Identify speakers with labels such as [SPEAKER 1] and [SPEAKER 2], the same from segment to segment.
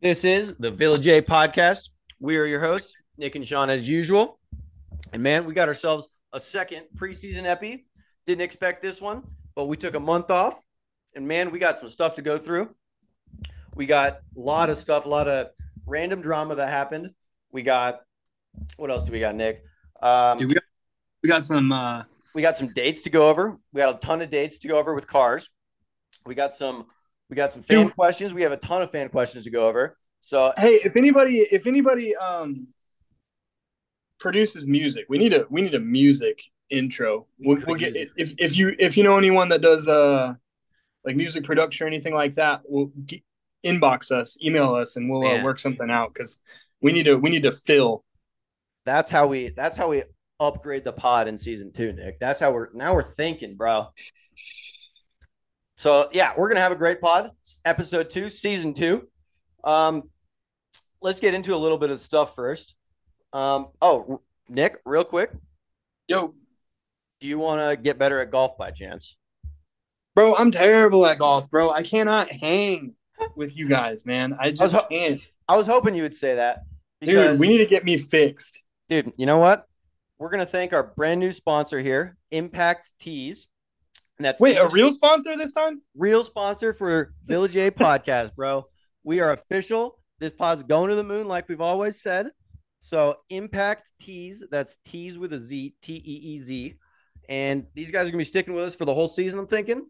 [SPEAKER 1] This is the Village A podcast. We are your hosts, Nick and Sean, as usual. And man, we got ourselves a second preseason epi. Didn't expect this one, but we took a month off. And man, we got some stuff to go through. We got a lot of stuff, a lot of random drama that happened. We got what else do we got, Nick? Um,
[SPEAKER 2] Dude, we got, we got some. Uh,
[SPEAKER 1] we got some dates to go over. We got a ton of dates to go over with cars. We got some we got some fan
[SPEAKER 2] Dude.
[SPEAKER 1] questions. We have a ton of fan questions to go over. So
[SPEAKER 2] hey, if anybody, if anybody um, produces music, we need a we need a music intro. We'll, we'll get if if you if you know anyone that does uh like music production or anything like that, we'll get, inbox us, email us, and we'll uh,
[SPEAKER 1] Man.
[SPEAKER 2] work something out because we need to we need to fill.
[SPEAKER 1] that's how we that's how we upgrade the pod in season two, Nick. That's how we're now we're thinking, bro. So yeah, we're gonna have a great pod. Episode two, season two. Um, let's get into a little bit of stuff first. Um, oh, Nick, real quick,
[SPEAKER 2] Yo,
[SPEAKER 1] do you want to get better at golf by chance?
[SPEAKER 2] bro, I'm terrible at golf, bro. I cannot hang with you guys, man. I just
[SPEAKER 1] ho-
[SPEAKER 2] can't,
[SPEAKER 1] I was hoping you would say that.
[SPEAKER 2] dude. We need to get me fixed.
[SPEAKER 1] dude you know what we're gonna thank our brand new sponsor here impact tees and that's
[SPEAKER 2] Wait, a
[SPEAKER 1] Tees'
[SPEAKER 2] real sponsor this time?
[SPEAKER 1] real sponsor for village a podcast bro we are official this pod's going to the moon like we've always said so impact tees that's tees with a z t-e-e-z and these guys are gonna be sticking with us for the whole season i'm thinking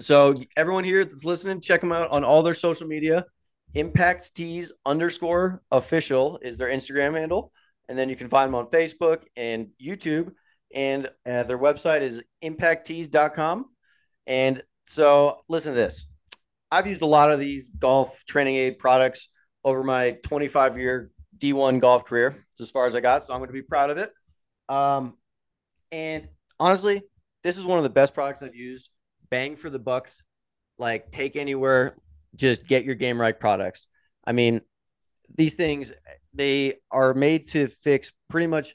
[SPEAKER 1] so everyone here that's listening check them out on all their social media impact tees underscore official is their instagram handle and then you can find them on Facebook and YouTube. And uh, their website is impacttees.com. And so, listen to this. I've used a lot of these golf training aid products over my 25 year D1 golf career. It's as far as I got. So, I'm going to be proud of it. Um, and honestly, this is one of the best products I've used. Bang for the bucks. Like, take anywhere, just get your game right products. I mean, these things they are made to fix pretty much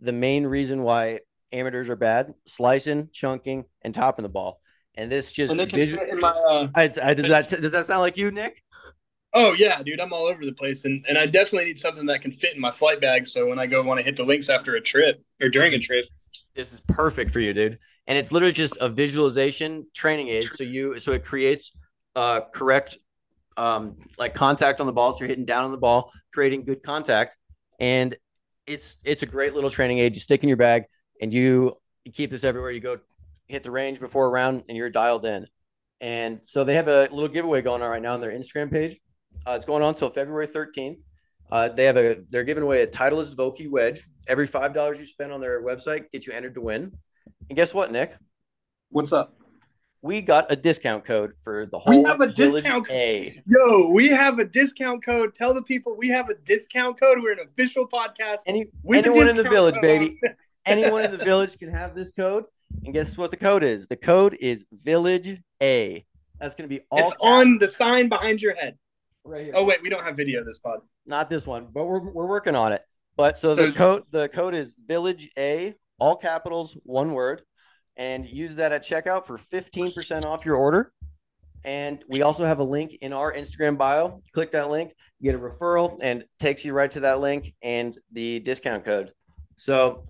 [SPEAKER 1] the main reason why amateurs are bad slicing chunking and topping the ball and this just
[SPEAKER 2] And they can
[SPEAKER 1] visu-
[SPEAKER 2] fit in my, uh,
[SPEAKER 1] I- I- does that does that sound like you nick
[SPEAKER 2] oh yeah, dude, I'm all over the place, and, and I definitely need something that can fit in my flight bag. So when I go, want to hit the links after a trip or during a trip.
[SPEAKER 1] this is perfect for you dude and it's literally just a visualization training aid so you so it creates uh correct um like contact on the ball so you're hitting down on the ball creating good contact and it's it's a great little training aid you stick in your bag and you, you keep this everywhere you go hit the range before a round and you're dialed in and so they have a little giveaway going on right now on their instagram page uh, it's going on until february 13th uh, they have a they're giving away a titleist Vokey wedge. Every five dollars you spend on their website get you entered to win. And guess what, Nick?
[SPEAKER 2] What's up?
[SPEAKER 1] We got a discount code for the
[SPEAKER 2] We
[SPEAKER 1] whole.
[SPEAKER 2] have a
[SPEAKER 1] Village
[SPEAKER 2] discount code.
[SPEAKER 1] A.
[SPEAKER 2] Yo, we have a discount code. Tell the people we have a discount code. We're an official podcast.
[SPEAKER 1] Any
[SPEAKER 2] with a
[SPEAKER 1] anyone in the
[SPEAKER 2] discount
[SPEAKER 1] village,
[SPEAKER 2] code.
[SPEAKER 1] baby. Anyone in the village can have this code. And guess what the code is? The code is Village A. That's gonna be all.
[SPEAKER 2] It's
[SPEAKER 1] caps
[SPEAKER 2] on the sign behind your head.
[SPEAKER 1] right here.
[SPEAKER 2] Oh wait, we don't have video this pod.
[SPEAKER 1] not this one, but we're, we're working on it. But so the
[SPEAKER 2] So-
[SPEAKER 1] code the code is Village A, all capitals, one word, and use that at checkout for fifteen percent off your order. And we also have a link in our Instagram bio. Click that link, get a referral, and it takes you right to that link and the discount code. So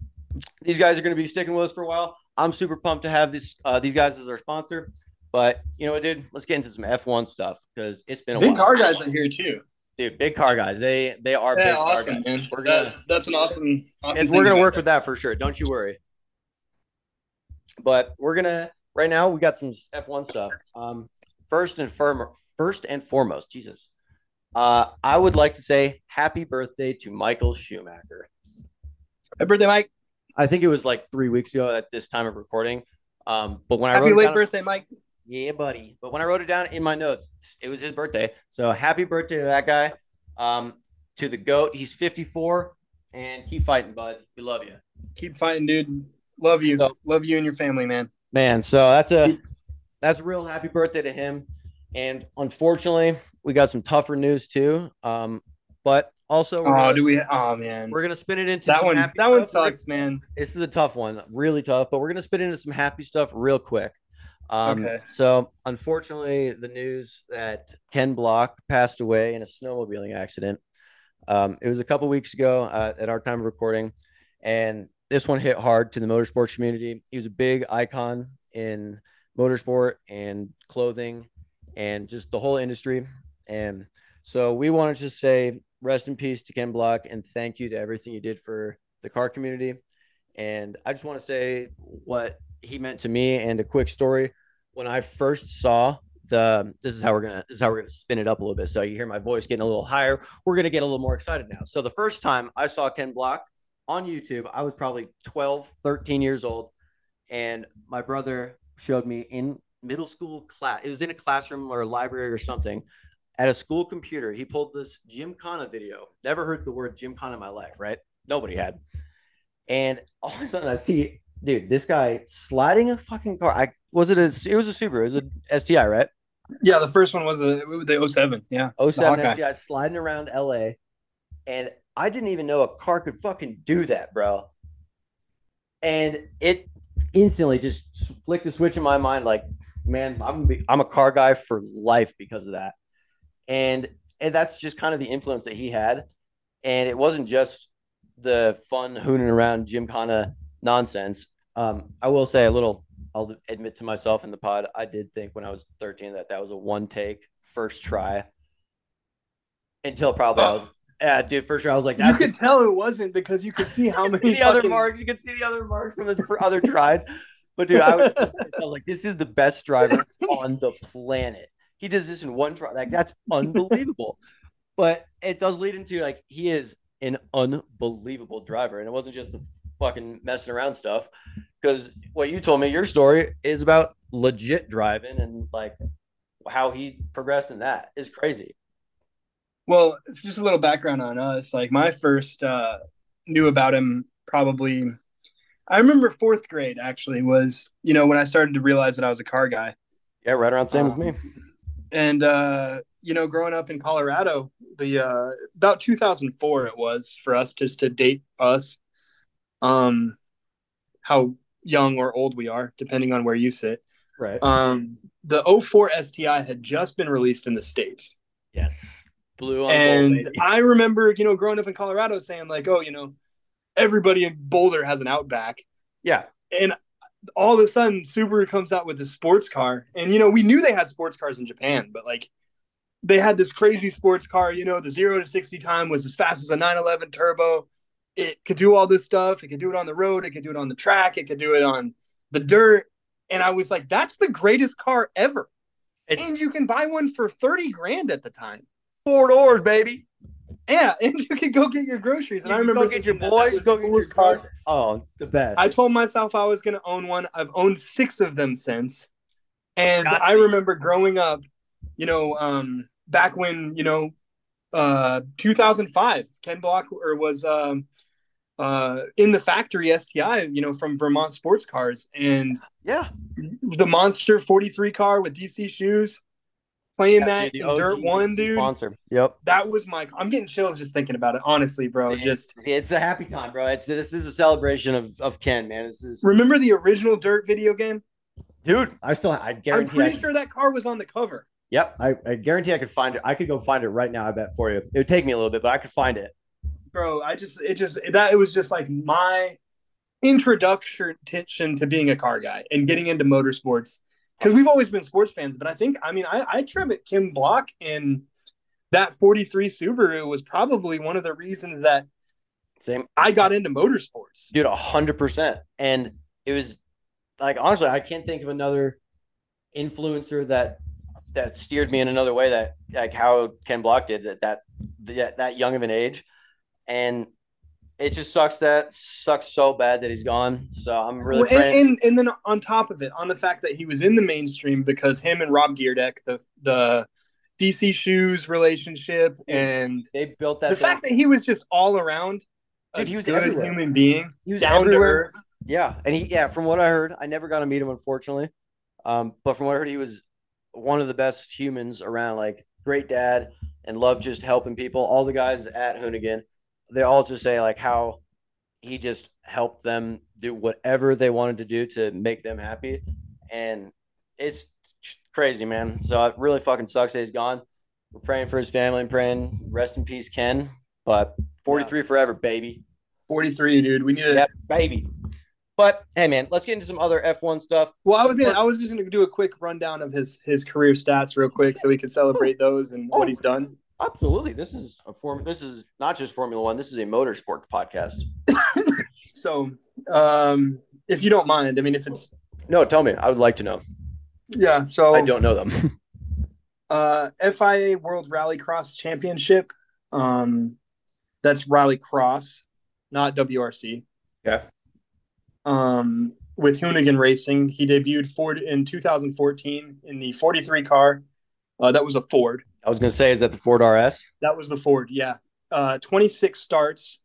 [SPEAKER 1] these guys are going to be sticking with us for a while. I'm super pumped to have these uh, these guys as our sponsor. But you know what, dude? Let's get into some F1 stuff because it's been a
[SPEAKER 2] Big
[SPEAKER 1] while
[SPEAKER 2] car guys are here too.
[SPEAKER 1] dude big car guys they they are big
[SPEAKER 2] Yeah,
[SPEAKER 1] car
[SPEAKER 2] awesome,
[SPEAKER 1] guys
[SPEAKER 2] man.
[SPEAKER 1] we're
[SPEAKER 2] That-
[SPEAKER 1] gonna
[SPEAKER 2] that's an awesome. awesome
[SPEAKER 1] and
[SPEAKER 2] thing
[SPEAKER 1] we're gonna
[SPEAKER 2] about
[SPEAKER 1] work
[SPEAKER 2] that.
[SPEAKER 1] with that for sure don't you worry but we're gonna right now we got some f1 stuff um first and firm first and foremost jesus uh i would like to say happy birthday to michael schumacher
[SPEAKER 2] Happy birthday, Mike.
[SPEAKER 1] i think it was like three weeks ago at this time of recording um but when i
[SPEAKER 2] Happy
[SPEAKER 1] wrote it
[SPEAKER 2] late
[SPEAKER 1] down-
[SPEAKER 2] birthday, Mike.
[SPEAKER 1] yeah, buddy. But when I wrote it down in my notes, it was his birthday. So happy birthday to that guy. Um, to the goat. He's 54, and keep fighting, bud. We love you,
[SPEAKER 2] Keep fighting, dude. Love you.
[SPEAKER 1] So-
[SPEAKER 2] Love you and your family, man.
[SPEAKER 1] man. So that's a that's a real happy birthday to him. And unfortunately, we got some tougher news too. Um, but also we're,
[SPEAKER 2] Oh,
[SPEAKER 1] gonna,
[SPEAKER 2] do we? Oh man,
[SPEAKER 1] we're gonna spin it into
[SPEAKER 2] that
[SPEAKER 1] some
[SPEAKER 2] one.
[SPEAKER 1] happy
[SPEAKER 2] That one
[SPEAKER 1] stuff.
[SPEAKER 2] sucks, man.
[SPEAKER 1] This is a tough one, really tough. But we're gonna spin into some happy stuff real quick. Um,
[SPEAKER 2] Okay.
[SPEAKER 1] So, unfortunately, the news that Ken Block passed away in a snowmobiling accident. Um, it was a couple weeks ago uh, at our time of recording, and this one hit hard to the motorsports community. He was a big icon in motorsport and clothing, and just the whole industry. And so, we wanted to say rest in peace to Ken Block and thank you to everything you did for the car community. And I just want to say what he meant to me and a quick story. When I first saw the this is how we're gonna this is how we're gonna spin it up a little bit. So you hear my voice getting a little higher. We're gonna get a little more excited now. So the first time I saw Ken Block on YouTube, I was probably 12, 13 years old. And my brother showed me in middle school class. It was in a classroom or a library or something at a school computer. He pulled this Jim Connor video. Never heard the word Jim Connor in my life, right? Nobody had. And all of a sudden, I see, dude, this guy sliding a fucking car. I was it a it was a Subaru, it was a STI, right?
[SPEAKER 2] Yeah, the first one was the, the 07. Yeah. The
[SPEAKER 1] 07
[SPEAKER 2] Hawkeye.
[SPEAKER 1] STI sliding around LA, and I didn't even know a car could fucking do that, bro. And it instantly just flicked a switch in my mind, like, man, I'm gonna be, I'm a car guy for life because of that. And and that's just kind of the influence that he had. And it wasn't just the fun hooning around Gymkhana nonsense. Um, I will say a little. I'll admit to myself in the pod, I did think when I was 13 that that was a one take first try. Until probably I was, yeah, dude, first try I was like,
[SPEAKER 2] You
[SPEAKER 1] that's
[SPEAKER 2] could tell it wasn't because you could see how many
[SPEAKER 1] the other
[SPEAKER 2] fucking-
[SPEAKER 1] marks. You can see the other marks from the for other tries. But dude, I was, I was like, this is the best driver on the planet. He does this in one try. Like that's unbelievable. but it does lead into like he is an unbelievable driver, and it wasn't just the fucking messing around stuff. Because what you told me, your story is about legit driving and like how he progressed in that is crazy.
[SPEAKER 2] Well, just a little background on us. Like my first uh, knew about him probably. I remember fourth grade actually was you know when I started to realize that I was a car guy
[SPEAKER 1] Yeah, right around the same
[SPEAKER 2] Um,
[SPEAKER 1] with me.
[SPEAKER 2] and uh, you know growing up in Colorado the uh, about 2004 it was for us just to date us um how young or old we are depending on where you sit
[SPEAKER 1] Right.
[SPEAKER 2] um the 04 STI had just been released in the states
[SPEAKER 1] yes. Blue on gold,
[SPEAKER 2] and
[SPEAKER 1] baby.
[SPEAKER 2] I remember, you know, growing up in Colorado saying, like, oh, you know, everybody in Boulder has an Outback.
[SPEAKER 1] Yeah.
[SPEAKER 2] And all of a sudden, Subaru comes out with this sports car. And, you know, we knew they had sports cars in Japan, but like they had this crazy sports car. You know, the zero to 60 time was as fast as a 911 turbo. It could do all this stuff. It could do it on the road. It could do it on the track. It could do it on the dirt. And I was like, that's the greatest car ever.
[SPEAKER 1] It's-
[SPEAKER 2] and you can buy one for 30 grand at the time.
[SPEAKER 1] four doors, baby.
[SPEAKER 2] Yeah, and you could go get your groceries. And I remember
[SPEAKER 1] go get your
[SPEAKER 2] thinking that that
[SPEAKER 1] boys,
[SPEAKER 2] was
[SPEAKER 1] go
[SPEAKER 2] the
[SPEAKER 1] get your
[SPEAKER 2] coolest
[SPEAKER 1] cars. Oh, the best.
[SPEAKER 2] I told myself I was going to own one. I've owned six of them since. And
[SPEAKER 1] Gotcha.
[SPEAKER 2] I remember growing up, you know, um, back when, you know, uh, 2005, Ken Block or was um, uh, in the factory STI, you know, from Vermont Sports Cars. And
[SPEAKER 1] yeah,
[SPEAKER 2] the Monster 43 car with DC shoes, playing that in Dirt 1, dude.
[SPEAKER 1] Sponsor. Yep.
[SPEAKER 2] That was my. I'm getting chills just thinking about it. Honestly, bro,
[SPEAKER 1] Man,
[SPEAKER 2] just
[SPEAKER 1] See, it's a happy time, bro. It's this is a celebration of of Ken, man. This is
[SPEAKER 2] Remember the original Dirt video game?
[SPEAKER 1] dude. I still, I guarantee.
[SPEAKER 2] I'm pretty
[SPEAKER 1] I could-
[SPEAKER 2] sure that car was on the cover.
[SPEAKER 1] Yep. I, I guarantee I could find it. I could go find it right now. I bet for you. It would take me a little bit, but I could find it.
[SPEAKER 2] Bro, I just it just that it was just like my introduction to being a car guy and getting into motorsports. Because we've always been sports fans, but I think I mean I, I attribute Kim Block and that 43 Subaru was probably one of the reasons that
[SPEAKER 1] Same.
[SPEAKER 2] I got into motorsports.
[SPEAKER 1] dude, a hundred percent. And it was like honestly, I can't think of another influencer that that steered me in another way that like how Ken Block did that that that, that young of an age, and it just sucks that sucks so bad that he's gone. So I'm really
[SPEAKER 2] Well,
[SPEAKER 1] praying-
[SPEAKER 2] and, and and then on top of it, on the fact that he was in the mainstream because him and Rob Deerdeck, the the DC shoes relationship and
[SPEAKER 1] they built that.
[SPEAKER 2] the
[SPEAKER 1] thing-
[SPEAKER 2] fact that he was just all around a
[SPEAKER 1] Dude, he was
[SPEAKER 2] good
[SPEAKER 1] everywhere.
[SPEAKER 2] human being,
[SPEAKER 1] he was
[SPEAKER 2] down to
[SPEAKER 1] everywhere.
[SPEAKER 2] earth.
[SPEAKER 1] Yeah, and he yeah, from what I heard, I never got to meet him unfortunately, um, but from what I heard, he was one of the best humans around. Like great dad and loved just helping people. All the guys at Hoonigan, they all just say like how he just helped them do whatever they wanted to do to make them happy, and it's crazy, man. So it really fucking sucks that he's gone. We're praying for his family and praying rest in peace, Ken. But 43 forever, baby.
[SPEAKER 2] 43, dude. We need to.
[SPEAKER 1] Yeah, baby. But hey, man, let's get into some other F1 stuff.
[SPEAKER 2] Well, I was gonna, I was just gonna do a quick rundown of his his career stats real quick, so we could celebrate those and what he's done.
[SPEAKER 1] Absolutely, this is a form. This is not just Formula One. This is a motorsports podcast.
[SPEAKER 2] So, um, if you don't mind, I mean, if it's
[SPEAKER 1] No, tell me. I would like to know.
[SPEAKER 2] yeah, so
[SPEAKER 1] I don't know them.
[SPEAKER 2] uh, FIA World Rallycross Championship. Um, that's Rallycross, not WRC.
[SPEAKER 1] Okay.
[SPEAKER 2] Um, with Hoonigan Racing, he debuted Ford in 2014 in the 43 car. Uh, that was a Ford.
[SPEAKER 1] I was gonna say, is that the Ford RS?
[SPEAKER 2] That was the Ford. Yeah. Uh, 26 starts,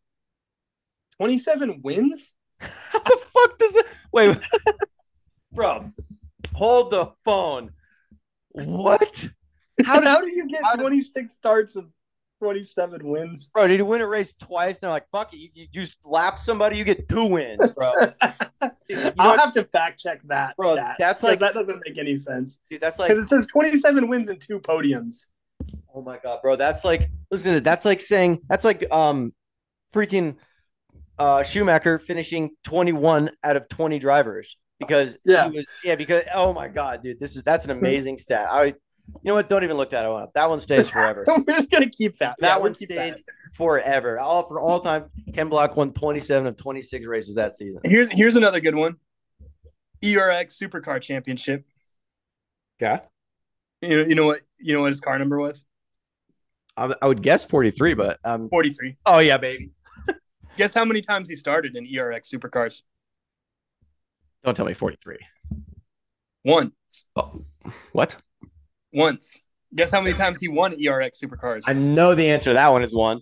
[SPEAKER 2] 27 wins.
[SPEAKER 1] How the fuck does that? Wait, bro, hold the phone. What, How did-
[SPEAKER 2] how do you get
[SPEAKER 1] how did-
[SPEAKER 2] 26 starts and 27 wins?
[SPEAKER 1] bro? Did you win a race twice? They're like, fuck it. You, you, you slap somebody, you get two wins, bro. Dude, you know
[SPEAKER 2] I'll
[SPEAKER 1] what,
[SPEAKER 2] have to fact check that.
[SPEAKER 1] Bro,
[SPEAKER 2] stat,
[SPEAKER 1] that's
[SPEAKER 2] 'cause
[SPEAKER 1] like-
[SPEAKER 2] that doesn't make any sense
[SPEAKER 1] dude, that's like,
[SPEAKER 2] because it says 27 wins and two podiums.
[SPEAKER 1] oh my god, bro. That's like, listen, to that's like saying that's like um, freaking uh Schumacher finishing twenty one out of twenty drivers because
[SPEAKER 2] Yeah.
[SPEAKER 1] he was yeah because oh my god, dude, this is that's an amazing stat. I, you know what? Don't even look that one up. That one stays forever.
[SPEAKER 2] We're just gonna keep that.
[SPEAKER 1] That
[SPEAKER 2] Yeah, we'll
[SPEAKER 1] one
[SPEAKER 2] keep that.
[SPEAKER 1] stays forever. All for all time. Ken Block won 27 of 26 races that season.
[SPEAKER 2] Here's here's another good one. ERX Supercar Championship.
[SPEAKER 1] Yeah.
[SPEAKER 2] You know, you know what you know what his car number was?
[SPEAKER 1] I, I would guess 43, but um
[SPEAKER 2] 43.
[SPEAKER 1] oh yeah, baby.
[SPEAKER 2] Guess how many times he started in ERX Supercars?
[SPEAKER 1] Don't tell me 43.
[SPEAKER 2] One.
[SPEAKER 1] Oh. What?
[SPEAKER 2] Once. Guess how many times he won ERX Supercars?
[SPEAKER 1] I know the answer to that one is one.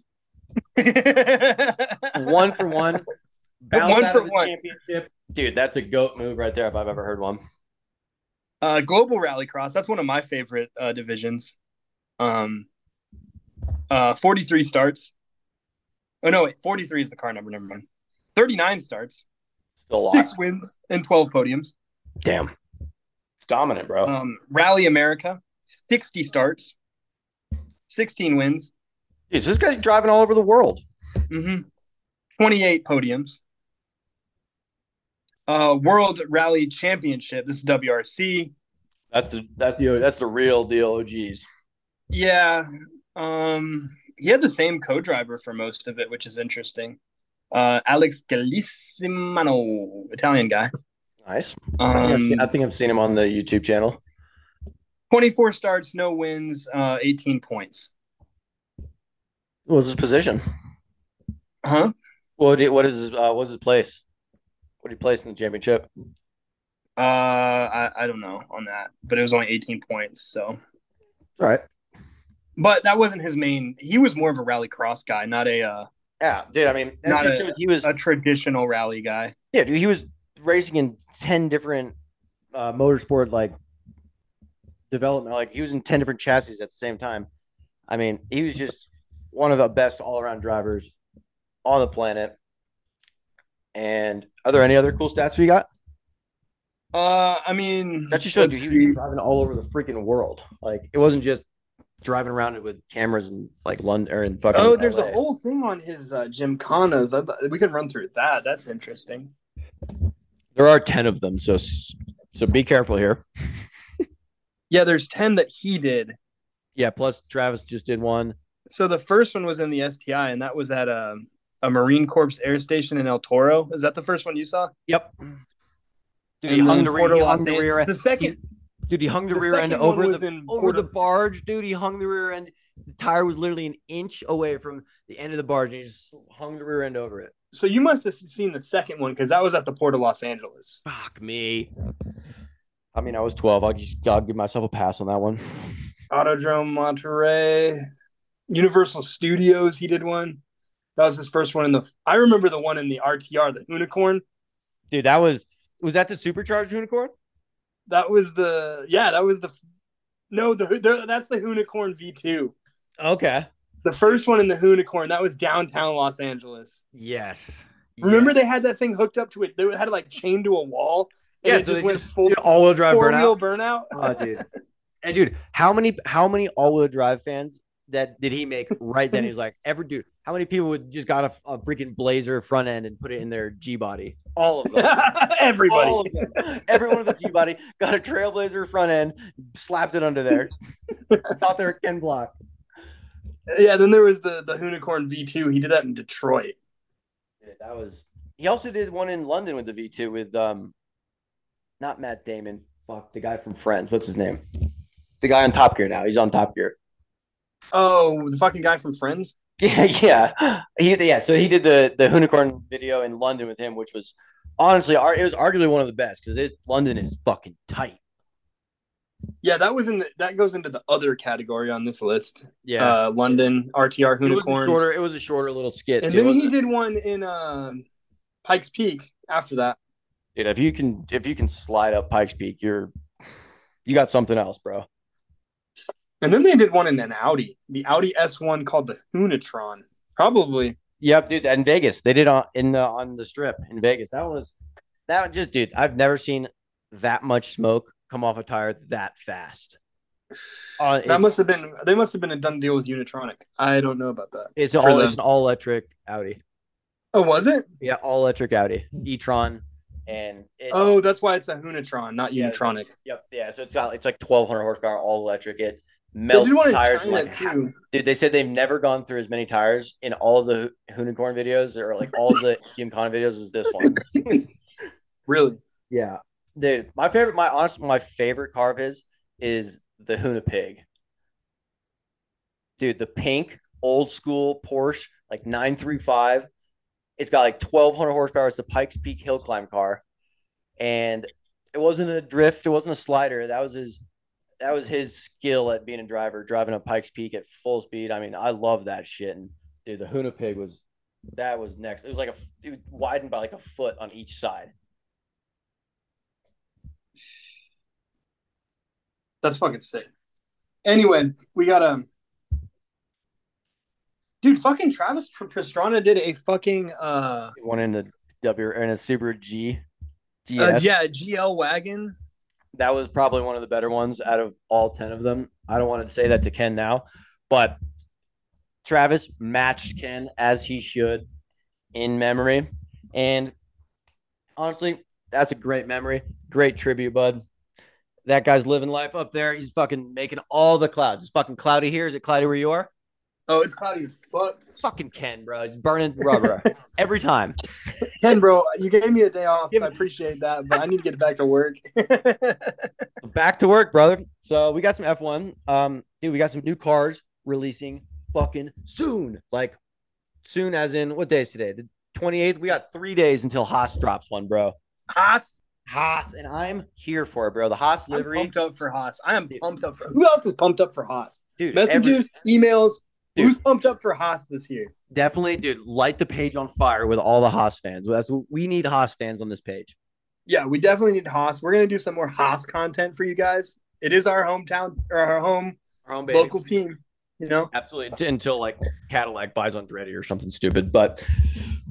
[SPEAKER 1] One for one. Bounce
[SPEAKER 2] One
[SPEAKER 1] out
[SPEAKER 2] for
[SPEAKER 1] of his
[SPEAKER 2] one.
[SPEAKER 1] championship. Dude, that's a goat move right there if I've ever heard one.
[SPEAKER 2] Uh, Global Rallycross. That's one of my favorite uh, divisions. Um, uh, 43 starts. Oh, no, wait. 43 is the car number. Never mind. 39 starts,
[SPEAKER 1] Still a lot.
[SPEAKER 2] six wins, and 12 podiums.
[SPEAKER 1] Damn. It's dominant, bro.
[SPEAKER 2] Um, Rally America, 60 starts, 16 wins,
[SPEAKER 1] Dude, this guy's driving all over the world.
[SPEAKER 2] hmm 28 podiums. Uh, World Rally Championship. This is WRC.
[SPEAKER 1] That's the that's the that's the real deal. Oh geez.
[SPEAKER 2] Yeah. Um he had the same co-driver for most of it, which is interesting. Uh Alex Galissimano, Italian guy.
[SPEAKER 1] Nice. I think, I've
[SPEAKER 2] Um,
[SPEAKER 1] seen, I think I've seen him on the YouTube channel.
[SPEAKER 2] 24 starts, no wins, uh 18 points.
[SPEAKER 1] What was his position?
[SPEAKER 2] Huh?
[SPEAKER 1] What did, what is his uh, what's his place? What did he place in the championship?
[SPEAKER 2] Uh I, I don't know on that, but it was only 18 points, so
[SPEAKER 1] All right.
[SPEAKER 2] but that wasn't his main he was more of a rally cross guy, not a uh,
[SPEAKER 1] Yeah, dude. I mean, that's
[SPEAKER 2] Not
[SPEAKER 1] just
[SPEAKER 2] a-
[SPEAKER 1] shows he was
[SPEAKER 2] a traditional rally guy.
[SPEAKER 1] yeah, dude. He was racing in ten different uh, motorsport like development. Like he was in ten different chassis at the same time. I mean, he was just one of the best all around drivers on the planet. And are there any other cool stats we got?
[SPEAKER 2] Uh I mean
[SPEAKER 1] That just shows
[SPEAKER 2] let's
[SPEAKER 1] dude, he
[SPEAKER 2] see.
[SPEAKER 1] was driving all over the freaking world. Like it wasn't just driving around it with cameras and like London or in fucking.
[SPEAKER 2] Oh, there's
[SPEAKER 1] LA.
[SPEAKER 2] a whole thing on his uh, Gymkhanas. I, we can run through that. That's interesting.
[SPEAKER 1] There are ten of them, so so be careful here.
[SPEAKER 2] Yeah, there's 10 that he did.
[SPEAKER 1] Yeah. Plus, Travis just did one.
[SPEAKER 2] So the first one was in the STI, and that was at a, a Marine Corps air station in El Toro. Is that the first one you saw?
[SPEAKER 1] Yep. Dude, he
[SPEAKER 2] And
[SPEAKER 1] hung
[SPEAKER 2] then
[SPEAKER 1] the, re-
[SPEAKER 2] Puerto
[SPEAKER 1] he
[SPEAKER 2] Los
[SPEAKER 1] hung the
[SPEAKER 2] An-
[SPEAKER 1] rear end.
[SPEAKER 2] The second,
[SPEAKER 1] Dude, he hung the,
[SPEAKER 2] the
[SPEAKER 1] rear end
[SPEAKER 2] second one
[SPEAKER 1] over
[SPEAKER 2] was
[SPEAKER 1] the
[SPEAKER 2] in
[SPEAKER 1] over
[SPEAKER 2] Puerto-
[SPEAKER 1] the barge, dude. He hung the rear end. The tire was literally an inch away from the end of the barge, and he just hung the rear end over it.
[SPEAKER 2] so you must have seen the second one because that was at the Port of Los Angeles.
[SPEAKER 1] Fuck me. I mean, I was twelve. I'll, just, I'll give myself a pass on that one.
[SPEAKER 2] Autodrome Monterey, Universal Studios. He did one. That was his first one in the. I remember the one in the RTR, the unicorn.
[SPEAKER 1] Dude, that was was that the supercharged unicorn?
[SPEAKER 2] That was the. Yeah, that was the. No, the, the that's the unicorn V two.
[SPEAKER 1] Okay.
[SPEAKER 2] The first one in the unicorn that was downtown Los Angeles.
[SPEAKER 1] Yes.
[SPEAKER 2] Remember they had that thing hooked up to it. They had it like chained to a wall,
[SPEAKER 1] Yeah,
[SPEAKER 2] it
[SPEAKER 1] so
[SPEAKER 2] just
[SPEAKER 1] they
[SPEAKER 2] went
[SPEAKER 1] just
[SPEAKER 2] full
[SPEAKER 1] did all-wheel drive
[SPEAKER 2] four
[SPEAKER 1] burnout.
[SPEAKER 2] wheel burnout.
[SPEAKER 1] Oh, dude. And dude, how many how many all-wheel drive fans that did he make right then? He's like, ever dude, how many people would just got a, a freaking blazer front end and put it in their G body? All of them.
[SPEAKER 2] Everybody.
[SPEAKER 1] All of them. Everyone with a G body got a trailblazer front end, slapped it under there. Thought they were Ken Block.
[SPEAKER 2] Yeah, then there was the the Unicorn V2. He did that in Detroit.
[SPEAKER 1] Yeah, that was he also did one in London with the V2 with um not Matt Damon. Fuck the guy from Friends. What's his name? The guy on Top Gear now. He's on Top Gear.
[SPEAKER 2] Oh, the fucking guy from Friends.
[SPEAKER 1] Yeah, yeah, he, yeah. So he did the the unicorn video in London with him, which was honestly, ar- it was arguably one of the best because London is fucking tight.
[SPEAKER 2] Yeah, that was in the, that goes into the other category on this list.
[SPEAKER 1] Yeah,
[SPEAKER 2] Uh, London RTR
[SPEAKER 1] it was a
[SPEAKER 2] Unicorn.
[SPEAKER 1] shorter. It was a shorter little skit.
[SPEAKER 2] and
[SPEAKER 1] too,
[SPEAKER 2] then he
[SPEAKER 1] wasn't it?
[SPEAKER 2] did one in um Pikes Peak after that.
[SPEAKER 1] Dude, if you can, if you can slide up Pikes Peak, you're you got something else, bro.
[SPEAKER 2] And then they did one in an Audi, the Audi S1 called the Hunatron. Probably.
[SPEAKER 1] Yep, dude. And Vegas, they did on in the on the strip in Vegas. That one was that one just, dude. I've never seen that much smoke come off a tire that fast. Uh, it's-
[SPEAKER 2] That must have been they must have been a done deal with Unitronic. I don't know about that.
[SPEAKER 1] it's
[SPEAKER 2] for
[SPEAKER 1] all
[SPEAKER 2] them.
[SPEAKER 1] it's an all electric Audi.
[SPEAKER 2] Oh, was it?
[SPEAKER 1] Yeah, all electric Audi, e-tron, and it's,
[SPEAKER 2] Hmm. Oh, that's why it's a Hunatron, not
[SPEAKER 1] Yeah.
[SPEAKER 2] Unitronic.
[SPEAKER 1] yep, yeah. So it's got it's like twelve hundred horsepower, all electric. It
[SPEAKER 2] They did
[SPEAKER 1] melts
[SPEAKER 2] one in
[SPEAKER 1] tires in
[SPEAKER 2] China,
[SPEAKER 1] like half.
[SPEAKER 2] too.
[SPEAKER 1] Dude, they said they've never gone through as many tires in all of the Hu- unicorn videos or like all of the Kim Khan videos as this one.
[SPEAKER 2] Really?
[SPEAKER 1] Yeah, dude. My favorite, my honest, my favorite car of his is the Huna Pig. Dude, the pink old school Porsche, like nine three five. It's got like twelve hundred horsepower. It's the Pikes Peak hill climb car, and it wasn't a drift. It wasn't a slider. That was his. That was his skill at being a driver, driving a Pikes Peak at full speed. I mean, I love that shit. And dude, the Huna Pig was that was next. It was like a it was widened by like a foot on each side.
[SPEAKER 2] That's fucking sick. Anyway, we got um Dude, fucking Travis Pr- Pastrana did a fucking uh,
[SPEAKER 1] one in the W in a Subaru G.
[SPEAKER 2] uh
[SPEAKER 1] GS.
[SPEAKER 2] yeah, GL wagon.
[SPEAKER 1] That was probably one of the better ones out of all 10 of them. I don't want to say that to Ken now, but Travis matched Ken as he should in memory. And honestly, that's a great memory. Great tribute, bud. That guy's living life up there. He's fucking making all the clouds. It's fucking cloudy here. Is it cloudy where you are?
[SPEAKER 2] Oh, it's cloudy as fuck.
[SPEAKER 1] Fucking Ken, bro. He's burning rubber every time.
[SPEAKER 2] Ken, bro, you gave me a day off.
[SPEAKER 1] Give
[SPEAKER 2] I
[SPEAKER 1] me-
[SPEAKER 2] appreciate that, but I need to get back to work.
[SPEAKER 1] back to work, brother. So we got some F1. Um, dude, we got some new cars releasing fucking soon. Like soon as in what day is today? The 28th. We got three days until Haas drops one, bro.
[SPEAKER 2] Haas,
[SPEAKER 1] Haas, and I'm here for it, bro. The Haas
[SPEAKER 2] I'm
[SPEAKER 1] livery.
[SPEAKER 2] pumped up for Haas. I am
[SPEAKER 1] Dude.
[SPEAKER 2] pumped up for. Who else is pumped up for Haas?
[SPEAKER 1] Dude, every-
[SPEAKER 2] Messages, emails.
[SPEAKER 1] Dude.
[SPEAKER 2] Who's pumped up for Haas this year?
[SPEAKER 1] definitely, dude, light the page on fire with all the Haas fans. That's what we need Haas fans on this page.
[SPEAKER 2] Yeah, we definitely need Haas. We're gonna do some more Haas content for you guys. It is our hometown or our home
[SPEAKER 1] Our own
[SPEAKER 2] local team. You know,
[SPEAKER 1] Absolutely. t- Until like Cadillac buys Andretti or something stupid. But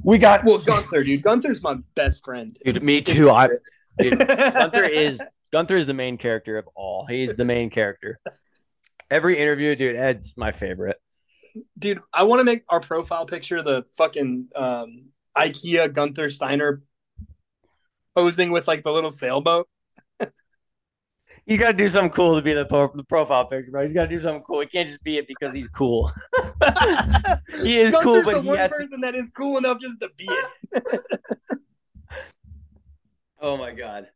[SPEAKER 1] we got
[SPEAKER 2] well Gunther, dude. Gunther's my best friend.
[SPEAKER 1] dude, me too. I dude, Gunther
[SPEAKER 2] Gunther
[SPEAKER 1] is Gunther is the main character of all. He's the main character. Every interview, dude, Ed's my favorite.
[SPEAKER 2] dude i want to make our profile picture the fucking um ikea gunther steiner posing with like the little sailboat
[SPEAKER 1] You got to do something cool to be the, po- the profile picture, bro. He's got to do something cool. He can't just be it because he's cool. he is cool,
[SPEAKER 2] Gunther's
[SPEAKER 1] but
[SPEAKER 2] the
[SPEAKER 1] he
[SPEAKER 2] one
[SPEAKER 1] has. To-
[SPEAKER 2] person that is cool enough just to be it
[SPEAKER 1] oh my god!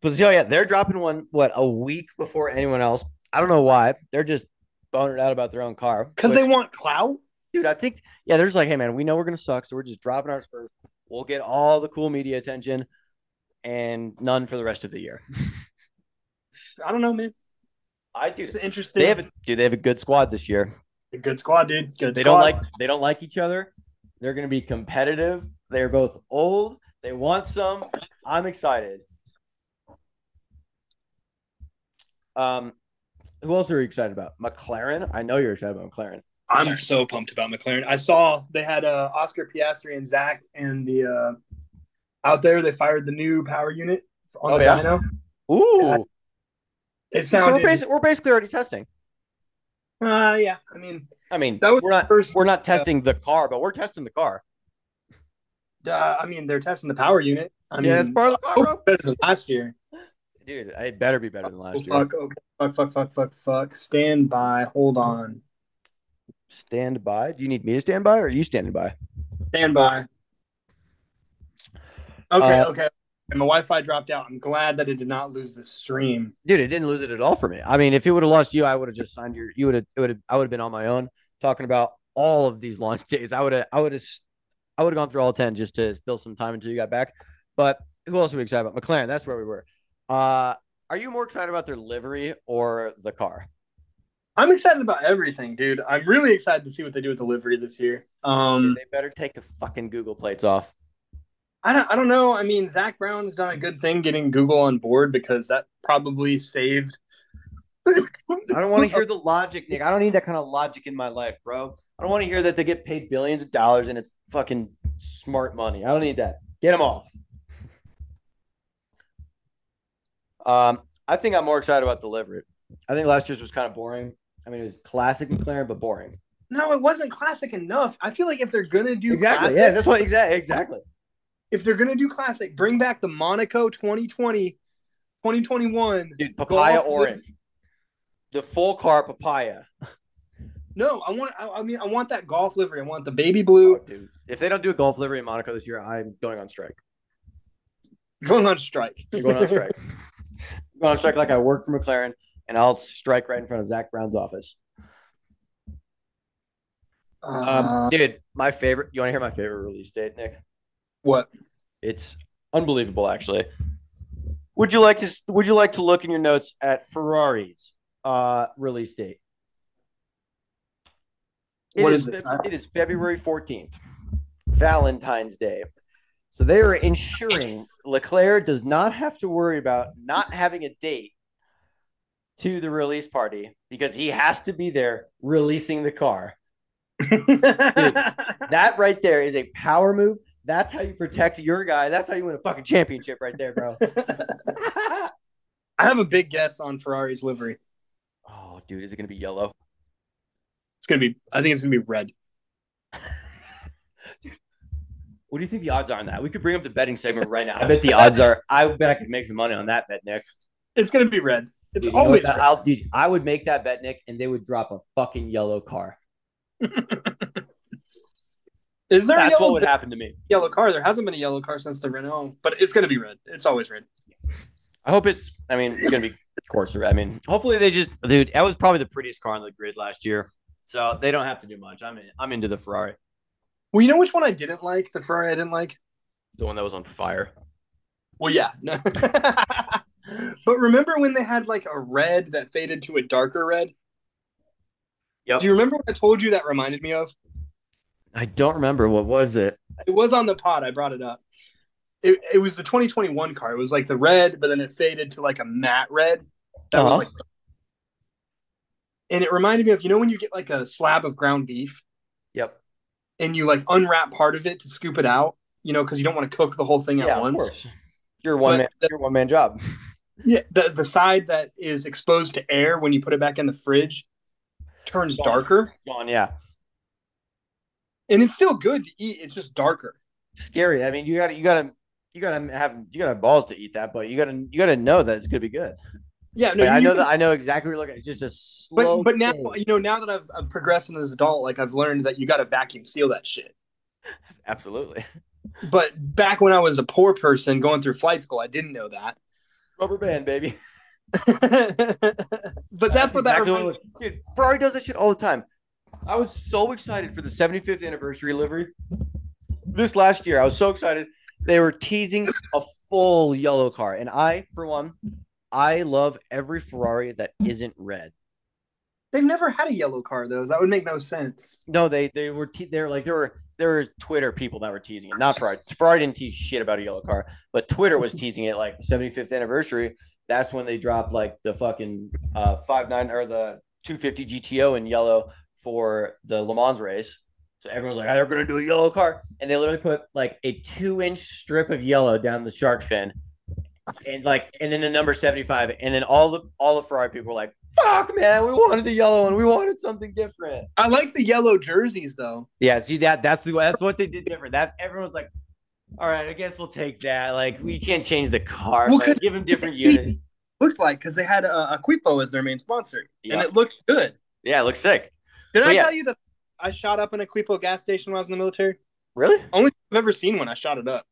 [SPEAKER 1] But so yeah, they're dropping one what a week before anyone else. I don't know why. They're just bonered out about their own car
[SPEAKER 2] because
[SPEAKER 1] which-
[SPEAKER 2] they want clout
[SPEAKER 1] dude, I think yeah, there's like, hey man, we know we're gonna suck, so we're just dropping ours first. We'll get all the cool media attention and none for the rest of the year.
[SPEAKER 2] i don't know man
[SPEAKER 1] I do.
[SPEAKER 2] it's interesting
[SPEAKER 1] They have a do they have a good squad this year.
[SPEAKER 2] a good squad dude good
[SPEAKER 1] They
[SPEAKER 2] squad.
[SPEAKER 1] don't like they don't like each other. They're gonna be competitive. They're both old. They want some. I'm excited. Um who else are you excited about? McLaren? I know you're excited about McLaren.
[SPEAKER 2] i'm so pumped about mclaren i saw they had uh oscar piastri and zach and the uh out there they fired the new power unit on
[SPEAKER 1] Oh,
[SPEAKER 2] the
[SPEAKER 1] yeah?
[SPEAKER 2] dyno.
[SPEAKER 1] Ooh.
[SPEAKER 2] Yeah, It
[SPEAKER 1] so we're,
[SPEAKER 2] sounded.
[SPEAKER 1] basi- we're basically already testing.
[SPEAKER 2] uh, yeah, I mean
[SPEAKER 1] I mean,
[SPEAKER 2] That was
[SPEAKER 1] we're not
[SPEAKER 2] first-
[SPEAKER 1] we're not testing the car, but we're testing the car.
[SPEAKER 2] Uh, I mean, they're testing the power unit. I
[SPEAKER 1] yeah, it's
[SPEAKER 2] mean,
[SPEAKER 1] part of the car,
[SPEAKER 2] hope
[SPEAKER 1] bro.
[SPEAKER 2] it's better than last year.
[SPEAKER 1] Dude, it better be better than last
[SPEAKER 2] Oh,
[SPEAKER 1] year.
[SPEAKER 2] fuck, okay. fuck, fuck, fuck, fuck, fuck. Stand by. Hold on.
[SPEAKER 1] Stand by. Do you need me to stand by, or are you standing by?
[SPEAKER 2] Stand by. Okay,
[SPEAKER 1] Uh,
[SPEAKER 2] okay. And the Wi-Fi dropped out. I'm glad that it did not lose the stream.
[SPEAKER 1] Dude, it didn't lose it at all for me. I mean, if it would have lost you, I would have just signed your. You would have. It would have. I would have been on my own talking about all of these launch days. I would have. I would have. I would have gone through all ten just to fill some time until you got back. But who else are we excited about? McLaren. That's where we were. Uh, are you more excited about their livery or the car?
[SPEAKER 2] I'm excited about everything, dude. I'm really excited to see what they do with delivery this year. Um,
[SPEAKER 1] They better take the fucking Google plates off.
[SPEAKER 2] I don't, I don't know. I mean, Zach Brown's done a good thing getting Google on board because that probably saved.
[SPEAKER 1] I don't want to hear the logic, Nick. I don't need that kind of logic in my life, bro. I don't want to hear that they get paid billions of dollars and it's fucking smart money. I don't need that. Get them off. Um, I think I'm more excited about delivery. I think last year's was kind of boring. I mean, it was classic McLaren, but boring.
[SPEAKER 2] No, it wasn't classic enough. I feel like if they're gonna do classic,
[SPEAKER 1] Yeah, that's what exactly exactly.
[SPEAKER 2] if they're gonna do classic, bring back the Monaco 2020, 2021.
[SPEAKER 1] Dude, papaya
[SPEAKER 2] Golf with-
[SPEAKER 1] orange. The full car papaya.
[SPEAKER 2] No, I want. I, I mean, I want that golf livery. I want the baby blue.
[SPEAKER 1] Oh, dude. If they don't do a golf livery in Monaco this year, I'm going on strike.
[SPEAKER 2] Going on strike.
[SPEAKER 1] You're going on strike. I'm going on strike like I work for McLaren, and I'll strike right in front of Zach Brown's office. Um,
[SPEAKER 2] Uh,
[SPEAKER 1] dude, my favorite. You want to hear my favorite release date, Nick?
[SPEAKER 2] what?
[SPEAKER 1] It's unbelievable, actually. Would you like to? s- Would you like to look in your notes at Ferrari's uh, release date? It
[SPEAKER 2] What
[SPEAKER 1] is
[SPEAKER 2] is it?
[SPEAKER 1] Feb- it is February 14th, Valentine's Day. So they are ensuring Leclerc does not have to worry about not having a date to the release party because he has to be there releasing the car. That right there is a power move. That's how you protect your guy. That's how you win a fucking championship right there, bro.
[SPEAKER 2] I have a big guess on Ferrari's livery.
[SPEAKER 1] oh, dude, is it going to be yellow?
[SPEAKER 2] It's gonna be. I think it's gonna be red.
[SPEAKER 1] What do you think the odds are on that? We could bring up the betting segment right now. I bet the odds are. I bet I could make some money on that bet, Nick.
[SPEAKER 2] It's gonna be red. It's
[SPEAKER 1] Dude, you know
[SPEAKER 2] always
[SPEAKER 1] what?
[SPEAKER 2] red.
[SPEAKER 1] I'll, dude, I would make that bet, Nick, and they would drop a fucking yellow car.
[SPEAKER 2] Is there a
[SPEAKER 1] That's what
[SPEAKER 2] yellow,
[SPEAKER 1] would happen to me.
[SPEAKER 2] yellow car? There hasn't been a yellow car since the Renault, but it's gonna be red. It's always red.
[SPEAKER 1] I hope it's. I mean, it's gonna be coarser. I mean, hopefully they just, dude. That was probably the prettiest car on the grid last year, so they don't have to do much. I'm in, I'm into the Ferrari,
[SPEAKER 2] Well, you know which one I didn't like. The Ferrari I didn't like.
[SPEAKER 1] the one that was on fire.
[SPEAKER 2] Well, yeah. No. but remember when they had like a red that faded to a darker red?
[SPEAKER 1] Yep.
[SPEAKER 2] Do you remember what I told you that reminded me of?
[SPEAKER 1] I don't remember what was it.
[SPEAKER 2] It was on the pod. I brought it up. It, it was the 2021 car. It was like the red, but then it faded to like a matte red. That
[SPEAKER 1] Uh-huh.
[SPEAKER 2] was like. And it reminded me of you know when you get like a slab of ground beef
[SPEAKER 1] Yep.
[SPEAKER 2] and you like unwrap part of it to scoop it out, you know, because you don't want to cook the whole thing
[SPEAKER 1] Yeah,
[SPEAKER 2] at
[SPEAKER 1] of
[SPEAKER 2] once.
[SPEAKER 1] course. Your one
[SPEAKER 2] But
[SPEAKER 1] man, your one man job.
[SPEAKER 2] Yeah, the the side that is exposed to air when you put it back in the fridge turns
[SPEAKER 1] Gone.
[SPEAKER 2] darker,
[SPEAKER 1] Gone. Yeah.
[SPEAKER 2] and it's still good to eat. It's just darker.
[SPEAKER 1] Scary. I mean, you gotta, you gotta, you gotta have, you gotta have balls to eat that, but you gotta, you gotta know that it's gonna be good.
[SPEAKER 2] Yeah, no,
[SPEAKER 1] Like, I
[SPEAKER 2] you
[SPEAKER 1] know
[SPEAKER 2] can-
[SPEAKER 1] that. I know exactly what you're looking. at. It's just a slow.
[SPEAKER 2] But, but now
[SPEAKER 1] fade.
[SPEAKER 2] you know now that I've, I've progressed as an adult, like I've learned that you got to vacuum seal that shit.
[SPEAKER 1] absolutely.
[SPEAKER 2] But back when I was a poor person going through flight school, I didn't know that.
[SPEAKER 1] Rubber band, baby.
[SPEAKER 2] but that's what that
[SPEAKER 1] Exactly
[SPEAKER 2] reminds
[SPEAKER 1] it was. Dude, Ferrari does that shit all the time. I was so excited for the 75th anniversary livery. This last year, I was so excited. They were teasing a full yellow car. And I, for one, I love every Ferrari that isn't red.
[SPEAKER 2] They've never had a yellow car though. so That would make no sense.
[SPEAKER 1] No, they they were te- they're like there were there were Twitter people that were teasing it. Not Ferrari. Ferrari didn't tease shit about a yellow car, but Twitter was teasing it like 75th anniversary. That's when they dropped like the fucking uh five nine or the 250 GTO in yellow for the Le Mans race. So everyone's like, "Oh, they're gonna do a yellow car, and they literally put like a two inch strip of yellow down the shark fin and like and then the number 75 and then all the all the ferrari people were like fuck man we wanted the yellow one we wanted something different
[SPEAKER 2] I like the yellow jerseys though.
[SPEAKER 1] yeah see that that's the that's what they did different that's everyone's like all right i guess we'll take that like we can't change the car
[SPEAKER 2] Well,
[SPEAKER 1] but
[SPEAKER 2] 'cause-
[SPEAKER 1] give them different units
[SPEAKER 2] Looked like because they had uh, Aquipo as their main sponsor,
[SPEAKER 1] Yeah.
[SPEAKER 2] and it looked good.
[SPEAKER 1] yeah it looks sick
[SPEAKER 2] Did
[SPEAKER 1] But
[SPEAKER 2] I
[SPEAKER 1] yeah.
[SPEAKER 2] tell you that I shot up an Aquipo gas station when I was in the military?
[SPEAKER 1] really
[SPEAKER 2] Only time I've ever seen one. I shot it up,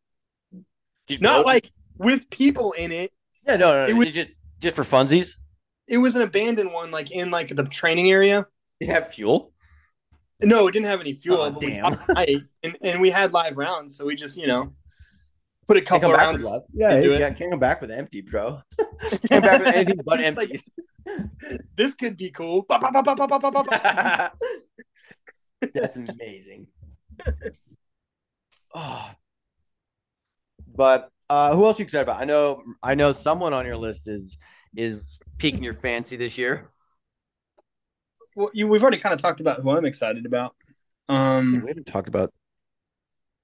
[SPEAKER 1] Did you
[SPEAKER 2] not
[SPEAKER 1] go-
[SPEAKER 2] like with people in it.
[SPEAKER 1] yeah no no, no.
[SPEAKER 2] it was-
[SPEAKER 1] just just for funsies
[SPEAKER 2] It was an abandoned one, like in like the training area.
[SPEAKER 1] you have fuel
[SPEAKER 2] No, it didn't have any fuel.
[SPEAKER 1] Aw,
[SPEAKER 2] but we
[SPEAKER 1] damn.
[SPEAKER 2] shot at night, and and we had live rounds, so we just you know put a couple
[SPEAKER 1] can't come back with
[SPEAKER 2] rounds.
[SPEAKER 1] love. yeah
[SPEAKER 2] do it.
[SPEAKER 1] yeah can't come back with empty bro can't back with anything but
[SPEAKER 2] It's like-
[SPEAKER 1] empty
[SPEAKER 2] This could be cool. Ba, ba, ba, ba, ba, ba, ba, ba, ba.
[SPEAKER 1] That's amazing. oh. But uh, who else you excited about? I know I know someone on your list is is piquing your fancy this year.
[SPEAKER 2] well, you, we've already kind of talked about who I'm excited about. Um,
[SPEAKER 1] We haven't talked about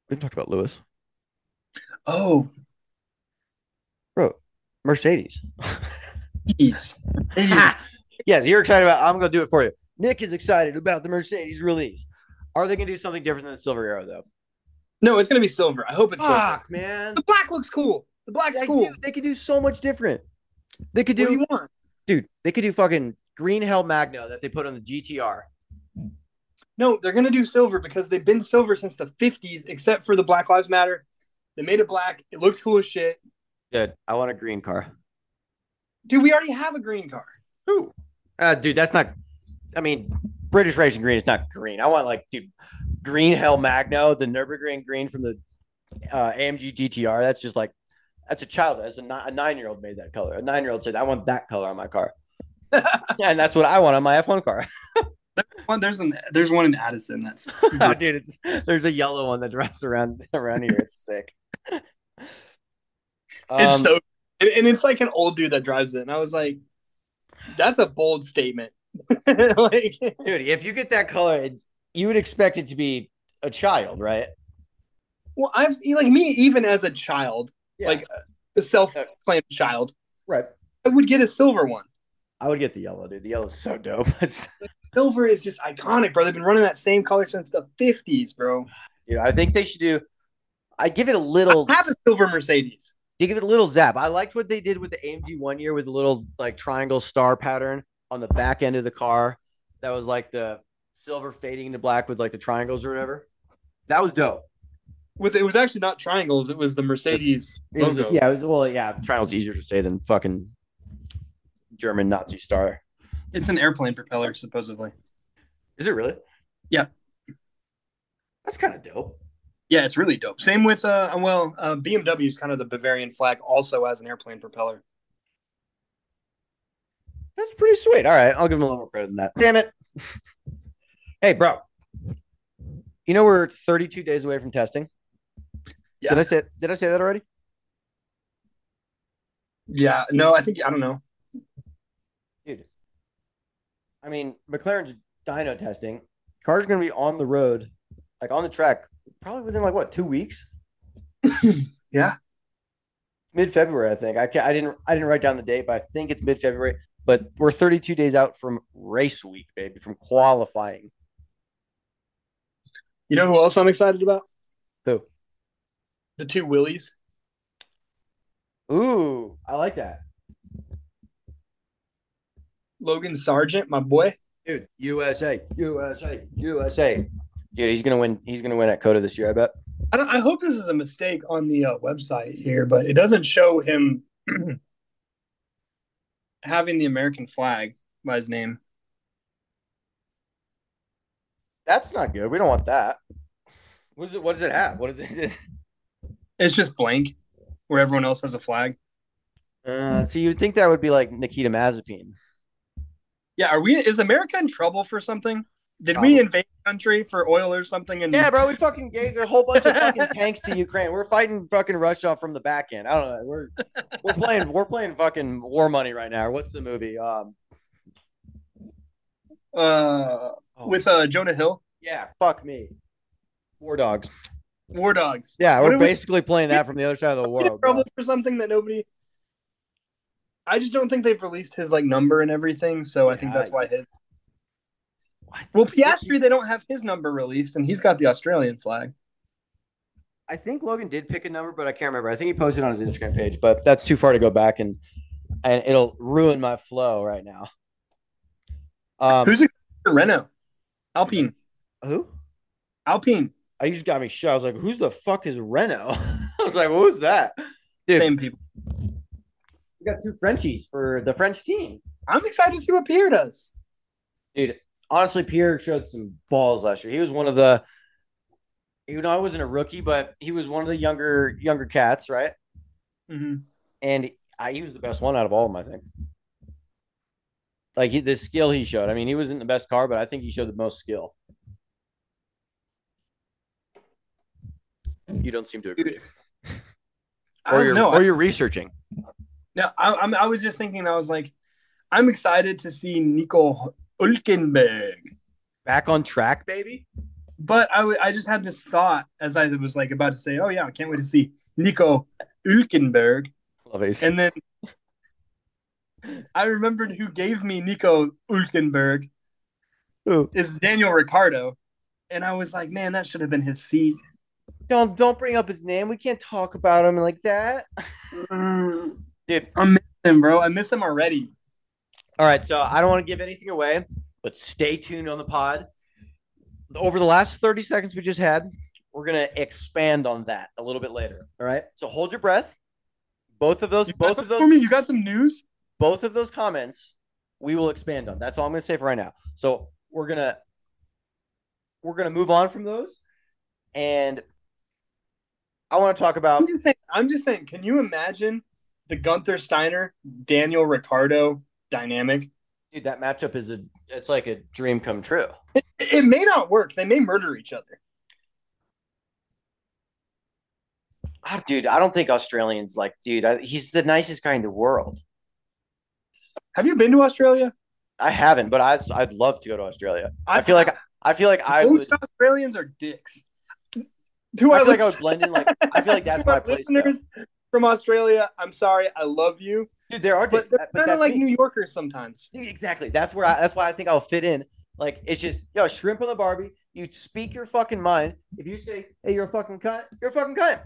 [SPEAKER 1] we haven't talked about Lewis.
[SPEAKER 2] oh,
[SPEAKER 1] Bro, Mercedes.
[SPEAKER 2] geez.
[SPEAKER 1] yes, you're excited about I'm gonna do it for you. Nick is excited about the Mercedes release. Are they gonna do something different than the Silver Arrow though?
[SPEAKER 2] no, it's gonna be silver. I hope it's silver.
[SPEAKER 1] Fuck, man.
[SPEAKER 2] The black looks cool. The black's
[SPEAKER 1] Like,
[SPEAKER 2] cool.
[SPEAKER 1] dude, they could do so much different. They could
[SPEAKER 2] what do
[SPEAKER 1] do
[SPEAKER 2] you want?
[SPEAKER 1] dude, they could do fucking green hell magna that they put on the GTR.
[SPEAKER 2] No, they're gonna do silver because they've been silver since the '50s, except for the Black Lives Matter. They made it black. It looked cool as shit.
[SPEAKER 1] Dude, I want a green car.
[SPEAKER 2] Dude, we already have a green car.
[SPEAKER 1] Who? Uh, dude, that's not. I mean, British Racing Green is not green. I want like dude, green hell magno, the Nurburgring green from the uh, AMG GTR. That's just like that's a child. As a, ni- a nine year old made that color. A nine year old said, "I want that color on my car," and that's what I want on my F one car.
[SPEAKER 2] One, there's an there's one in Addison. That's
[SPEAKER 1] Oh, dude, it's there's a yellow one that drives around around here. It's sick. Um,
[SPEAKER 2] it's so, and, and it's like an old dude that drives it. And I was like, that's a bold statement. like,
[SPEAKER 1] dude, if you get that color, it- you would expect it to be a child, right?
[SPEAKER 2] well, I've like me even as a child, Like, a self-claimed child,
[SPEAKER 1] right.
[SPEAKER 2] I would get a silver one.
[SPEAKER 1] I would get the yellow, dude. The yellow's so dope. It's-
[SPEAKER 2] Silver is just iconic, bro. They've been running that same color since the '50s, bro.
[SPEAKER 1] dude, I think they should do. I give it a little.
[SPEAKER 2] I have a silver Mercedes.
[SPEAKER 1] They give it a little zap. I liked what they did with the AMG one year with the little like triangle star pattern on the back end of the car. That was like the silver fading into black with like the triangles or whatever. That was dope.
[SPEAKER 2] With it was actually not triangles; it was the Mercedes
[SPEAKER 1] It was-
[SPEAKER 2] logo.
[SPEAKER 1] yeah, it was well, yeah. Triangles easier to say than fucking German Nazi star.
[SPEAKER 2] It's an airplane propeller, supposedly.
[SPEAKER 1] Is it really?
[SPEAKER 2] Yeah.
[SPEAKER 1] That's kind of dope.
[SPEAKER 2] Yeah, it's really dope. Same with uh, well, uh, BMW is kind of the Bavarian flag, also as an airplane propeller.
[SPEAKER 1] That's pretty sweet. All right, I'll give him a little more credit than that. Damn it. hey, bro. You know we're 32 days away from testing.
[SPEAKER 2] Yeah.
[SPEAKER 1] Did I say did I say that already?
[SPEAKER 2] Yeah, no, I think I don't know.
[SPEAKER 1] I mean, McLaren's dyno testing. Car's gonna be on the road, like on the track, probably within like what two weeks?
[SPEAKER 2] Yeah.
[SPEAKER 1] Mid February, I think. I ca- I didn't I didn't write down the date, but I think it's mid February. But we're 32 days out from race week, baby, from qualifying.
[SPEAKER 2] You know who else I'm excited about?
[SPEAKER 1] Who?
[SPEAKER 2] The two Willies.
[SPEAKER 1] Ooh, I like that.
[SPEAKER 2] Logan Sargent, my boy.
[SPEAKER 1] Dude, USA, USA, USA. Dude, he's gonna win. He's gonna win at Coda this year, I bet.
[SPEAKER 2] I, don't, I hope this is a mistake on the uh, website here, but it doesn't show him having the American flag by his name.
[SPEAKER 1] That's not good. We don't want that. What is it? What does it have? What is it?
[SPEAKER 2] It's just blank, where everyone else has a flag.
[SPEAKER 1] Uh, so you'd think that would be like Nikita Mazepin.
[SPEAKER 2] Yeah, are we? Is America in trouble for something? Did
[SPEAKER 1] Probably.
[SPEAKER 2] we invade the country for oil or something? And
[SPEAKER 1] Yeah, bro, we fucking gave a whole bunch of fucking tanks to Ukraine. We're fighting fucking Russia from the back end. I don't know. We're we're playing we're playing fucking war money right now. What's the movie? Um,
[SPEAKER 2] uh,
[SPEAKER 1] oh,
[SPEAKER 2] with uh, Jonah Hill,
[SPEAKER 1] yeah, fuck me, War Dogs.
[SPEAKER 2] War Dogs.
[SPEAKER 1] Yeah,
[SPEAKER 2] What
[SPEAKER 1] we're
[SPEAKER 2] are we-
[SPEAKER 1] basically playing that from the other side of the
[SPEAKER 2] We in
[SPEAKER 1] world. bro.
[SPEAKER 2] trouble for something that nobody. I just don't think they've released his like number and everything, so I think
[SPEAKER 1] Yeah,
[SPEAKER 2] that's why his.
[SPEAKER 1] What?
[SPEAKER 2] Well, Piastri, they don't have his number released, and he's got the Australian flag.
[SPEAKER 1] I think Logan did pick a number, but I can't remember. I think he posted on his Instagram page, but that's too far to go back and and it'll ruin my flow right now. Um,
[SPEAKER 2] Who's it? Renault, Alpine,
[SPEAKER 1] who?
[SPEAKER 2] Alpine,
[SPEAKER 1] I just got me shut. I was like, "Who's the fuck is Reno?" I was like, "Who's that?" Dude,
[SPEAKER 2] same people.
[SPEAKER 1] we got two Frenchies for the French team.
[SPEAKER 2] I'm excited to see what Pierre does.
[SPEAKER 1] dude. Honestly, Pierre showed some balls last year. He was one of the, you know, I wasn't a rookie, but he was one of the younger younger cats, right?
[SPEAKER 2] Mm-hmm.
[SPEAKER 1] And I, he was the best one out of all of them, I think. Like he, the skill he showed. I mean, he wasn't the best car, but I think he showed the most skill. You don't seem to agree, or you're or you're researching.
[SPEAKER 2] No, I, I'm, I was just thinking. I was like, I'm excited to see Nico Hülkenberg,
[SPEAKER 1] Back on track, baby.
[SPEAKER 2] but I, w- I just had this thought as I was like about to say, oh yeah, I can't wait to see Nico Hülkenberg,
[SPEAKER 1] Love it.
[SPEAKER 2] and then I remembered who gave me Nico Hülkenberg is Daniel Ricardo, and I was like, man, that should have been his seat.
[SPEAKER 1] Don't don't bring up his name. We can't talk about him like that.
[SPEAKER 2] Mm.
[SPEAKER 1] Dude,
[SPEAKER 2] I miss him, bro. I miss him already.
[SPEAKER 1] All right, so I don't want to give anything away, but stay tuned on the pod. Over the last 30 seconds we just had, we're going to expand on that a little bit later. All right? So hold your breath. Both of those
[SPEAKER 2] You got
[SPEAKER 1] both of
[SPEAKER 2] something
[SPEAKER 1] those
[SPEAKER 2] for me. You got some news?
[SPEAKER 1] both of those comments we will expand on. That's all I'm going to say for right now. So we're going to we're going to move on from those and I want to talk about
[SPEAKER 2] I'm just saying. I'm just saying. Can you imagine the Gunther Steiner Daniel Ricardo dynamic?
[SPEAKER 1] dude that matchup is a it's like a dream come true.
[SPEAKER 2] It it may not work. They may murder each other.
[SPEAKER 1] Ah, dude, I don't think Australians like dude, I, he's the nicest guy in the world.
[SPEAKER 2] Have you been to Australia?
[SPEAKER 1] I haven't, but I'd I'd love to go to Australia. I feel like I feel like I would.
[SPEAKER 2] most Australians are dicks. To
[SPEAKER 1] I
[SPEAKER 2] our
[SPEAKER 1] feel like I would
[SPEAKER 2] lis-
[SPEAKER 1] blend in. Like I feel like that's
[SPEAKER 2] to
[SPEAKER 1] my
[SPEAKER 2] our
[SPEAKER 1] place. though.
[SPEAKER 2] Listeners from Australia, I'm sorry. I love you,
[SPEAKER 1] Dude, there are
[SPEAKER 2] but
[SPEAKER 1] dicks,
[SPEAKER 2] they're
[SPEAKER 1] that- but
[SPEAKER 2] kind of
[SPEAKER 1] that's
[SPEAKER 2] like
[SPEAKER 1] me.
[SPEAKER 2] New Yorkers sometimes.
[SPEAKER 1] exactly. That's where I. That's why I think I'll fit in. Like it's just yo shrimp on the barbie. You speak your fucking mind. If you say hey you're a fucking cunt, you're a fucking cunt,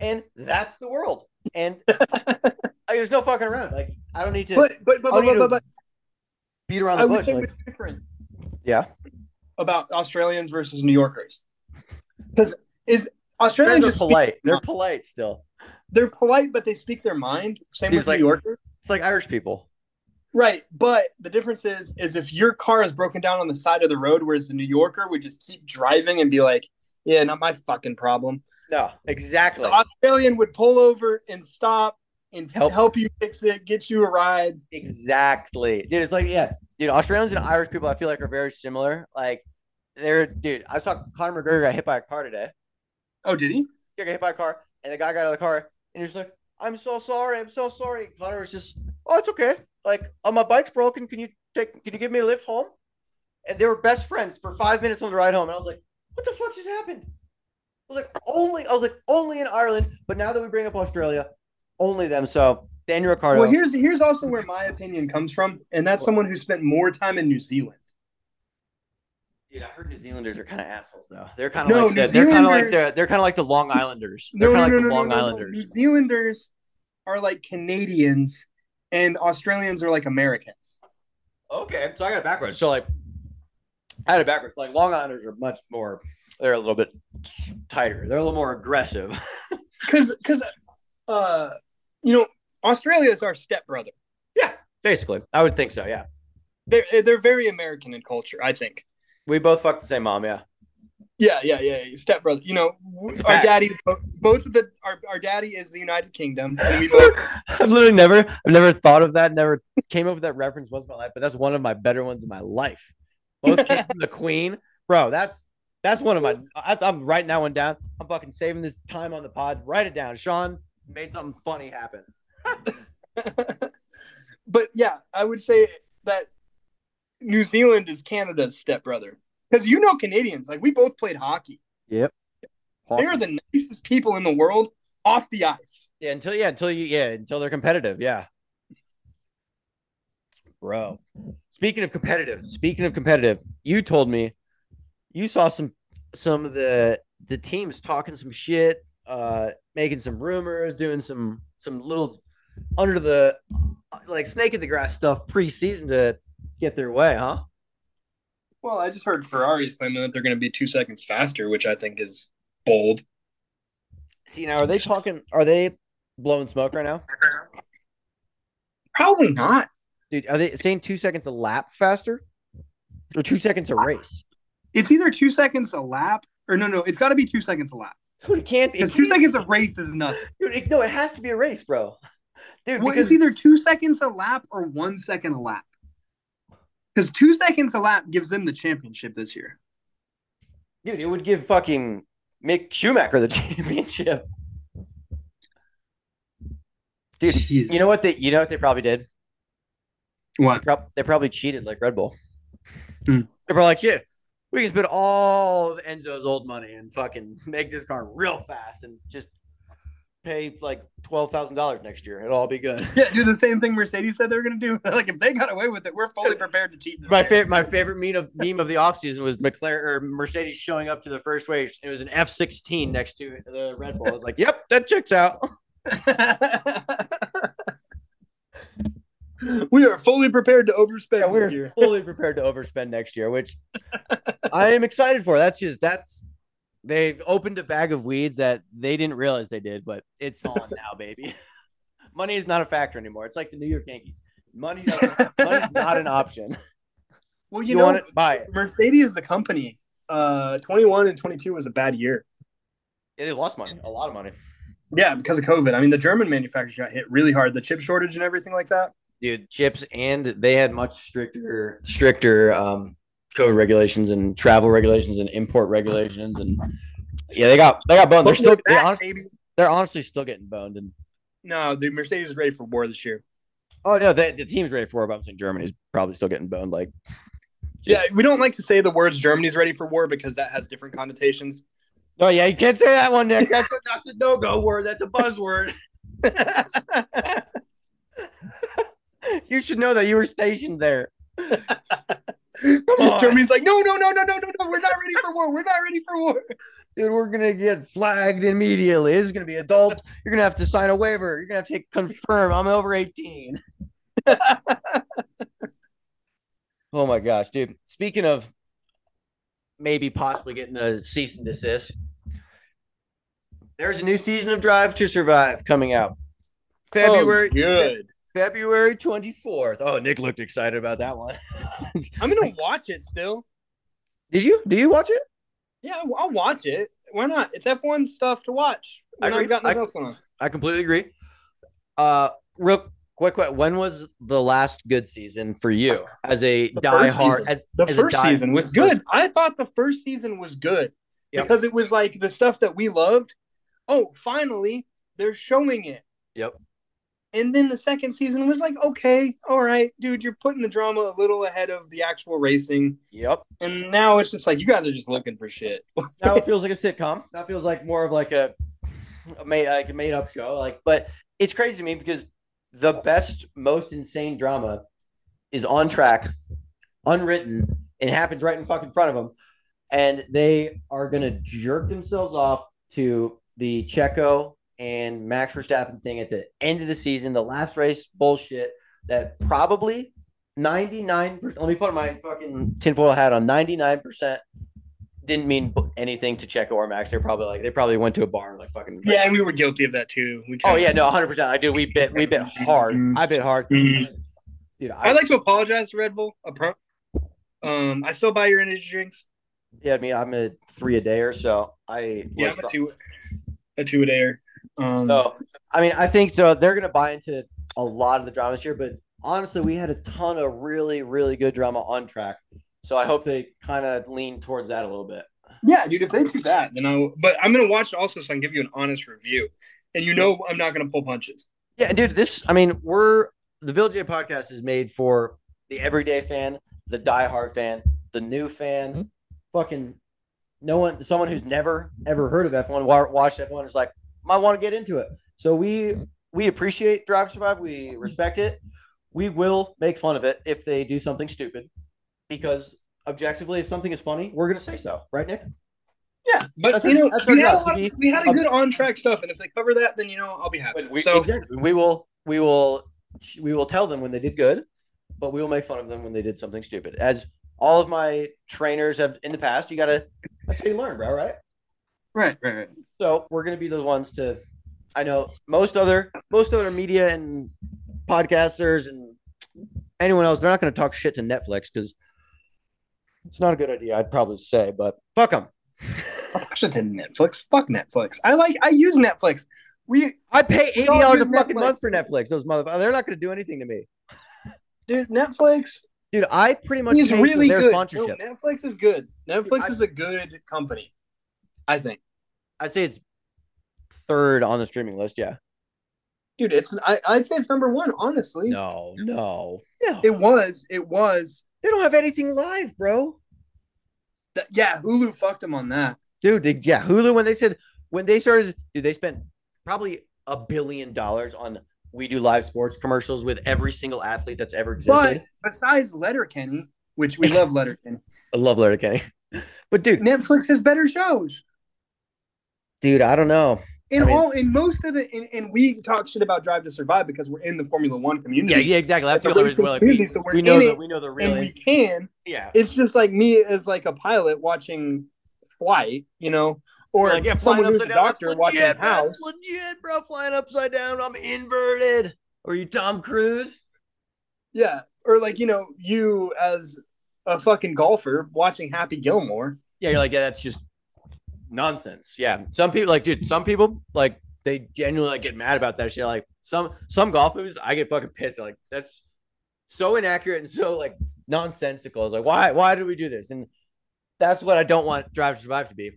[SPEAKER 1] and that's the world. And
[SPEAKER 2] but
[SPEAKER 1] I, there's no fucking around. Like I don't need to
[SPEAKER 2] but but but
[SPEAKER 1] I'll need
[SPEAKER 2] but,
[SPEAKER 1] to
[SPEAKER 2] but, but
[SPEAKER 1] beat around
[SPEAKER 2] I
[SPEAKER 1] the
[SPEAKER 2] would
[SPEAKER 1] bush.
[SPEAKER 2] say
[SPEAKER 1] Like,
[SPEAKER 2] what's different.
[SPEAKER 1] yeah,
[SPEAKER 2] about Australians versus New Yorkers. Because is
[SPEAKER 1] Australians
[SPEAKER 2] Australians
[SPEAKER 1] are
[SPEAKER 2] just
[SPEAKER 1] polite. They're
[SPEAKER 2] mind.
[SPEAKER 1] polite still.
[SPEAKER 2] they're polite, but they speak their mind. Same
[SPEAKER 1] Dude,
[SPEAKER 2] with
[SPEAKER 1] like-
[SPEAKER 2] New Yorkers,
[SPEAKER 1] It's like Irish people.
[SPEAKER 2] right? But the difference is, is if your car is broken down on the side of the road, whereas the New Yorker would just keep driving and be like, "Yeah, not my fucking problem."
[SPEAKER 1] No, exactly.
[SPEAKER 2] The Australian would pull over and stop and
[SPEAKER 1] Help.
[SPEAKER 2] help, you fix it, get you a ride.
[SPEAKER 1] Exactly. Dude, it's like, yeah, dude, Australians and Irish people I feel like are very similar. Like they're dude, I saw Conor McGregor got hit by a car today.
[SPEAKER 2] Oh, did he?
[SPEAKER 1] He got hit by a car and the guy got out of the car and he's like, I'm so sorry, I'm so sorry. Connor was just, Oh, it's okay. Like, oh my bike's broken. Can you take can you give me a lift home? And they were best friends for five minutes on the ride home. And I was like, What the fuck just happened? I was like, only I was like, only in Ireland, but now that we bring up Australia, only them. So Daniel Ricardo.
[SPEAKER 2] Well, here's here's also where my opinion comes from, and that's
[SPEAKER 1] What?
[SPEAKER 2] someone who spent more time in New Zealand.
[SPEAKER 1] Dude, I heard New Zealanders are kind of assholes though. They're kind of
[SPEAKER 2] No,
[SPEAKER 1] like
[SPEAKER 2] New
[SPEAKER 1] the, they're kind of like
[SPEAKER 2] Zealanders-
[SPEAKER 1] the they're kind of like the Long Islanders. They're
[SPEAKER 2] No, no,
[SPEAKER 1] kind
[SPEAKER 2] no,
[SPEAKER 1] of like the
[SPEAKER 2] no, no,
[SPEAKER 1] Long
[SPEAKER 2] no, no. New
[SPEAKER 1] Islanders.
[SPEAKER 2] Zealanders are like Canadians, and Australians are like Americans.
[SPEAKER 1] Okay, so I got it backwards. So like, I had it backwards. Like Long Islanders are much more. They're a little bit tighter. They're a little more aggressive.
[SPEAKER 2] Because, because, uh, you know, Australia is our stepbrother.
[SPEAKER 1] Basically, I would think so. Yeah,
[SPEAKER 2] They're they're very American in culture, I think.
[SPEAKER 1] we both fucked the same mom. Yeah,
[SPEAKER 2] Yeah, yeah, yeah. yeah, Stepbrother. You know, w-
[SPEAKER 1] It's a
[SPEAKER 2] our
[SPEAKER 1] fact.
[SPEAKER 2] daddies. bo- Both of the our, our daddy is the United Kingdom. And we both,
[SPEAKER 1] I've literally never, I've never thought of that. Never came up with that reference once in my life. But that's one of my better ones in my life. Both came from the Queen, bro. That's that's one of my. I, I'm writing that one down. I'm fucking saving this time on the pod. Write it down, Sean. Made something funny happen.
[SPEAKER 2] but yeah, I would say that New Zealand is Canada's stepbrother. Because you know Canadians, like we both played hockey. They are the nicest people in the world off the ice.
[SPEAKER 1] Yeah, until yeah, until you yeah, until they're competitive. Yeah, bro. Speaking of competitive, speaking of competitive, you told me you saw some some of the the teams talking some shit, uh, making some rumors, doing some some little under the like snake in the grass stuff preseason to get their way, huh?
[SPEAKER 2] Well, I just heard Ferrari's claiming that they're going to be two seconds faster, which I think is bold.
[SPEAKER 1] See now, are they talking? Are they blowing smoke right now,
[SPEAKER 2] Probably not.
[SPEAKER 1] dude? Are they saying two seconds a lap faster, or two seconds a race?
[SPEAKER 2] It's either two seconds a lap, or no, no, it's got to be two seconds a lap.
[SPEAKER 1] Dude, it can't be.
[SPEAKER 2] Because two seconds a race is nothing.
[SPEAKER 1] dude. It, no, it has to be a race, bro. Dude,
[SPEAKER 2] Well,
[SPEAKER 1] because-
[SPEAKER 2] it's either two seconds a lap or one second a lap. Because two seconds a lap gives them the championship this year.
[SPEAKER 1] dude, it would give fucking Mick Schumacher the championship. Dude,
[SPEAKER 2] Jesus.
[SPEAKER 1] You know what they? You know what they probably did?
[SPEAKER 2] What?
[SPEAKER 1] Prob- They probably cheated like Red Bull.
[SPEAKER 2] Hmm.
[SPEAKER 1] They're probably like, shit, we can spend all of Enzo's old money and fucking make this car real fast and just pay like twelve thousand dollars next year. It'll all be good.
[SPEAKER 2] Yeah, do the same thing Mercedes said they were going to do. like, if they got away with it, we're fully prepared to cheat. This
[SPEAKER 1] My
[SPEAKER 2] year.
[SPEAKER 1] favorite, my favorite meme of meme of the offseason was McLaren or Mercedes showing up to the first race. It was an F sixteen next to the Red Bull. I was like, "Yep, that checks out."
[SPEAKER 2] we are fully prepared to overspend
[SPEAKER 1] Yeah,
[SPEAKER 2] this
[SPEAKER 1] we're
[SPEAKER 2] year.
[SPEAKER 1] fully prepared to overspend next year, which I am excited for. That's just that's they've opened a bag of weeds that they didn't realize they did, but it's on now, baby. Money is not a factor anymore. It's like the New York Yankees. Money doesn't- money's not an option.
[SPEAKER 2] Well, you,
[SPEAKER 1] You,
[SPEAKER 2] know,
[SPEAKER 1] want it, buy it.
[SPEAKER 2] Mercedes, the company, uh, 21 and 22 was a bad year.
[SPEAKER 1] Yeah, they lost money, a lot of money,
[SPEAKER 2] Yeah, because of COVID. I mean, the German manufacturers got hit really hard, the chip shortage and everything like that.
[SPEAKER 1] dude. Chips and they had much stricter, stricter um, COVID regulations and travel regulations and import regulations, and yeah, they got they got boned. They're
[SPEAKER 2] But
[SPEAKER 1] still
[SPEAKER 2] look
[SPEAKER 1] they
[SPEAKER 2] back,
[SPEAKER 1] honestly,
[SPEAKER 2] baby.
[SPEAKER 1] they're honestly still getting boned, and
[SPEAKER 2] No, the Mercedes is ready for war this year.
[SPEAKER 1] Oh no, the, the team's ready for it, but I'm saying Germany's probably still getting boned. Like,
[SPEAKER 2] Yeah, we don't like to say the words Germany's ready for war because that has different connotations.
[SPEAKER 1] oh yeah, you can't say that one, Nick. That's a, that's a no go word. That's a buzzword. you should know that you were stationed there. on.
[SPEAKER 2] Germany's like, no, no, no, no, no, no, no, we're not ready for war. We're not ready for war.
[SPEAKER 1] Dude, we're gonna get flagged immediately. This is gonna be adult. You're gonna have to sign a waiver. You're gonna have to hit confirm. I'm over 18. oh my gosh, dude. Speaking of maybe possibly getting a cease and desist, there's a new season of Drive to Survive coming out. February
[SPEAKER 2] Oh, good.
[SPEAKER 1] February 24th. Oh, Nick looked excited about that one.
[SPEAKER 2] I'm gonna watch it still.
[SPEAKER 1] Did you? Do you watch it?
[SPEAKER 2] Yeah, I'll- I'll watch it. Why not? It's F1 stuff to watch.
[SPEAKER 1] I
[SPEAKER 2] I
[SPEAKER 1] agree.
[SPEAKER 2] have got nothing
[SPEAKER 1] I-
[SPEAKER 2] else going on.
[SPEAKER 1] I completely agree. Uh, real quick, quick, when was the last good season for you as a
[SPEAKER 2] The first
[SPEAKER 1] diehard?
[SPEAKER 2] season.
[SPEAKER 1] As
[SPEAKER 2] The
[SPEAKER 1] as a
[SPEAKER 2] first
[SPEAKER 1] die-
[SPEAKER 2] season was good. I thought the first season was good
[SPEAKER 1] Yep.
[SPEAKER 2] because it was like the stuff that we loved. Oh, finally, they're showing it.
[SPEAKER 1] Yep.
[SPEAKER 2] And then the second season was like, okay, all right, dude, you're putting the drama a little ahead of the actual racing.
[SPEAKER 1] Yep.
[SPEAKER 2] And now it's just like you guys are just looking for shit.
[SPEAKER 1] Now it feels like a sitcom. That feels like more of like a, a made like a made up show. Like, but it's crazy to me because the best, most insane drama is on track, unwritten, and happens right in fucking front of them, and they are gonna jerk themselves off to the Checo and Max Verstappen thing at the end of the season, the last race bullshit that probably. 99 let me put my fucking tinfoil hat on 99% didn't mean b- anything to Checo or Max. They're probably like they probably went to a bar and like fucking
[SPEAKER 2] Yeah, and we were guilty of that too. We
[SPEAKER 1] Oh
[SPEAKER 2] kinda-
[SPEAKER 1] yeah, no, hundred percent. I do. We bit we bit hard. I bit hard.
[SPEAKER 2] Mhm.
[SPEAKER 1] Dude, I,
[SPEAKER 2] I'd like to apologize to Red Bull. upfront. Um, I still buy your energy drinks.
[SPEAKER 1] yeah, I mean I'm a three a day or so. I
[SPEAKER 2] Yeah,
[SPEAKER 1] was
[SPEAKER 2] I'm a
[SPEAKER 1] the-
[SPEAKER 2] two, a two a dayer. Um,
[SPEAKER 1] so I mean I think so. They're gonna buy into a lot of the dramas here, but honestly, we had a ton of really really good drama on track. So I hope they kind of lean towards that a little bit.
[SPEAKER 2] yeah, dude, if they do that, then I. will But I'm gonna watch it also, so I can give you an honest review. And you know, I'm not gonna pull punches.
[SPEAKER 1] Yeah, and dude, this I mean, we're the Village J podcast is made for the everyday fan, the diehard fan, the new fan, fucking no one someone who's never ever heard of F1, wa- watched F1 is like, might want to get into it. So we we appreciate Drive to Survive, we respect it. we will make fun of it if they do something stupid because objectively, if something is funny, we're going to say so, right, Nick?
[SPEAKER 2] Yeah, but
[SPEAKER 1] That's
[SPEAKER 2] you
[SPEAKER 1] our-
[SPEAKER 2] know,
[SPEAKER 1] that's our
[SPEAKER 2] we had, a
[SPEAKER 1] job,
[SPEAKER 2] lot
[SPEAKER 1] to
[SPEAKER 2] of,
[SPEAKER 1] be
[SPEAKER 2] we had a
[SPEAKER 1] ob-
[SPEAKER 2] good on track stuff, and if they cover that, then you know I'll be happy.
[SPEAKER 1] When we,
[SPEAKER 2] so
[SPEAKER 1] exactly. we will we will we will tell them when they did good, but we will make fun of them when they did something stupid. As all of my trainers have in the past, you gotta that's how you learn, bro, right?
[SPEAKER 2] right, right, right.
[SPEAKER 1] So we're gonna be the ones to I know most other most other media and podcasters and anyone else, they're not gonna talk shit to Netflix because it's not a good idea, I'd probably say, but fuck them.
[SPEAKER 2] I'll push it to Netflix. Fuck Netflix. I like. I use Netflix. We
[SPEAKER 1] I pay
[SPEAKER 2] We
[SPEAKER 1] eighty
[SPEAKER 2] all
[SPEAKER 1] dollars a
[SPEAKER 2] use
[SPEAKER 1] fucking
[SPEAKER 2] Netflix.
[SPEAKER 1] month for Netflix. Those motherfuckers, they're not gonna do anything to me,
[SPEAKER 2] dude, Netflix
[SPEAKER 1] dude. I pretty much
[SPEAKER 2] is
[SPEAKER 1] pay for
[SPEAKER 2] really
[SPEAKER 1] their
[SPEAKER 2] good. No,
[SPEAKER 1] sponsorship.
[SPEAKER 2] Netflix is good. Netflix
[SPEAKER 1] I-
[SPEAKER 2] is a good company. I think,
[SPEAKER 1] I'd say it's third on the streaming list. Yeah.
[SPEAKER 2] dude. It's. I, I'd say it's number one. Honestly,
[SPEAKER 1] No, no, no.
[SPEAKER 2] it was. It was.
[SPEAKER 1] they don't have anything live, bro.
[SPEAKER 2] That, yeah, Hulu fucked him on that.
[SPEAKER 1] Dude, they, yeah, Hulu. When they said when they started, dude, they spent probably a billion dollars on we do live sports commercials with every single athlete that's ever
[SPEAKER 2] But
[SPEAKER 1] existed.
[SPEAKER 2] besides Letterkenny, which we love Letterkenny,
[SPEAKER 1] I love Larry Kenny. But dude,
[SPEAKER 2] Netflix has better shows.
[SPEAKER 1] dude, I don't know.
[SPEAKER 2] In
[SPEAKER 1] I mean-
[SPEAKER 2] all, in most of the, in, and we talk shit about Drive to Survive because we're in the Formula One community.
[SPEAKER 1] Yeah, yeah, exactly. That's
[SPEAKER 2] It's a
[SPEAKER 1] the only reason
[SPEAKER 2] racing
[SPEAKER 1] why like,
[SPEAKER 2] community,
[SPEAKER 1] we,
[SPEAKER 2] so we're
[SPEAKER 1] we know
[SPEAKER 2] in
[SPEAKER 1] that
[SPEAKER 2] it
[SPEAKER 1] we know the real
[SPEAKER 2] and we
[SPEAKER 1] ins-
[SPEAKER 2] can.
[SPEAKER 1] Yeah.
[SPEAKER 2] It's just like me as like a pilot watching Flight, you know, or
[SPEAKER 1] Like, yeah,
[SPEAKER 2] someone
[SPEAKER 1] flying
[SPEAKER 2] who's
[SPEAKER 1] upside
[SPEAKER 2] a
[SPEAKER 1] down. That's
[SPEAKER 2] doctor watching
[SPEAKER 1] legit.
[SPEAKER 2] House.
[SPEAKER 1] That's legit, bro. Flying upside down. I'm inverted. Are you Tom Cruise?
[SPEAKER 2] Yeah, or like you know, you as a fucking golfer watching Happy Gilmore.
[SPEAKER 1] Yeah, you're like, yeah, that's just nonsense. Yeah. Some people like, dude, some people like they genuinely like, get mad about that shit. Like some some golf movies, I get fucking pissed. Like, that's so inaccurate and so like nonsensical. It's like, why why did we do this? And that's what I don't want Drive to Survive to be.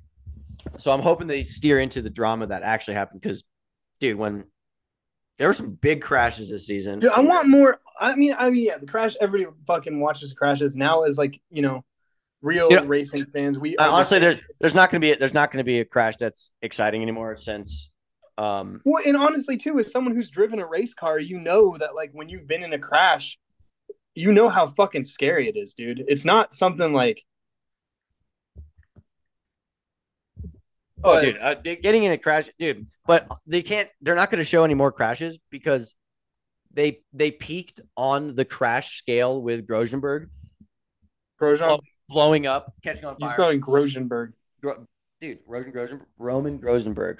[SPEAKER 1] So I'm hoping they steer into the drama that actually happened. Cause dude, when there were some big crashes this season.
[SPEAKER 2] Dude, I want more. I mean, I mean, yeah, the crash. Everybody fucking watches the crashes now. Is like you know, real
[SPEAKER 1] Yeah.
[SPEAKER 2] racing fans. We
[SPEAKER 1] Uh, honestly, there's there's not gonna be there's not gonna be a crash that's exciting anymore since um
[SPEAKER 2] Well, and honestly, too, as someone who's driven a race car, you know that like when you've been in a crash, you know how fucking scary it is, dude. It's not something like
[SPEAKER 1] Oh,
[SPEAKER 2] But-
[SPEAKER 1] dude, uh, dude, getting in a crash, dude. But they can't. They're not going to show any more crashes because they they peaked on the crash scale with Grosjeanberg
[SPEAKER 2] Grosjean.
[SPEAKER 1] Oh, blowing up, catching on
[SPEAKER 2] He's
[SPEAKER 1] fire.
[SPEAKER 2] calling Grosjeanberg.
[SPEAKER 1] Gro- dude, Rosen Grosjean, Roman Grosjeanberg,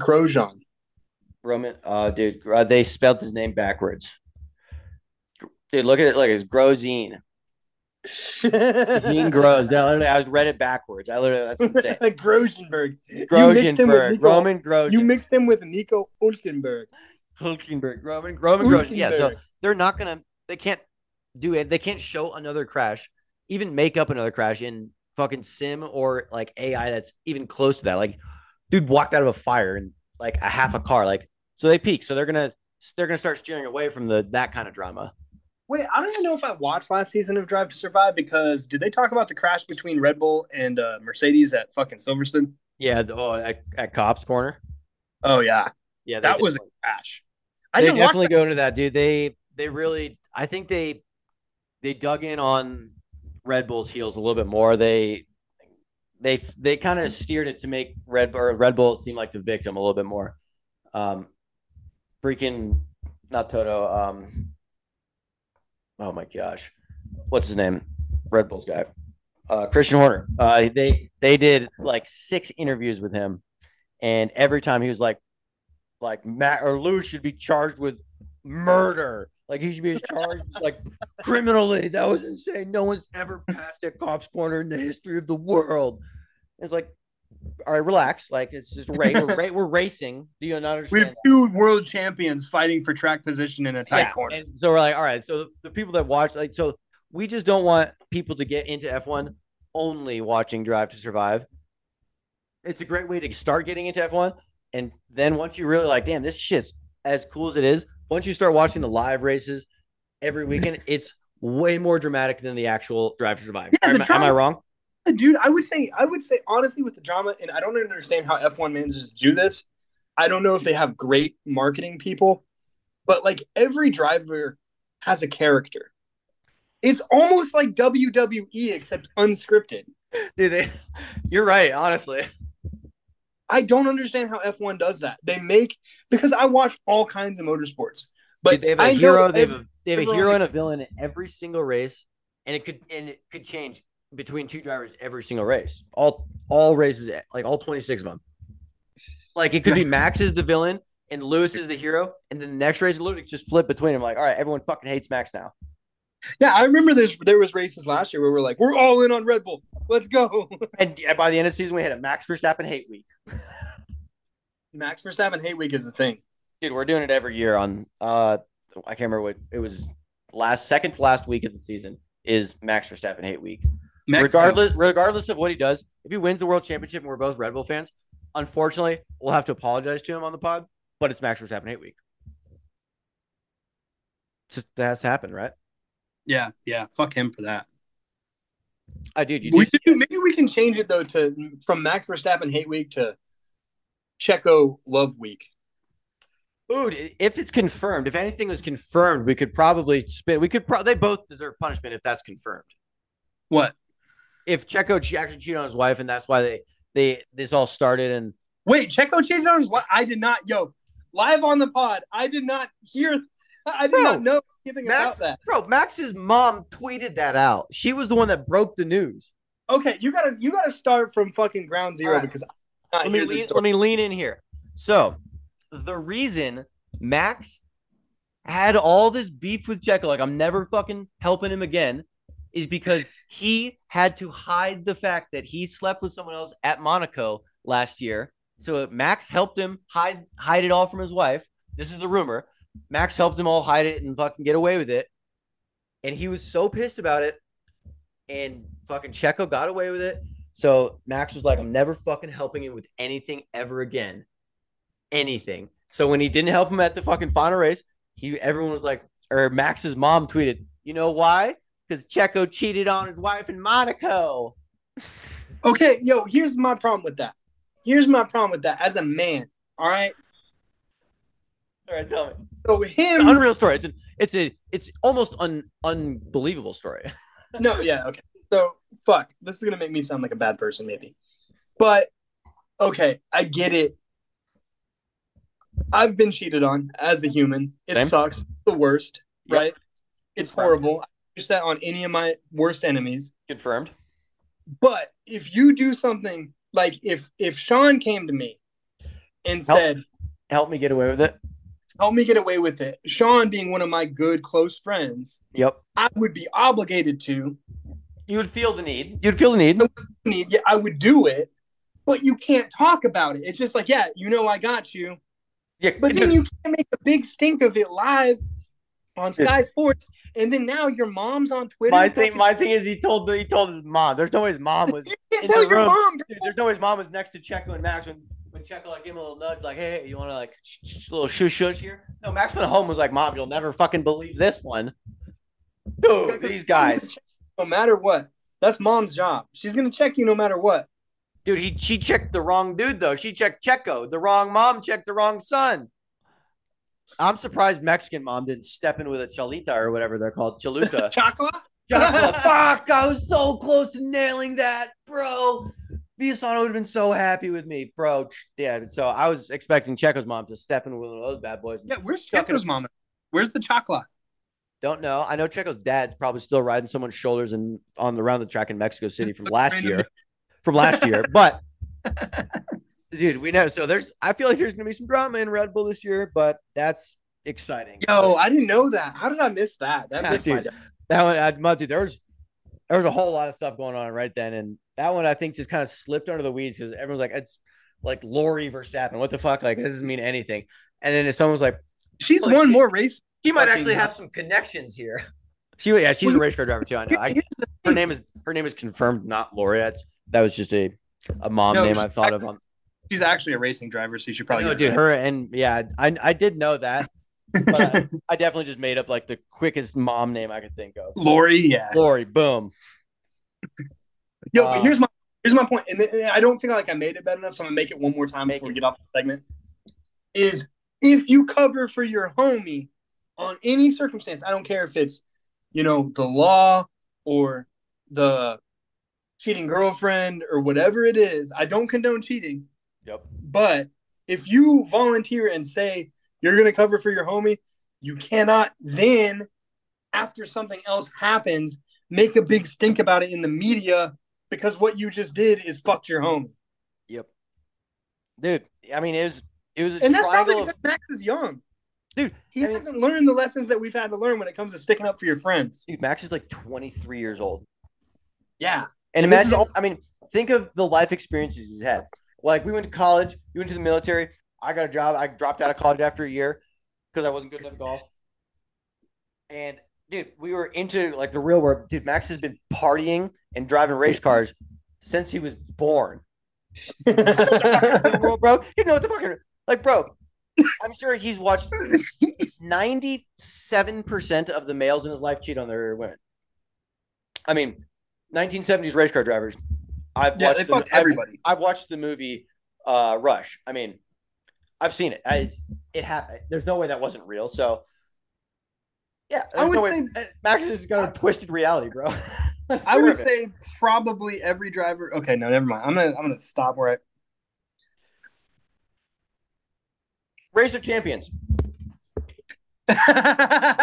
[SPEAKER 2] Grosjean.
[SPEAKER 1] Roman. Uh, dude, uh, they spelled his name backwards. Dude, look at it. Look, it's Grosjean. Jean Gros. I literally, I read it backwards. I literally, that's insane.
[SPEAKER 2] Grosjeanberg. You mixed him with
[SPEAKER 1] Grosjeanberg,
[SPEAKER 2] Nico.
[SPEAKER 1] Roman Grosjean,
[SPEAKER 2] You mixed him with Nico Hülkenberg.
[SPEAKER 1] Hulkenberg, Roman, Roman Grosjean. Yeah, so
[SPEAKER 2] Hülkenberg.
[SPEAKER 1] they're not gonna they can't do it they can't show another crash even make up another crash in fucking sim or like ai that's even close to that like dude walked out of a fire and like a half a car like so they peak so they're gonna they're gonna start steering away from the that kind of drama
[SPEAKER 2] Wait, I don't even know if I watched last season of Drive to Survive because did they talk about the crash between Red Bull and uh, Mercedes at fucking Silverstone?
[SPEAKER 1] yeah the, oh, at, at cops corner
[SPEAKER 2] Oh yeah,
[SPEAKER 1] yeah they
[SPEAKER 2] that was a
[SPEAKER 1] definitely-
[SPEAKER 2] crash. I
[SPEAKER 1] they
[SPEAKER 2] didn't watch
[SPEAKER 1] definitely go into that dude they they really i think they they dug in on red bull's heels a little bit more they they they kind of steered it to make red or red bull seem like the victim a little bit more um freaking not toto um oh my gosh what's his name red bull's guy uh christian horner uh they they did like six interviews with him and every time he was like like Matt or Lou should be charged with murder. Like he should be charged like criminally. That was insane. No one's ever passed a cop's corner in the history of the world. It's like, all right, relax. Like it's just race. We're, ra- we're racing. Do you not
[SPEAKER 2] We
[SPEAKER 1] understand?
[SPEAKER 2] have two world champions fighting for track position in a tight
[SPEAKER 1] yeah.
[SPEAKER 2] corner.
[SPEAKER 1] And so we're like, all right. So the, the people that watch, like, so we just don't want people to get into F1 only watching Drive to Survive. It's a great way to start getting into F1. And then once you really like, damn, this shit's as cool as it is, once you start watching the live races every weekend, it's way more dramatic than the actual Drive to Survive.
[SPEAKER 2] Yeah,
[SPEAKER 1] am, I-
[SPEAKER 2] the
[SPEAKER 1] am I
[SPEAKER 2] drama-
[SPEAKER 1] wrong?
[SPEAKER 2] Dude, I would say, I would say honestly, with the drama, and I don't understand how F1 managers do this. I don't know if they have great marketing people, but like every driver has a character. It's almost like WWE except unscripted.
[SPEAKER 1] Dude, they, you're right. Honestly,
[SPEAKER 2] I don't understand how F1 does that. They make because I watch all kinds of motorsports. But
[SPEAKER 1] Dude, they have a
[SPEAKER 2] I know
[SPEAKER 1] hero. They have,
[SPEAKER 2] ev-
[SPEAKER 1] a, they have a
[SPEAKER 2] everyone-
[SPEAKER 1] hero and a villain in every single race, and it could and it could change between two drivers every single race. All all races, like all twenty six of them. Like it could be Max is the villain and Lewis is the hero, and then the next race, literally just flip between them. Like, all right, everyone fucking hates Max now.
[SPEAKER 2] yeah, I remember there's there was races last year where we're like, we're all in on Red Bull. Let's go.
[SPEAKER 1] And by the end of the season, we had a Max Verstappen hate week.
[SPEAKER 2] Max Verstappen hate week is the thing.
[SPEAKER 1] Dude, we're doing it every year on uh I can't remember what it was last second to last week of the season is Max Verstappen hate week.
[SPEAKER 2] Max
[SPEAKER 1] regardless regardless of what he does, if he wins the world championship and we're both Red Bull fans, unfortunately, we'll have to apologize to him on the pod, but it's Max Verstappen hate week. It's Just, that has to happen, right?
[SPEAKER 2] Yeah, yeah. Fuck him for that.
[SPEAKER 1] I dude, you
[SPEAKER 2] We
[SPEAKER 1] did-
[SPEAKER 2] should do- maybe we can change it though to from Max Verstappen hate week to Checo love week.
[SPEAKER 1] Ooh, d- if it's confirmed, if anything was confirmed, we could probably spin. We could probably they both deserve punishment if that's confirmed.
[SPEAKER 2] What?
[SPEAKER 1] If Checo che- actually cheated on his wife, and that's why they they this all started, and
[SPEAKER 2] Wait, Checo cheated on his wife. I did not. Yo, live on the pod. I did not hear. I did
[SPEAKER 1] Bro,
[SPEAKER 2] not know anything
[SPEAKER 1] Max-
[SPEAKER 2] about that.
[SPEAKER 1] bro, Max's mom tweeted that out. She was the one that broke the news.
[SPEAKER 2] Okay, you gotta you gotta start from fucking ground zero
[SPEAKER 1] All right.
[SPEAKER 2] because
[SPEAKER 1] let
[SPEAKER 2] I did not
[SPEAKER 1] me
[SPEAKER 2] hear this
[SPEAKER 1] lean,
[SPEAKER 2] story.
[SPEAKER 1] let me lean in here. So, the reason Max had all this beef with Checo, like I'm never fucking helping him again, is because he had to hide the fact that he slept with someone else at Monaco last year. So Max helped him hide hide it all from his wife. This is the rumor. Max helped him all hide it and fucking get away with it. And he was so pissed about it. And fucking Checo got away with it. So Max was like, I'm never fucking helping him with anything ever again. Anything. So when he didn't help him at the fucking final race, he everyone was like, or Max's mom tweeted, you know why? Because Checo cheated on his wife in Monaco.
[SPEAKER 2] Okay, yo, here's my problem with that. Here's my problem with that as a man. All right.
[SPEAKER 1] All right, tell me.
[SPEAKER 2] So
[SPEAKER 1] An
[SPEAKER 2] him.
[SPEAKER 1] unreal story. It's an it's a it's almost un unbelievable story.
[SPEAKER 2] No, yeah, okay. So fuck. This is gonna make me sound like a bad person, maybe. But okay, I get it. I've been cheated on as a human. It
[SPEAKER 1] Same.
[SPEAKER 2] sucks. It's the worst,
[SPEAKER 1] Yep.
[SPEAKER 2] right? It's horrible. I wish that on any of my worst enemies.
[SPEAKER 1] Confirmed.
[SPEAKER 2] But if you do something like if if Sean came to me and
[SPEAKER 1] Help.
[SPEAKER 2] said,
[SPEAKER 1] Help me get away with it.
[SPEAKER 2] "Help me get away with it," Sean being one of my good close friends,
[SPEAKER 1] Yep.
[SPEAKER 2] I would be obligated to.
[SPEAKER 1] You would feel the need. You'd feel the need.
[SPEAKER 2] I mean, yeah, I would do it, but you can't talk about it. It's just like, yeah, you know, I got you,
[SPEAKER 1] Yeah,
[SPEAKER 2] but then you can't make a big stink of it live on
[SPEAKER 1] Yeah.
[SPEAKER 2] Sky Sports, and then now your mom's on Twitter.
[SPEAKER 1] my thing my thing is he told he told his mom. There's no way his mom was
[SPEAKER 2] you can't
[SPEAKER 1] in
[SPEAKER 2] tell
[SPEAKER 1] the
[SPEAKER 2] your
[SPEAKER 1] room.
[SPEAKER 2] mom.
[SPEAKER 1] Dude, there's no way his mom was next to Checo and Max when, when Checo like gave him a little nudge, like, hey, hey, you want to like sh- sh- little shush shush here? No, Max went home and was like, mom, you'll never fucking believe this one. Dude, these guys.
[SPEAKER 2] no matter what, that's mom's job. She's gonna check you no matter what.
[SPEAKER 1] Dude, he she checked the wrong dude though. She checked Checo. The wrong mom checked the wrong son. I'm surprised Mexican mom didn't step in with a chalita or whatever they're called, chalupa.
[SPEAKER 2] Chocolate.
[SPEAKER 1] Chocolate. Fuck, I was so close to nailing that, bro. Visano would have been so happy with me, bro. Yeah, so I was expecting Checo's mom to step in with one of those bad boys.
[SPEAKER 2] Yeah, where's
[SPEAKER 1] Chocolate.
[SPEAKER 2] Checo's mom? Where's the chocolate?
[SPEAKER 1] Don't know. I know Checo's dad's probably still riding someone's shoulders and on the round the track in Mexico City
[SPEAKER 2] Just
[SPEAKER 1] from
[SPEAKER 2] a
[SPEAKER 1] last
[SPEAKER 2] random-
[SPEAKER 1] year. From last year. But dude, we know. So there's I feel like there's gonna be some drama in Red Bull this year, but that's exciting.
[SPEAKER 2] Yo, I didn't know that. How did I miss that? That
[SPEAKER 1] Yeah,
[SPEAKER 2] missed my
[SPEAKER 1] dude. That one, I, my, dude, there was there was a whole lot of stuff going on right then, and that one I think just kind of slipped under the weeds because everyone's like, it's like Lori Verstappen. What the fuck? Like, this doesn't mean anything. And then if someone's like,
[SPEAKER 2] She's
[SPEAKER 1] Well,
[SPEAKER 2] won
[SPEAKER 1] she-
[SPEAKER 2] more races.
[SPEAKER 1] she might
[SPEAKER 2] Fucking-
[SPEAKER 1] actually have some connections here. She, yeah, she's a race car driver too. I know. I,
[SPEAKER 2] Here's the
[SPEAKER 1] her name is her name is confirmed, not Lori. That's that was just a a mom
[SPEAKER 2] No,
[SPEAKER 1] name
[SPEAKER 2] she-
[SPEAKER 1] I thought of on
[SPEAKER 2] She's actually a racing driver, so you should
[SPEAKER 1] no, dude, her and yeah, I I did know that. But I, I definitely just made up like the quickest mom name I could think of.
[SPEAKER 2] Lori, yeah.
[SPEAKER 1] Lori, boom.
[SPEAKER 2] Yo,
[SPEAKER 1] Uh,
[SPEAKER 2] but here's my here's my point, and th- and I don't think like I made it bad enough, so I'm gonna make it one more time
[SPEAKER 1] Make
[SPEAKER 2] before
[SPEAKER 1] it.
[SPEAKER 2] we get off the segment. Is if you cover for your homie, on any circumstance. I don't care if it's, you know, the law or the cheating girlfriend or whatever it is. I don't condone cheating,
[SPEAKER 1] Yep.
[SPEAKER 2] but if you volunteer and say you're going to cover for your homie, you cannot then, after something else happens, make a big stink about it in the media because what you just did is fucked your homie.
[SPEAKER 1] Yep. Dude, I mean, it was it was a
[SPEAKER 2] And that's probably
[SPEAKER 1] triangle of
[SPEAKER 2] because Max is young.
[SPEAKER 1] Dude,
[SPEAKER 2] he
[SPEAKER 1] I mean-
[SPEAKER 2] hasn't learned the lessons that we've had to learn when it comes to sticking up for your friends.
[SPEAKER 1] dude. Max is like 23 years old,
[SPEAKER 2] Yeah.
[SPEAKER 1] and
[SPEAKER 2] And this is
[SPEAKER 1] imagine.
[SPEAKER 2] all-
[SPEAKER 1] I mean, think of the life experiences he's had. Like we went to college, you went to the military. I got a job. I dropped out of college after a year because I wasn't good enough at golf. And dude, we were into like the real world. Dude, Max has been partying and driving race cars since he was born. the world, bro. You know what the fucking like, bro. I'm sure he's watched 97% of the males in his life cheat on their women. I mean, 1970s race car drivers. I've
[SPEAKER 2] yeah,
[SPEAKER 1] watched
[SPEAKER 2] they
[SPEAKER 1] the-
[SPEAKER 2] fucked
[SPEAKER 1] I've-
[SPEAKER 2] everybody.
[SPEAKER 1] I've watched the movie uh, Rush. I mean, I've seen it. I, it's- it happened. There's no way that wasn't real. So, yeah,
[SPEAKER 2] I
[SPEAKER 1] there's
[SPEAKER 2] would
[SPEAKER 1] no way-
[SPEAKER 2] say
[SPEAKER 1] Max has got a twisted reality, bro. I'm
[SPEAKER 2] I
[SPEAKER 1] sure
[SPEAKER 2] would
[SPEAKER 1] of it.
[SPEAKER 2] say probably every driver. Okay, no, never mind. I'm gonna I'm gonna stop where I.
[SPEAKER 1] Race of Champions.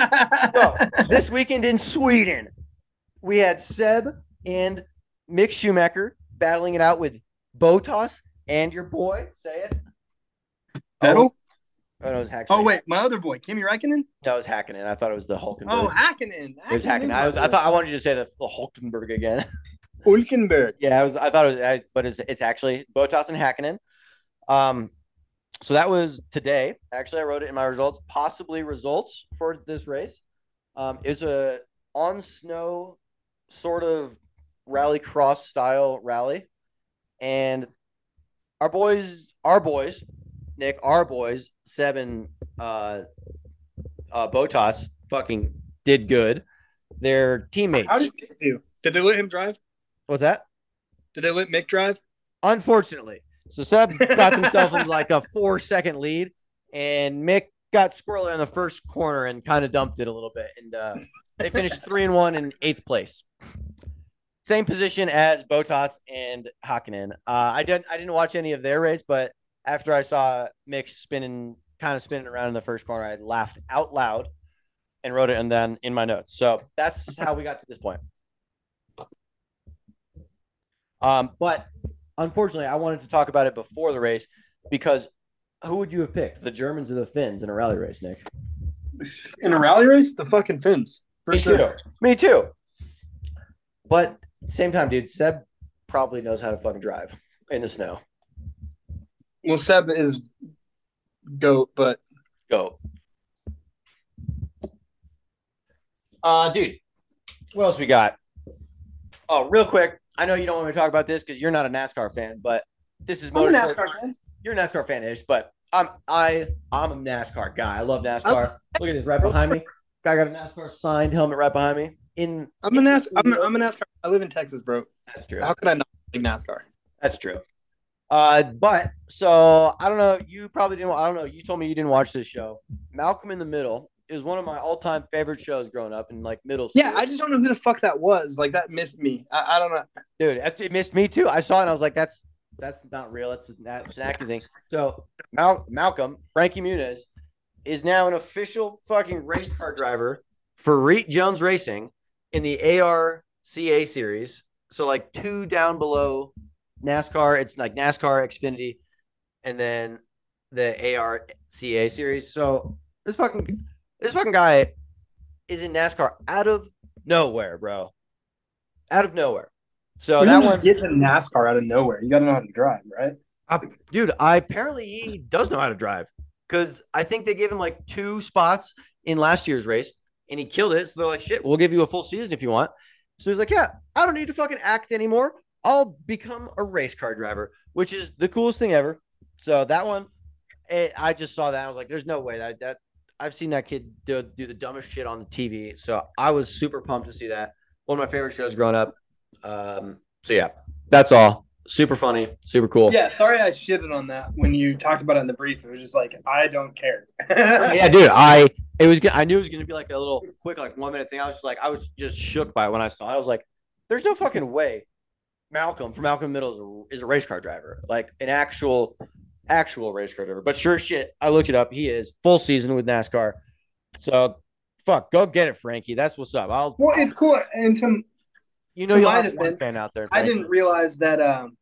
[SPEAKER 1] So, this weekend in Sweden, we had Seb and Mick Schumacher battling it out with Botas and your boy. Say it.
[SPEAKER 2] Vettel?
[SPEAKER 1] Oh, no, it was Hackney.
[SPEAKER 2] Oh wait, my other boy, Kimi Räikkönen.
[SPEAKER 1] That was hacking it. I thought it was the Hulkenberg.
[SPEAKER 2] Oh, Hakkinen.
[SPEAKER 1] it was hacking. I was. I thought I wanted you to say the, the Hulkenberg again.
[SPEAKER 2] Ulkenberg.
[SPEAKER 1] yeah, I was. I thought it was. I, but it's it's actually Botas and Hakkinen. Um, so that was today. Actually, I wrote it in my results, possibly results for this race. Um, it's a on snow sort of rally cross style rally, and our boys, our boys, Nick, our boys, Seven, uh, uh, Botas, fucking did good. Their teammates.
[SPEAKER 2] How did Mick do? Did they let him drive?
[SPEAKER 1] What's that?
[SPEAKER 2] Did they let Mick drive?
[SPEAKER 1] unfortunately. So Seb got himself in like a four second lead, and Mick got squirrely on the first corner and kind of dumped it a little bit. And uh, they finished three and one in eighth place. Same position as Botas and Hakkinen. Uh, I didn't I didn't watch any of their race, but after I saw Mick spinning, kind of spinning around in the first corner, I laughed out loud and wrote it and then in my notes. So that's how we got to this point. Um, but unfortunately, I wanted to talk about it before the race because who would you have picked? The Germans or the Finns in a rally race, Nick?
[SPEAKER 2] In a rally race, the fucking Finns. For
[SPEAKER 1] Me
[SPEAKER 2] sure.
[SPEAKER 1] too. Me too. But same time, dude, Seb probably knows how to fucking drive in the snow.
[SPEAKER 2] Well, Seb is goat, but
[SPEAKER 1] Go. Uh, dude, what else we got? Oh, real quick. I know you don't want me to talk about this because you're not a NASCAR fan, but this is motorsport. you're a NASCAR fan ish, but I'm I I'm a NASCAR guy. I love NASCAR. Look at this right behind me. Guy got a NASCAR signed helmet right behind me. In
[SPEAKER 2] I'm a NASCAR. I'm, a- I'm a NASCAR. I live in Texas, bro.
[SPEAKER 1] that's true.
[SPEAKER 2] How could I not like NASCAR?
[SPEAKER 1] That's true. Uh, but so I don't know. You probably didn't. I don't know. You told me you didn't watch this show. Malcolm in the Middle is one of my all time favorite shows growing up in like middle. School.
[SPEAKER 2] Yeah, I just don't know who the fuck that was. Like that missed me. I, I don't know.
[SPEAKER 1] dude, that- it missed me too. I saw it and I was like, that's that's not real. That's, that's an acting thing. So Mal- Malcolm Frankie Muniz is now an official fucking race car driver for Reet Jones Racing in the ARCA series. So like two down below NASCAR. It's like NASCAR Xfinity, and then the ARCA series. So this fucking this fucking guy is in NASCAR out of nowhere, bro. Out of nowhere. So
[SPEAKER 2] You
[SPEAKER 1] Oh, that
[SPEAKER 2] don't just
[SPEAKER 1] one,
[SPEAKER 2] get to NASCAR out of nowhere. You got to know how to drive, right?
[SPEAKER 1] dude. I apparently he does know how to drive because I think they gave him like two spots in last year's race, and he killed it. So they're like, "Shit, we'll give you a full season if you want." So he's like, "Yeah, I don't need to fucking act anymore. I'll become a race car driver, which is the coolest thing ever." So that one, it, I just saw that. I was like, "There's no way that that I've seen that kid do, do the dumbest shit on the TV." So I was super pumped to see that. One of my favorite shows growing up. Um, so yeah, that's all. Super funny. Super cool.
[SPEAKER 2] Yeah, sorry I shitted on that when you talked about it in the brief. It was just like I don't care.
[SPEAKER 1] yeah, dude. I it was. I knew it was gonna be like a little quick, like one minute thing. I was just like, I was just shook by it when I saw. It. I was like, there's no fucking way. Malcolm from Malcolm in the Middle is a, is a race car driver, like an actual, actual race car driver. But sure shit, I looked it up. He is full season with NASCAR. So, fuck, go get it, Frankie. That's what's up. I'll.
[SPEAKER 2] Well, it's cool. And to
[SPEAKER 1] you know
[SPEAKER 2] to
[SPEAKER 1] you'll
[SPEAKER 2] my
[SPEAKER 1] have one
[SPEAKER 2] defense,
[SPEAKER 1] fan out there.
[SPEAKER 2] I
[SPEAKER 1] Frankie.
[SPEAKER 2] didn't realize that um,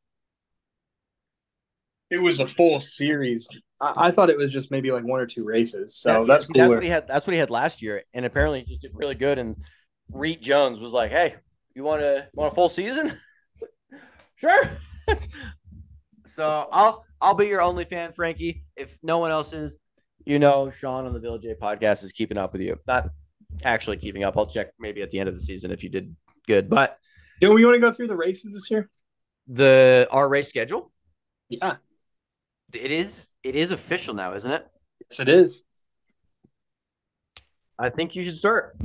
[SPEAKER 2] it was a full series. I, I thought it was just maybe like one or two races. So
[SPEAKER 1] Yeah,
[SPEAKER 2] that's
[SPEAKER 1] see, that's
[SPEAKER 2] cooler.
[SPEAKER 1] what he had. That's what he had last year, and apparently he just did really good. And Reed Jones was like, "Hey, you want to want a full season? It's like, sure." so I'll I'll be your only fan, Frankie. If no one else is, you know, Sean on the Village A podcast is keeping up with you. Not actually keeping up. I'll check maybe at the end of the season if you did good. But
[SPEAKER 2] Do we want to go through the races this year?
[SPEAKER 1] the our race schedule,
[SPEAKER 2] Yeah,
[SPEAKER 1] it is it is official now, isn't it?
[SPEAKER 2] yes, it is.
[SPEAKER 1] I think you should start.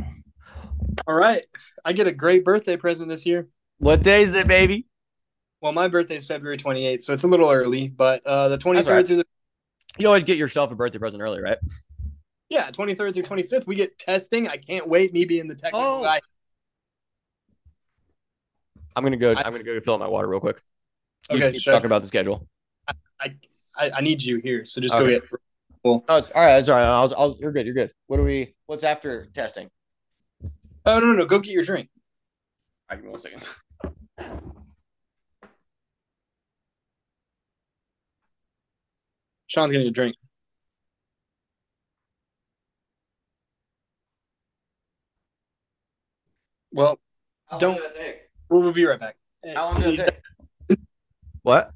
[SPEAKER 2] All right, I get a great birthday present this year.
[SPEAKER 1] What day is it, baby?
[SPEAKER 2] Well, my birthday is February 28th, so it's a little early, but uh, the 23rd
[SPEAKER 1] That's all right.
[SPEAKER 2] through the
[SPEAKER 1] You always get yourself a birthday present early, right?
[SPEAKER 2] yeah 23rd through 25th we get testing. I can't wait. Me being the technical
[SPEAKER 1] Oh.
[SPEAKER 2] guy.
[SPEAKER 1] I'm gonna go.
[SPEAKER 2] I-
[SPEAKER 1] I, am gonna go fill up my water real quick. You
[SPEAKER 2] Okay,
[SPEAKER 1] keep
[SPEAKER 2] sure.
[SPEAKER 1] talking about the schedule.
[SPEAKER 2] I, I need you here, so just
[SPEAKER 1] Okay.
[SPEAKER 2] go get.
[SPEAKER 1] Oh, it's, all right, it's all right. I'll, I'll, you're good. You're good. What do we? What's after testing?
[SPEAKER 2] Oh no, no, no, go get your drink.
[SPEAKER 1] All right, give me one second.
[SPEAKER 2] Sean's getting a drink. Well,
[SPEAKER 1] How
[SPEAKER 2] Don't-
[SPEAKER 1] Long did it
[SPEAKER 2] we'll we'll be right back.
[SPEAKER 1] take? How long did it take? What?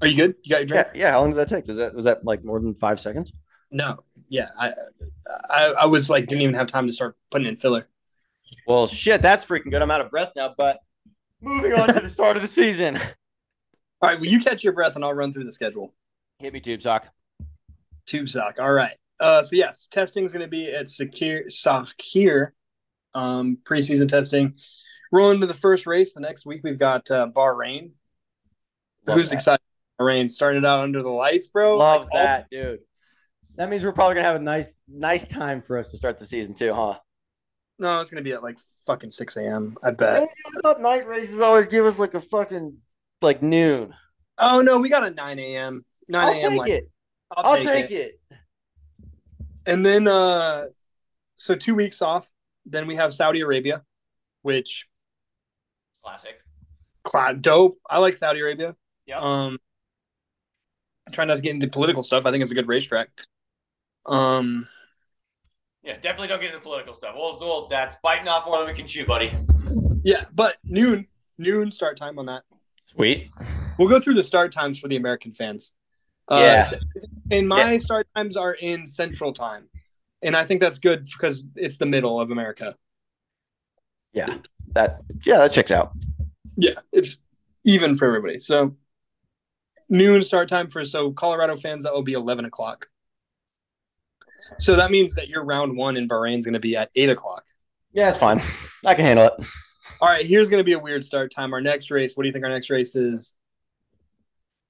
[SPEAKER 2] Are you good? You got your drink?
[SPEAKER 1] Yeah, yeah. How long did that take? Does that was that like more than five seconds?
[SPEAKER 2] No. Yeah, I, I, I was like, didn't even have time to start putting in filler.
[SPEAKER 1] Well, shit, that's freaking good. I'm out of breath now. But moving on to the start of the season.
[SPEAKER 2] All right, well, you catch your breath, and I'll run through the schedule.
[SPEAKER 1] Hit me, tube sock.
[SPEAKER 2] Tube sock. All right. Uh, so yes, testing is going to be at Sakir Sakir. Um, preseason testing. Rolling to the first race the next week. We've got uh, Bahrain.
[SPEAKER 1] Love
[SPEAKER 2] Who's Oh.
[SPEAKER 1] that.
[SPEAKER 2] excited? Bahrain started out under the lights, bro.
[SPEAKER 1] Love
[SPEAKER 2] Like, all-
[SPEAKER 1] that, dude. That means we're probably gonna have a nice, nice time for us to start the season too, huh?
[SPEAKER 2] no, it's going to be at like fucking six a.m. I bet.
[SPEAKER 1] I thought night races always give us like a fucking like noon.
[SPEAKER 2] Oh no, we got a nine a.m.
[SPEAKER 1] I'll
[SPEAKER 2] Nine a.m.
[SPEAKER 1] take
[SPEAKER 2] like,
[SPEAKER 1] it.
[SPEAKER 2] I'll,
[SPEAKER 1] I'll,
[SPEAKER 2] take, it.
[SPEAKER 1] take it.
[SPEAKER 2] And then, uh, so two weeks off. Then we have Saudi Arabia, which
[SPEAKER 1] Classic.
[SPEAKER 2] cla- dope. I like Saudi Arabia.
[SPEAKER 1] Yeah.
[SPEAKER 2] Um, I try not to get into political stuff. I think it's a good racetrack. Um,
[SPEAKER 1] Yeah, definitely don't get into political stuff. Well, well that's biting off more than we can chew, buddy.
[SPEAKER 2] yeah, but noon, noon start time on that.
[SPEAKER 1] Sweet.
[SPEAKER 2] We'll go through the start times for the American fans. Uh,
[SPEAKER 1] Yeah.
[SPEAKER 2] And my start times are in Central Time, and I think that's good because it's the middle of America.
[SPEAKER 1] Yeah. That yeah, that checks out.
[SPEAKER 2] Yeah, it's even for everybody. So noon start time for so Colorado fans that will be eleven o'clock. So that means that your round one in Bahrain is going to be at eight o'clock.
[SPEAKER 1] Yeah, it's fine. I can handle it.
[SPEAKER 2] All right, here's going to be a weird start time. Our next race. What do you think our next race is?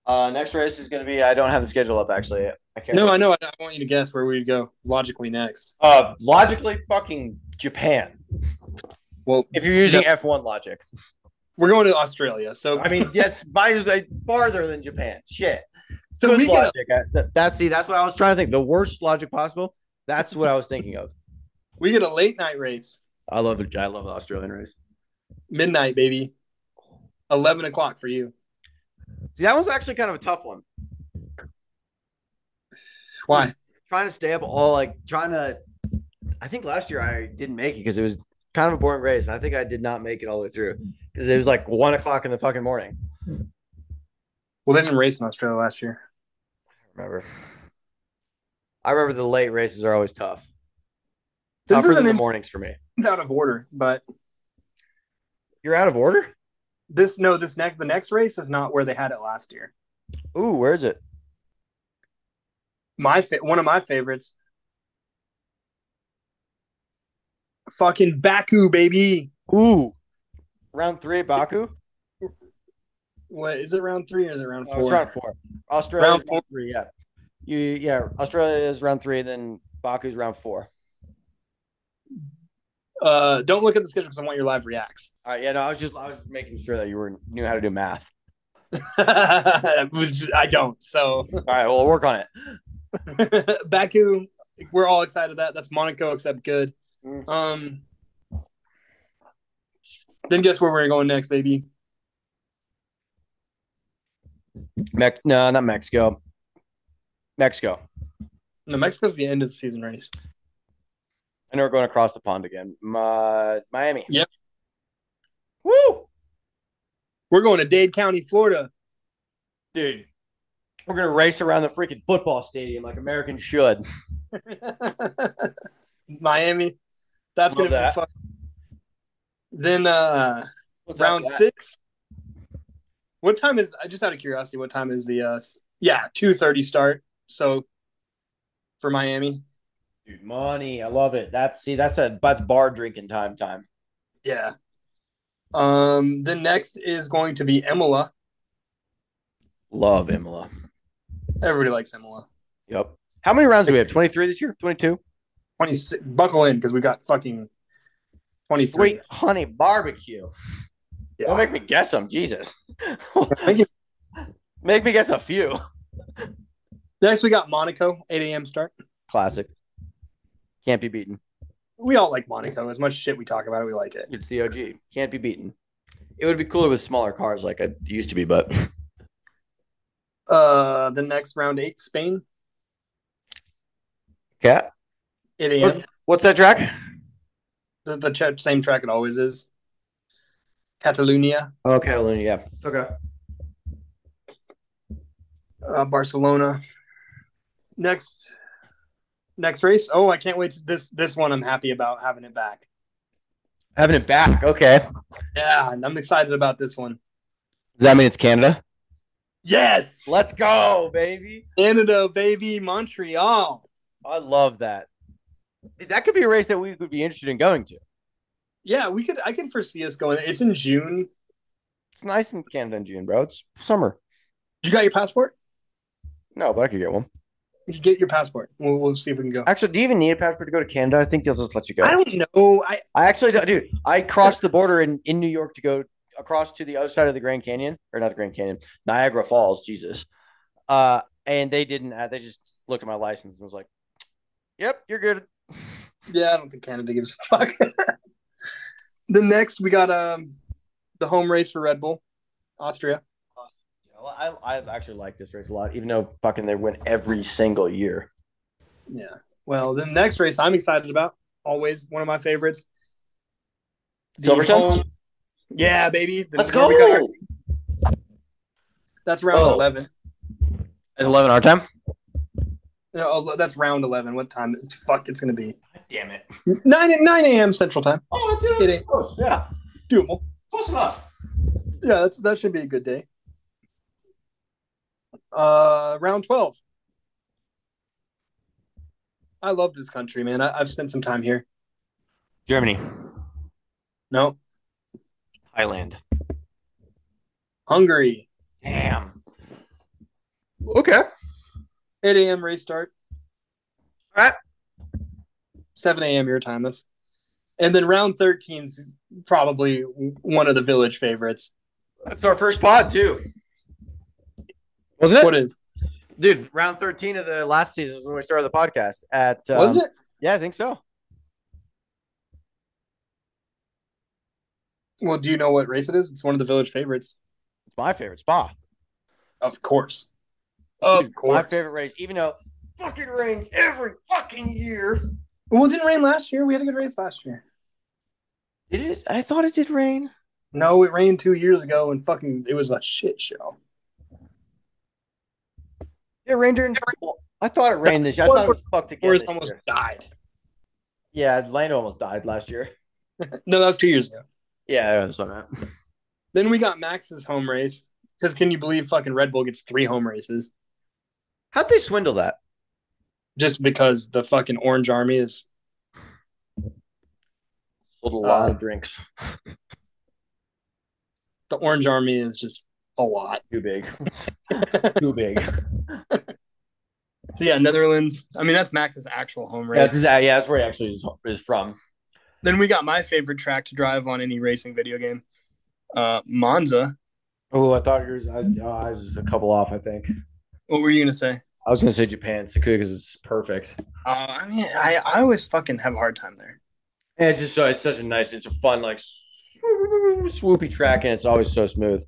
[SPEAKER 1] Uh, next race is gonna be I don't have the schedule up actually. I can't
[SPEAKER 2] No, I know. I, I want you to guess where we'd go logically next.
[SPEAKER 1] uh logically fucking Japan.
[SPEAKER 2] Well,
[SPEAKER 1] If you're using F one logic.
[SPEAKER 2] we're going to Australia. So
[SPEAKER 1] I mean, that's by farther than Japan. Shit.
[SPEAKER 2] So
[SPEAKER 1] Good
[SPEAKER 2] we get a-
[SPEAKER 1] logic. I- that- that's see, that's what I was trying to think. The worst logic possible. That's what I was thinking of.
[SPEAKER 2] we get a late night race,
[SPEAKER 1] I love the I love the Australian race.
[SPEAKER 2] midnight, baby, eleven o'clock for you.
[SPEAKER 1] See, that one's actually kind of a tough one.
[SPEAKER 2] Why?
[SPEAKER 1] Trying to stay up all like trying to. I think last year I didn't make it because it was kind of a boring race, and I think I did not make it all the way through because it was like one o'clock in the fucking morning.
[SPEAKER 2] Well, they didn't race in Australia last year.
[SPEAKER 1] I remember. I remember the late races are always tough.
[SPEAKER 2] This
[SPEAKER 1] Tougher
[SPEAKER 2] is
[SPEAKER 1] than
[SPEAKER 2] an
[SPEAKER 1] the
[SPEAKER 2] in-
[SPEAKER 1] mornings for me.
[SPEAKER 2] it's out of order, but
[SPEAKER 1] You're out of order.
[SPEAKER 2] this no, this next the next race is not where they had it last year.
[SPEAKER 1] Ooh, where is it?
[SPEAKER 2] my fa- one of my favorites. Fucking Baku, baby.
[SPEAKER 1] Ooh, round three at Baku.
[SPEAKER 2] what is it round three or is it round
[SPEAKER 1] Oh,
[SPEAKER 2] four?
[SPEAKER 1] it's round four. Australia
[SPEAKER 2] Round
[SPEAKER 1] round three. Yeah. You yeah. Australia is round three. Then Baku's round four.
[SPEAKER 2] Uh, don't look at the schedule because I want your live reacts.
[SPEAKER 1] All right. Yeah. No, I was just I was making sure that you were knew how to do math.
[SPEAKER 2] Which I don't. So
[SPEAKER 1] All right. Well, we'll work on it.
[SPEAKER 2] Baku, we're all excited that that's Monaco except good.
[SPEAKER 1] Mm.
[SPEAKER 2] Um, then guess where we're going next, baby?
[SPEAKER 1] Mex- no, not Mexico. Mexico.
[SPEAKER 2] No, Mexico's the end of the season race.
[SPEAKER 1] And we're going across the pond again. Mi- Miami.
[SPEAKER 2] Yep.
[SPEAKER 1] Woo,
[SPEAKER 2] We're going to Dade County, Florida.
[SPEAKER 1] dude. We're gonna race around the freaking football stadium like Americans should.
[SPEAKER 2] Miami. That's
[SPEAKER 1] Love
[SPEAKER 2] gonna
[SPEAKER 1] that.
[SPEAKER 2] be fun. Then uh
[SPEAKER 1] What's up
[SPEAKER 2] round
[SPEAKER 1] with that?
[SPEAKER 2] six. What time is I just out of curiosity, what time is the uh s- yeah, two thirty start. So for Miami.
[SPEAKER 1] Dude, money. I love it. That's see, that's a that's bar drinking time time.
[SPEAKER 2] Yeah. Um the next is going to be Emola.
[SPEAKER 1] Love Imola.
[SPEAKER 2] Everybody likes Emola.
[SPEAKER 1] Yep. How many rounds do we have? 23 this year? 22?
[SPEAKER 2] Twenty six buckle in because we got fucking twenty three.
[SPEAKER 1] Sweet honey barbecue.
[SPEAKER 2] Yeah.
[SPEAKER 1] Don't make me guess them. Jesus.
[SPEAKER 2] Thank you.
[SPEAKER 1] make me guess a few.
[SPEAKER 2] Next we got Monaco, eight AM start.
[SPEAKER 1] Classic. Can't be beaten.
[SPEAKER 2] We all like Monaco. As much shit we talk about it, we like it.
[SPEAKER 1] It's the OG. Can't be beaten. It would be cooler with smaller cars like I used to be, but
[SPEAKER 2] Uh, the next round eight, Spain,
[SPEAKER 1] yeah.
[SPEAKER 2] 8 a.m.
[SPEAKER 1] What's that track?
[SPEAKER 2] The, the ch- same track it always is. Catalonia,
[SPEAKER 1] Oh, Catalonia. Yeah. Okay.
[SPEAKER 2] uh, Barcelona. Next, next race. Oh, I can't wait. to- This this one I'm happy about having it back.
[SPEAKER 1] Having it back. Okay. Does
[SPEAKER 2] Yeah, and I'm excited about this one.
[SPEAKER 1] that mean it's Canada?
[SPEAKER 2] Yes,
[SPEAKER 1] Let's go, baby.
[SPEAKER 2] Canada, baby, Montreal.
[SPEAKER 1] I love that. Dude, that could be a race that we would be interested in going to.
[SPEAKER 2] Yeah, we could. I can foresee us going. It's in June.
[SPEAKER 1] It's nice in Canada in June, bro. It's summer.
[SPEAKER 2] You got your passport?
[SPEAKER 1] No, but I could get one.
[SPEAKER 2] You get your passport. We'll, we'll see if we can go.
[SPEAKER 1] Actually, do you even need a passport to go to Canada? I think they'll just let you go.
[SPEAKER 2] I
[SPEAKER 1] I,
[SPEAKER 2] don't know. I
[SPEAKER 1] actually don't, dude. I crossed the border in, in New York to go across to the other side of the Grand Canyon, or not the Grand Canyon, Niagara Falls. Jesus. Uh, and they didn't. Uh, they just looked at my license and was like, "Yep, you're good."
[SPEAKER 2] Yeah, I don't think Canada gives a fuck. the next we got um the home race for Red Bull, Austria.
[SPEAKER 1] I, I actually like this race a lot, even though fucking they win every single year.
[SPEAKER 2] Yeah. Well, the next race I'm excited about, always one of my favorites. The
[SPEAKER 1] Silverstone?
[SPEAKER 2] home- Yeah, baby. The-
[SPEAKER 1] Let's
[SPEAKER 2] we got our-
[SPEAKER 1] go.
[SPEAKER 2] that's round
[SPEAKER 1] Oh.
[SPEAKER 2] eleven.
[SPEAKER 1] It's eleven our time.
[SPEAKER 2] No, oh, that's round eleven. What time? Fuck, it's gonna be
[SPEAKER 1] Damn it.
[SPEAKER 2] nine nine a.m. Central Time.
[SPEAKER 1] Oh,
[SPEAKER 2] Just kidding.
[SPEAKER 1] Close. Yeah,
[SPEAKER 2] Doable.
[SPEAKER 1] close enough.
[SPEAKER 2] Yeah, that's that should be a good day. Uh, round twelve. I love this country, man. I, I've spent some time here.
[SPEAKER 1] Germany,
[SPEAKER 2] No,
[SPEAKER 1] Thailand.
[SPEAKER 2] Hungary.
[SPEAKER 1] Damn. Okay.
[SPEAKER 2] Eight a.m. race start.
[SPEAKER 1] All right.
[SPEAKER 2] Seven a.m. your time. That's, and then round thirteen's probably one of the village favorites.
[SPEAKER 1] That's our first pod too. Wasn't
[SPEAKER 2] What is?
[SPEAKER 1] dude? Round thirteen of the last season is when we started the podcast. At um,
[SPEAKER 2] was it?
[SPEAKER 1] Yeah, I think so.
[SPEAKER 2] Well, do you know what race it is? It's one of the village favorites.
[SPEAKER 1] It's my favorite spa.
[SPEAKER 2] Of course. Of
[SPEAKER 1] Dude,
[SPEAKER 2] course.
[SPEAKER 1] my favorite race, even though fucking rains every fucking year.
[SPEAKER 2] Well, it didn't rain last year. We had a good race last year.
[SPEAKER 1] Did it? I thought it did rain.
[SPEAKER 2] No, it rained two years ago and fucking it was a shit show.
[SPEAKER 1] It rained during. I thought it rained this year. I thought it was fucked again.
[SPEAKER 2] Forrest
[SPEAKER 1] this
[SPEAKER 2] almost
[SPEAKER 1] year.
[SPEAKER 2] died.
[SPEAKER 1] Yeah, Atlanta almost died last year.
[SPEAKER 2] No, that was two years ago.
[SPEAKER 1] Yeah, that's what I meant.
[SPEAKER 2] Then we got Max's home race. Because can you believe fucking Red Bull gets three home races
[SPEAKER 1] How'd they swindle that?
[SPEAKER 2] just because the fucking Orange Army is
[SPEAKER 1] Sold a
[SPEAKER 2] lot
[SPEAKER 1] of drinks.
[SPEAKER 2] the Orange Army is just a lot.
[SPEAKER 1] Too big. Too big.
[SPEAKER 2] So yeah, Netherlands. I mean, that's Max's actual home race.
[SPEAKER 1] Yeah, that's, yeah, that's where he actually is, is from.
[SPEAKER 2] then we got my favorite track to drive on any racing video game, uh, Monza.
[SPEAKER 1] Oh, I thought yours. I, oh, I was just a couple off. I think
[SPEAKER 2] What were you gonna say?
[SPEAKER 1] I was gonna say Japan Sakura because it's perfect.
[SPEAKER 2] Uh, I mean, I, I always fucking have a hard time there.
[SPEAKER 1] And it's just so it's such a nice. It's a fun like swoopy track, and it's always so smooth.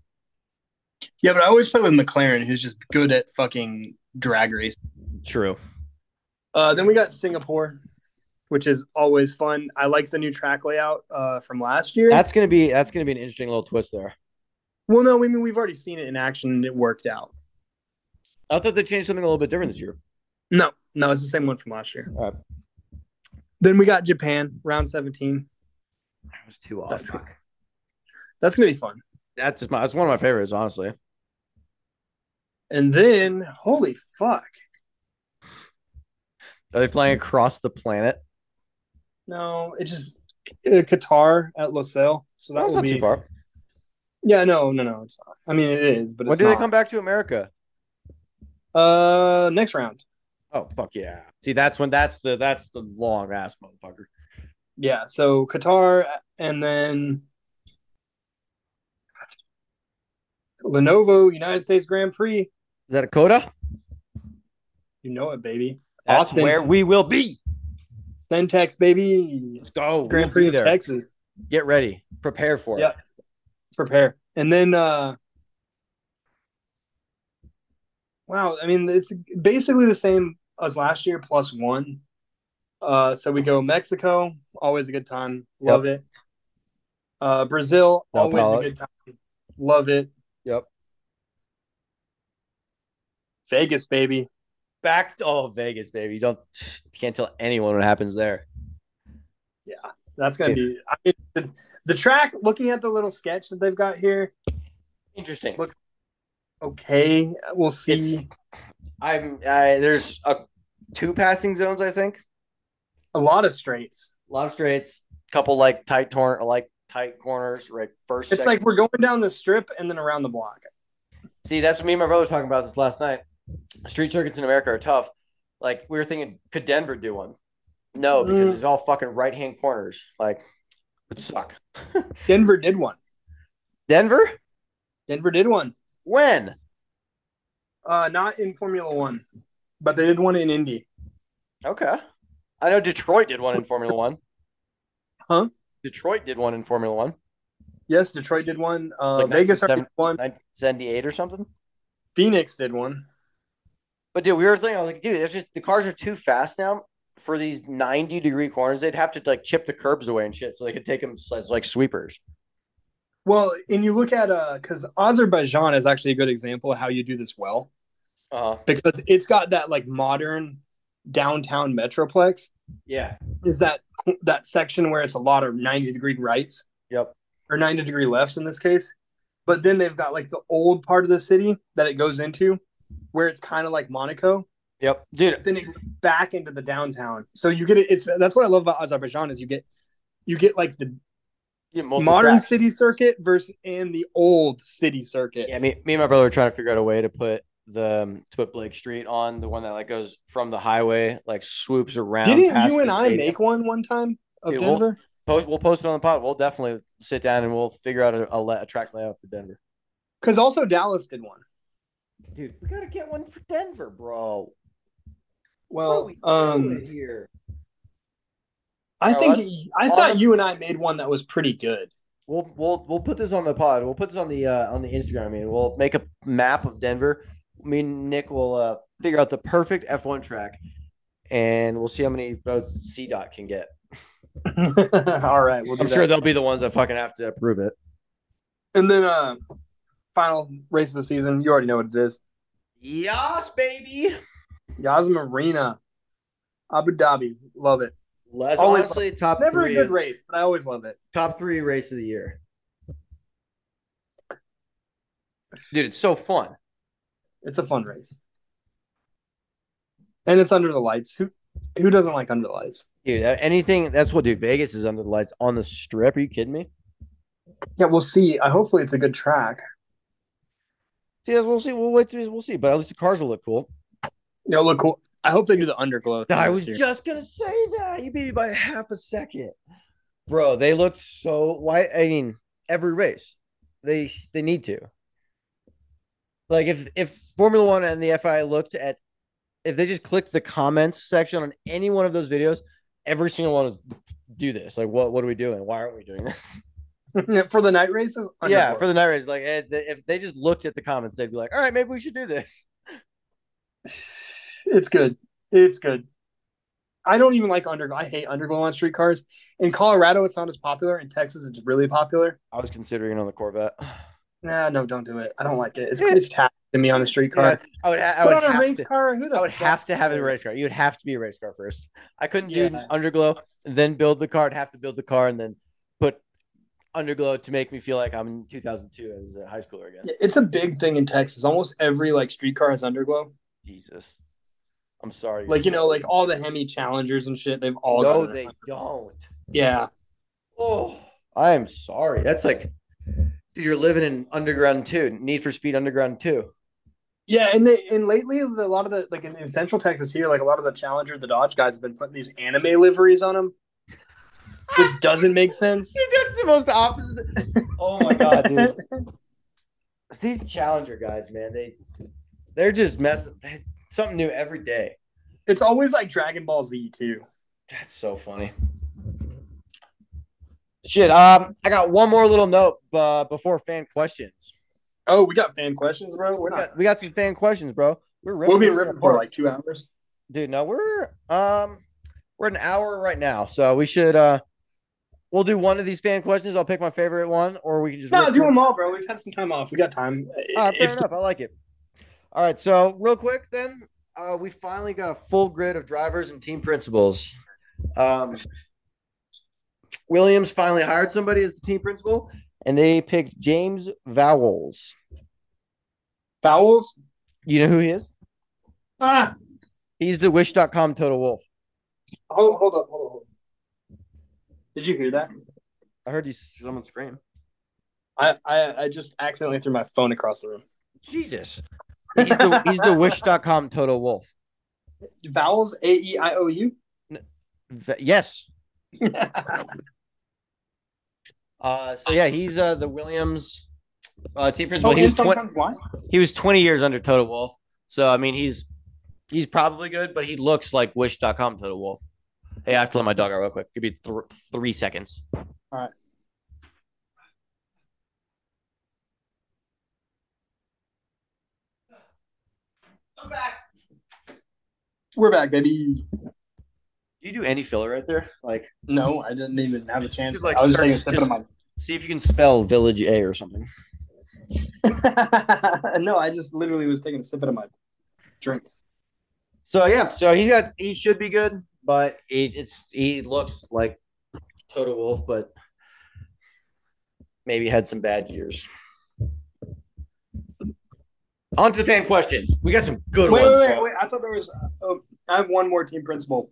[SPEAKER 2] Yeah, but I always play with McLaren, who's just good at fucking drag race.
[SPEAKER 1] True.
[SPEAKER 2] Uh, then we got Singapore, which is always fun. I like the new track layout uh, from last year.
[SPEAKER 1] That's gonna be that's gonna be an interesting little twist there.
[SPEAKER 2] well, no, I mean we've already seen it in action and it worked out.
[SPEAKER 1] I thought they changed something a little bit different this year.
[SPEAKER 2] No, no, it's the same one from last year.
[SPEAKER 1] All right.
[SPEAKER 2] Then we got Japan round seventeen.
[SPEAKER 1] I was too off.
[SPEAKER 2] That's
[SPEAKER 1] That's,
[SPEAKER 2] good. That's gonna be fun.
[SPEAKER 1] that's just my. That's one of my favorites, honestly.
[SPEAKER 2] And then holy fuck,
[SPEAKER 1] Are they flying across the planet?
[SPEAKER 2] no, it just uh, Qatar at Losail. So that
[SPEAKER 1] That's
[SPEAKER 2] will
[SPEAKER 1] not
[SPEAKER 2] be
[SPEAKER 1] too far.
[SPEAKER 2] yeah, no, no, no, it's not. I mean it is, but
[SPEAKER 1] When
[SPEAKER 2] it's
[SPEAKER 1] do
[SPEAKER 2] not.
[SPEAKER 1] they come back to America?
[SPEAKER 2] Uh, next round.
[SPEAKER 1] Oh fuck yeah! See, that's when that's the that's the long ass motherfucker.
[SPEAKER 2] Yeah, so Qatar and then Lenovo United States Grand Prix.
[SPEAKER 1] Is that a coda?
[SPEAKER 2] You know it, baby.
[SPEAKER 1] That's
[SPEAKER 2] Austin.
[SPEAKER 1] where we will be.
[SPEAKER 2] Centex, baby.
[SPEAKER 1] Let's go.
[SPEAKER 2] Grand
[SPEAKER 1] We'll
[SPEAKER 2] Prix
[SPEAKER 1] be
[SPEAKER 2] of Texas.
[SPEAKER 1] Get ready. Prepare for
[SPEAKER 2] Yeah.
[SPEAKER 1] it.
[SPEAKER 2] Prepare. And then uh Wow, I mean it's basically the same as last year plus one. Uh so we go Mexico, always a good time. Love it. Uh Brazil,
[SPEAKER 1] Sao
[SPEAKER 2] always
[SPEAKER 1] Paulo.
[SPEAKER 2] a good time. Love it.
[SPEAKER 1] Yep.
[SPEAKER 2] Vegas, baby.
[SPEAKER 1] Back to oh Vegas, baby. You don't can't tell anyone what happens there.
[SPEAKER 2] Yeah, that's gonna be. I mean, the, the track. Looking at the little sketch that they've got here.
[SPEAKER 1] Interesting.
[SPEAKER 2] Look- Okay, we'll see.
[SPEAKER 1] It's- I'm I, there's a, two passing zones. I think
[SPEAKER 2] a lot of straights.
[SPEAKER 1] a lot of straights, couple like tight torn like tight corners. Right, first.
[SPEAKER 2] It's
[SPEAKER 1] second.
[SPEAKER 2] like we're going down the strip and then around the block.
[SPEAKER 1] See, that's what me and my brother were talking about this last night. Street circuits in America are tough. Like we were thinking, could Denver do one? No, because
[SPEAKER 2] Mm.
[SPEAKER 1] it's all fucking right hand corners. Like, would suck.
[SPEAKER 2] Denver did one.
[SPEAKER 1] Denver?
[SPEAKER 2] Denver did one.
[SPEAKER 1] When?
[SPEAKER 2] Uh, not in Formula One, but they did one in Indy.
[SPEAKER 1] Okay. I know Detroit did one in Formula One.
[SPEAKER 2] Huh?
[SPEAKER 1] Detroit did one in Formula One.
[SPEAKER 2] Yes, Detroit did one. Uh,
[SPEAKER 1] Like
[SPEAKER 2] Vegas
[SPEAKER 1] 1970
[SPEAKER 2] already
[SPEAKER 1] 1978
[SPEAKER 2] did one.
[SPEAKER 1] or something.
[SPEAKER 2] Phoenix did one.
[SPEAKER 1] But dude, we were thinking, I was like, dude, it's just the cars are too fast now for these 90 degree corners. They'd have to like chip the curbs away and shit so they could take them as like sweepers.
[SPEAKER 2] Well, and you look at uh, because Azerbaijan is actually a good example of how you do this well. Uh-huh.
[SPEAKER 1] Uh huh.
[SPEAKER 2] because it's got that like modern downtown metroplex
[SPEAKER 1] Yeah.
[SPEAKER 2] is that that section where it's a lot of 90 degree rights
[SPEAKER 1] Yep.
[SPEAKER 2] or 90 degree lefts in this case but then they've got like the old part of the city that it goes into where it's kind of like monaco
[SPEAKER 1] Yep. Dude,
[SPEAKER 2] then it goes back into the downtown so you get it it's that's what i love about azerbaijan is you get you get like the
[SPEAKER 1] Yeah, multiple
[SPEAKER 2] modern
[SPEAKER 1] tracks.
[SPEAKER 2] city circuit versus and the old city circuit
[SPEAKER 1] Yeah, me, me and my brother were trying to figure out a way to put the um, to put Blake Street on the one that like goes from the highway, like swoops around.
[SPEAKER 2] didn't
[SPEAKER 1] past
[SPEAKER 2] you and
[SPEAKER 1] the
[SPEAKER 2] i
[SPEAKER 1] stadium.
[SPEAKER 2] make one one time of
[SPEAKER 1] Dude, well,
[SPEAKER 2] denver
[SPEAKER 1] Post, we'll post it on the pod. We'll definitely sit down and we'll figure out a, a, la- a track layout for Denver.
[SPEAKER 2] because also dallas did one
[SPEAKER 1] Dude, we gotta get one for Denver, bro.
[SPEAKER 2] well um
[SPEAKER 1] here?
[SPEAKER 2] I
[SPEAKER 1] Oh,
[SPEAKER 2] think
[SPEAKER 1] that's-
[SPEAKER 2] y- I
[SPEAKER 1] all
[SPEAKER 2] thought
[SPEAKER 1] the-
[SPEAKER 2] you and I made one that was pretty good.
[SPEAKER 1] We'll we'll we'll put this on the pod. We'll put this on the uh, on the Instagram. I mean, we'll make a map of Denver. Me and Nick will uh, figure out the perfect F one track, and we'll see how many votes C dot can get.
[SPEAKER 2] All right, we'll do
[SPEAKER 1] I'm
[SPEAKER 2] that.
[SPEAKER 1] sure they'll be the ones that fucking have to approve it.
[SPEAKER 2] and then uh final race of the season, you already know what it is.
[SPEAKER 1] Yas, baby.
[SPEAKER 2] Yas Marina, Abu Dhabi, love it.
[SPEAKER 1] That's
[SPEAKER 2] Always-
[SPEAKER 1] honestly top
[SPEAKER 2] Never
[SPEAKER 1] three.
[SPEAKER 2] a good race, but I always love it.
[SPEAKER 1] top three race of the year. Dude, it's so fun.
[SPEAKER 2] It's a fun race, and it's under the lights. Who who doesn't like under the lights?
[SPEAKER 1] Dude, that- anything that's what dude Vegas is under the lights on the strip. Are you kidding me?
[SPEAKER 2] Yeah, we'll see. I hopefully it's a good track.
[SPEAKER 1] See, that's we'll see. We'll wait. till- We'll see. But at least the cars will look cool.
[SPEAKER 2] They'll look cool. I hope they do the underglow. thing
[SPEAKER 1] I
[SPEAKER 2] this
[SPEAKER 1] was
[SPEAKER 2] year.
[SPEAKER 1] just gonna say that you beat me by half a second, bro. They looked so why. I mean, every race, they they need to. Like if if Formula One and the FIA looked at, if they just clicked the comments section on any one of those videos, every single one is do this. Like what what are we doing? Why aren't we doing this?
[SPEAKER 2] Yeah, for the night races.
[SPEAKER 1] yeah,
[SPEAKER 2] underglow.
[SPEAKER 1] for the night race, like eh, th- if they just looked at the comments, they'd be like, all right, maybe we should do this.
[SPEAKER 2] It's good. It's good. I don't even like underglow. I hate underglow on street cars. In Colorado, it's not as popular. In Texas, it's really popular.
[SPEAKER 1] I was considering it on the Corvette.
[SPEAKER 2] Nah, no, don't do it. I don't like it. It's it's tacky to me on a street car.
[SPEAKER 1] Yeah, I would, ha- I
[SPEAKER 2] Put
[SPEAKER 1] would
[SPEAKER 2] on a
[SPEAKER 1] have
[SPEAKER 2] race
[SPEAKER 1] to-
[SPEAKER 2] car. Who the
[SPEAKER 1] I would
[SPEAKER 2] fuck
[SPEAKER 1] have to have it a
[SPEAKER 2] cares?
[SPEAKER 1] race car. You would have to be a race car first. I couldn't do
[SPEAKER 2] Yeah.
[SPEAKER 1] underglow, then build the car. I'd have to build the car and then put underglow to make me feel like I'm in 2002 as a high schooler again.
[SPEAKER 2] Yeah, It's a big thing in Texas. Almost every like street car has underglow.
[SPEAKER 1] Jesus, I'm sorry.
[SPEAKER 2] Like you know, like all the Hemi Challengers and shit. They've all
[SPEAKER 1] no,
[SPEAKER 2] got it.
[SPEAKER 1] they don't.
[SPEAKER 2] yeah.
[SPEAKER 1] Oh, I am sorry. That's like, dude, you're living in Underground Two, Need for Speed Underground Two.
[SPEAKER 2] Yeah, and they and lately the, a lot of the like in, in Central Texas here, like a lot of the Challenger, the Dodge guys have been putting these anime liveries on them, which doesn't make sense.
[SPEAKER 1] Dude, that's the most opposite. Oh my god, dude. These Challenger guys, man, they they're just messing. they- Something new every day.
[SPEAKER 2] It's always like Dragon Ball Z too.
[SPEAKER 1] That's so funny. Shit, um, I got one more little note uh, before fan questions.
[SPEAKER 2] Oh, we got fan questions, bro. We're
[SPEAKER 1] We
[SPEAKER 2] not.
[SPEAKER 1] got, we got some fan questions, bro. We're ripping
[SPEAKER 2] We'll be
[SPEAKER 1] this
[SPEAKER 2] ripping
[SPEAKER 1] apart.
[SPEAKER 2] for like two hours.
[SPEAKER 1] dude. No, we're um, we're an hour right now, so we should uh, we'll do one of these fan questions. I'll pick my favorite one, or we can just
[SPEAKER 2] No,
[SPEAKER 1] rip
[SPEAKER 2] do
[SPEAKER 1] through-
[SPEAKER 2] them all, bro. We've had some time off. We got time.
[SPEAKER 1] All right, Uh, Oh, fair
[SPEAKER 2] If-
[SPEAKER 1] enough. I like it. All right, so real quick, then uh, we finally got a full grid of drivers and team principals. Um, Williams finally hired somebody as the team principal, and they picked James Vowels.
[SPEAKER 2] Fouls.
[SPEAKER 1] You know who he is?
[SPEAKER 2] Ah,
[SPEAKER 1] He's the Wish.com Total Wolf.
[SPEAKER 2] hold, hold up, hold up, hold up. Did you hear that?
[SPEAKER 1] I heard you someone scream.
[SPEAKER 2] I, I I just accidentally threw my phone across the room.
[SPEAKER 1] Jesus. He's the, he's the Wish.com Total Wolf.
[SPEAKER 2] Vowels A E I O U.
[SPEAKER 1] V- yes, Uh, so yeah, he's uh, the Williams uh, team principal.
[SPEAKER 2] Oh,
[SPEAKER 1] he, was
[SPEAKER 2] and
[SPEAKER 1] twen-
[SPEAKER 2] sometimes why?
[SPEAKER 1] he was 20 years under Total Wolf. So I mean, he's he's probably good, but he looks like Wish.com Total Wolf. Hey, I have to let my dog out real quick. Give me th- three seconds.
[SPEAKER 2] All right.
[SPEAKER 1] I'm back.
[SPEAKER 2] We're back, baby.
[SPEAKER 1] Do you do any filler right there? Like,
[SPEAKER 2] No, I didn't even have a chance.
[SPEAKER 1] Just like
[SPEAKER 2] I was just taking a
[SPEAKER 1] search-
[SPEAKER 2] sip of
[SPEAKER 1] see if you can spell Village A or something.
[SPEAKER 2] my. no, I just literally was taking a sip of my drink.
[SPEAKER 1] So yeah, so he's got he should be good, but he it's he looks like Total Wolf, but maybe had some bad years. On to the fan questions. We got some good
[SPEAKER 2] Wait, wait,
[SPEAKER 1] ones.
[SPEAKER 2] wait,
[SPEAKER 1] bro.
[SPEAKER 2] wait. I thought there was. Uh, oh, I have one more team principal.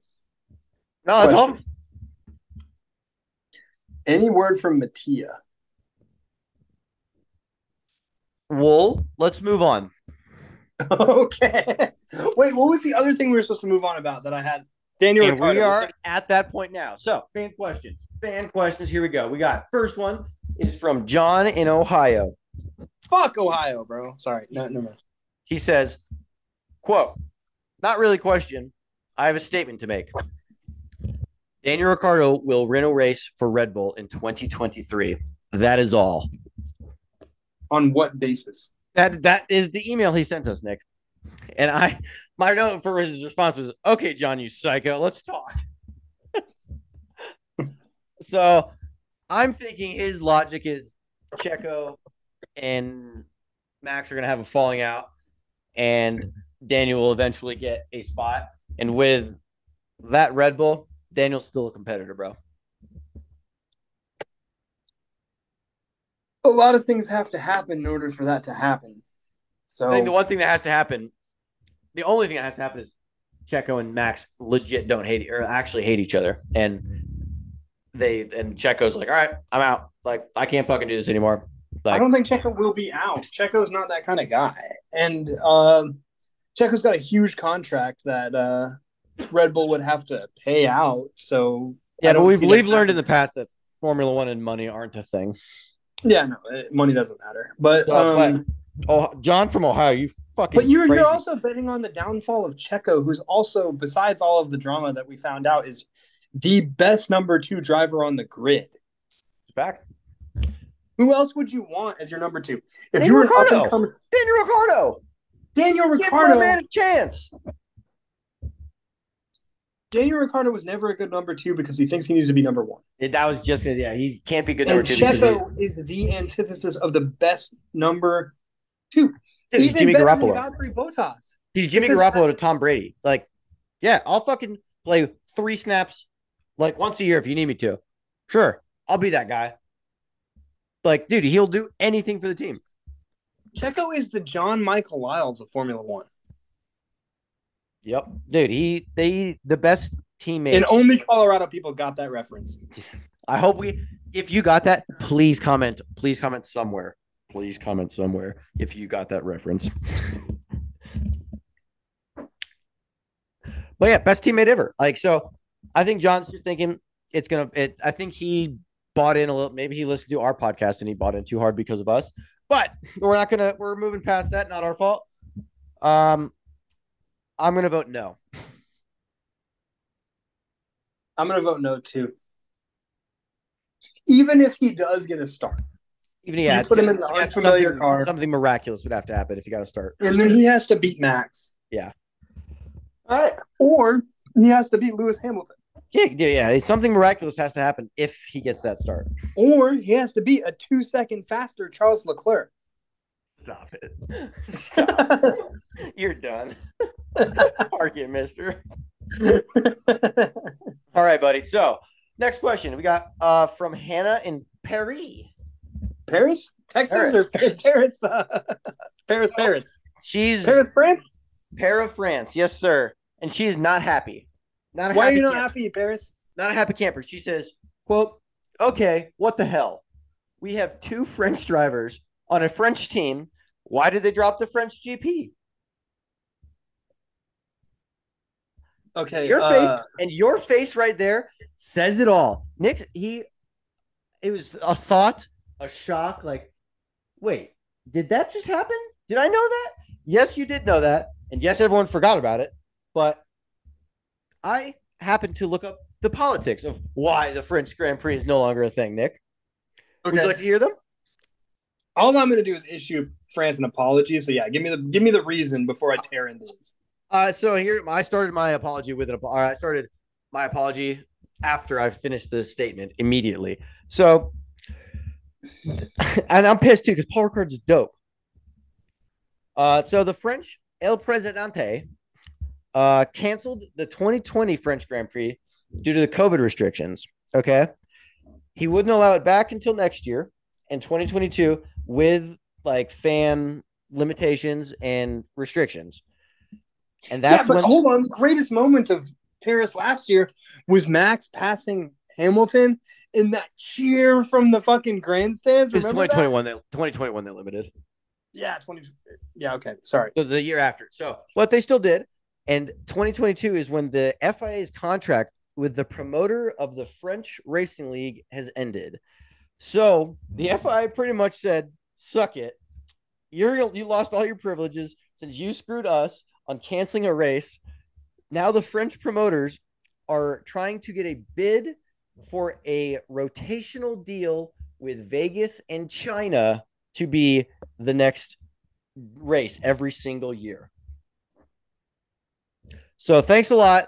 [SPEAKER 1] No, that's all.
[SPEAKER 2] Any word from Mattia?
[SPEAKER 1] Wool. Let's move on.
[SPEAKER 2] okay. Wait, what was the other thing we were supposed to move on about that I had? Daniel
[SPEAKER 1] And we
[SPEAKER 2] Ricciardo.
[SPEAKER 1] are at that point now. So fan questions. Fan questions. Here we go. We got first one is from John in Ohio.
[SPEAKER 2] Fuck Ohio, bro. Sorry. No, no, no.
[SPEAKER 1] he says, quote, not really question. I have a statement to make. Daniel Ricciardo will win a race for Red Bull in 2023. That is all.
[SPEAKER 2] On what basis?
[SPEAKER 1] That that is the email he sent us, Nick. And I my note for his response was, okay, John, you psycho, let's talk. so I'm thinking his logic is Checo and Max are gonna have a falling out, and Daniel will eventually get a spot. And with that Red Bull, Daniel's still a competitor, bro.
[SPEAKER 2] A lot of things have to happen in order for that to happen. So
[SPEAKER 1] I think the one thing that has to happen, the only thing that has to happen is Checo and Max legit don't hate or actually hate each other, and they and Checo's like, all right, I'm out. Like I can't fucking do this anymore.
[SPEAKER 2] I
[SPEAKER 1] Like,
[SPEAKER 2] don't think Checo will be out. Checo's not that kind of guy, and um, Checo's got a huge contract that uh, Red Bull would have to pay out. So I
[SPEAKER 1] yeah, but
[SPEAKER 2] don't
[SPEAKER 1] we've
[SPEAKER 2] see that
[SPEAKER 1] we've learned in the
[SPEAKER 2] happening.
[SPEAKER 1] past that Formula One and money aren't a thing.
[SPEAKER 2] yeah, no, eh, money doesn't matter. But
[SPEAKER 1] So,
[SPEAKER 2] um,
[SPEAKER 1] Oh, John from Ohio, you fucking.
[SPEAKER 2] but you're
[SPEAKER 1] crazy.
[SPEAKER 2] you're also betting on the downfall of Checo, who's also besides all of the drama that we found out is the best number two driver on the grid.
[SPEAKER 1] fact.
[SPEAKER 2] Who else would you want as your number two? If
[SPEAKER 1] Daniel
[SPEAKER 2] you were an
[SPEAKER 1] Ricciardo.
[SPEAKER 2] up-and-coming-
[SPEAKER 1] Daniel Ricciardo,
[SPEAKER 2] Daniel
[SPEAKER 1] give my
[SPEAKER 2] Ricciardo,
[SPEAKER 1] man a chance.
[SPEAKER 2] Daniel Ricciardo was never a good number two because he thinks he needs to be number one.
[SPEAKER 1] Yeah, That was just yeah. He can't be good
[SPEAKER 2] And
[SPEAKER 1] number two because he's,
[SPEAKER 2] Checo is the antithesis of the best number two.
[SPEAKER 1] he's
[SPEAKER 2] Even
[SPEAKER 1] Jimmy
[SPEAKER 2] better than
[SPEAKER 1] Garoppolo.
[SPEAKER 2] Valtteri Bottas.
[SPEAKER 1] He's Jimmy
[SPEAKER 2] Because-
[SPEAKER 1] Garoppolo to Tom Brady. Like, yeah, I'll fucking play three snaps like once a year if you need me to. Sure, I'll be that guy. Like, dude, he'll do anything for the team.
[SPEAKER 2] Checo is the John Michael Lyles of Formula One,
[SPEAKER 1] Yep, dude. He they the best teammate.
[SPEAKER 2] and only Colorado people got that reference.
[SPEAKER 1] I hope we. If you got that, please comment. Please comment somewhere. Please comment somewhere if you got that reference. but yeah, best teammate ever. Like so, I think John's just thinking it's gonna. It, I think he bought in a little. Maybe he listened to our podcast and he bought in too hard because of us. But we're not gonna. We're moving past that. Not our fault. Um, I'm gonna vote no.
[SPEAKER 2] I'm going to vote no too. Even if he does get a start,
[SPEAKER 1] Even yeah,
[SPEAKER 2] You put him in the unfamiliar car.
[SPEAKER 1] Something miraculous would have to happen if you got to start.
[SPEAKER 2] and then he has to beat Max.
[SPEAKER 1] Yeah.
[SPEAKER 2] All right. Or he has to beat Lewis Hamilton.
[SPEAKER 1] Yeah, yeah, yeah. it's- Something miraculous has to happen if he gets that start.
[SPEAKER 2] Or he has to beat a two second faster Charles Leclerc.
[SPEAKER 1] Stop it. Stop. You're done. Park it, mister. All right, buddy. So, next question we got uh, from Hannah in Paris.
[SPEAKER 2] Paris, Texas, or Pa- Paris, uh, Paris, Paris,
[SPEAKER 1] She's
[SPEAKER 2] Paris, France.
[SPEAKER 1] Para France. Yes, sir. And she is not happy. Not a
[SPEAKER 2] Why are
[SPEAKER 1] happy
[SPEAKER 2] you not
[SPEAKER 1] camp-
[SPEAKER 2] happy, Paris?
[SPEAKER 1] not a happy camper. She says, quote, okay, what the hell? We have two French drivers on a French team. Why did they drop the French GP?
[SPEAKER 2] Okay,
[SPEAKER 1] Your
[SPEAKER 2] uh,
[SPEAKER 1] face and your face right there says it all. Nick, he, it was a thought, a shock. Like, wait, did that just happen? Did I know that? Yes, you did know that, and yes, everyone forgot about it. But I happened to look up the politics of why the French Grand Prix is no longer a thing. Nick, would
[SPEAKER 2] okay.
[SPEAKER 1] you like to hear them?
[SPEAKER 2] All I'm going to do is issue France an apology. So yeah, give me the give me the reason before I tear into this.
[SPEAKER 1] Uh, so here, I started my apology with an. apo- or I started my apology after I finished the statement immediately. So, and I'm pissed too because Paul Ricard's dope. Uh, so the French El Presidente uh, canceled the 2020 French Grand Prix due to the COVID restrictions. Okay, he wouldn't allow it back until next year in 2022 with like fan limitations and restrictions. And that's
[SPEAKER 2] yeah, but
[SPEAKER 1] when
[SPEAKER 2] hold on. The greatest moment of Paris last year was Max passing Hamilton in that cheer from the fucking grandstands.
[SPEAKER 1] It's
[SPEAKER 2] Remember that?
[SPEAKER 1] 2021 that 2021 they limited.
[SPEAKER 2] Yeah, twenty. Yeah, okay. Sorry.
[SPEAKER 1] So the year after. So what they still did, and 2022 is when the FIA's contract with the promoter of the French Racing League has ended. So the FIA pretty much said, "Suck it, you're you lost all your privileges since you screwed us on canceling a race. Now the French promoters are trying to get a bid for a rotational deal with Vegas and China to be the next race every single year. So thanks a lot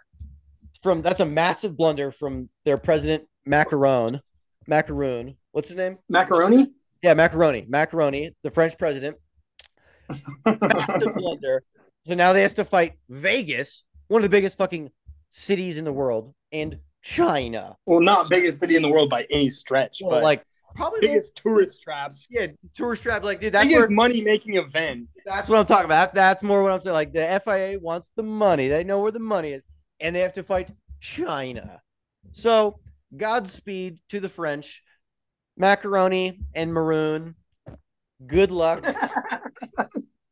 [SPEAKER 1] from that's a massive blunder from their president Macaron. Macaroon. What's his name?
[SPEAKER 2] Macaroni.
[SPEAKER 1] Yeah, Macaroni. Macaroni, the French president. Massive blunder. So now they has to fight Vegas, one of the biggest fucking cities in the world, and China.
[SPEAKER 2] well, not biggest city in the world by any stretch,
[SPEAKER 1] Well,
[SPEAKER 2] but
[SPEAKER 1] like probably the-
[SPEAKER 2] biggest tourist traps.
[SPEAKER 1] yeah, tourist trap. Like, dude, that's
[SPEAKER 2] biggest
[SPEAKER 1] where
[SPEAKER 2] money making event.
[SPEAKER 1] That's what I'm talking about. That's, that's more what I'm saying. Like the FIA wants the money. They know where the money is, and they have to fight China. So Godspeed to the French, macaroni and maroon. Good luck.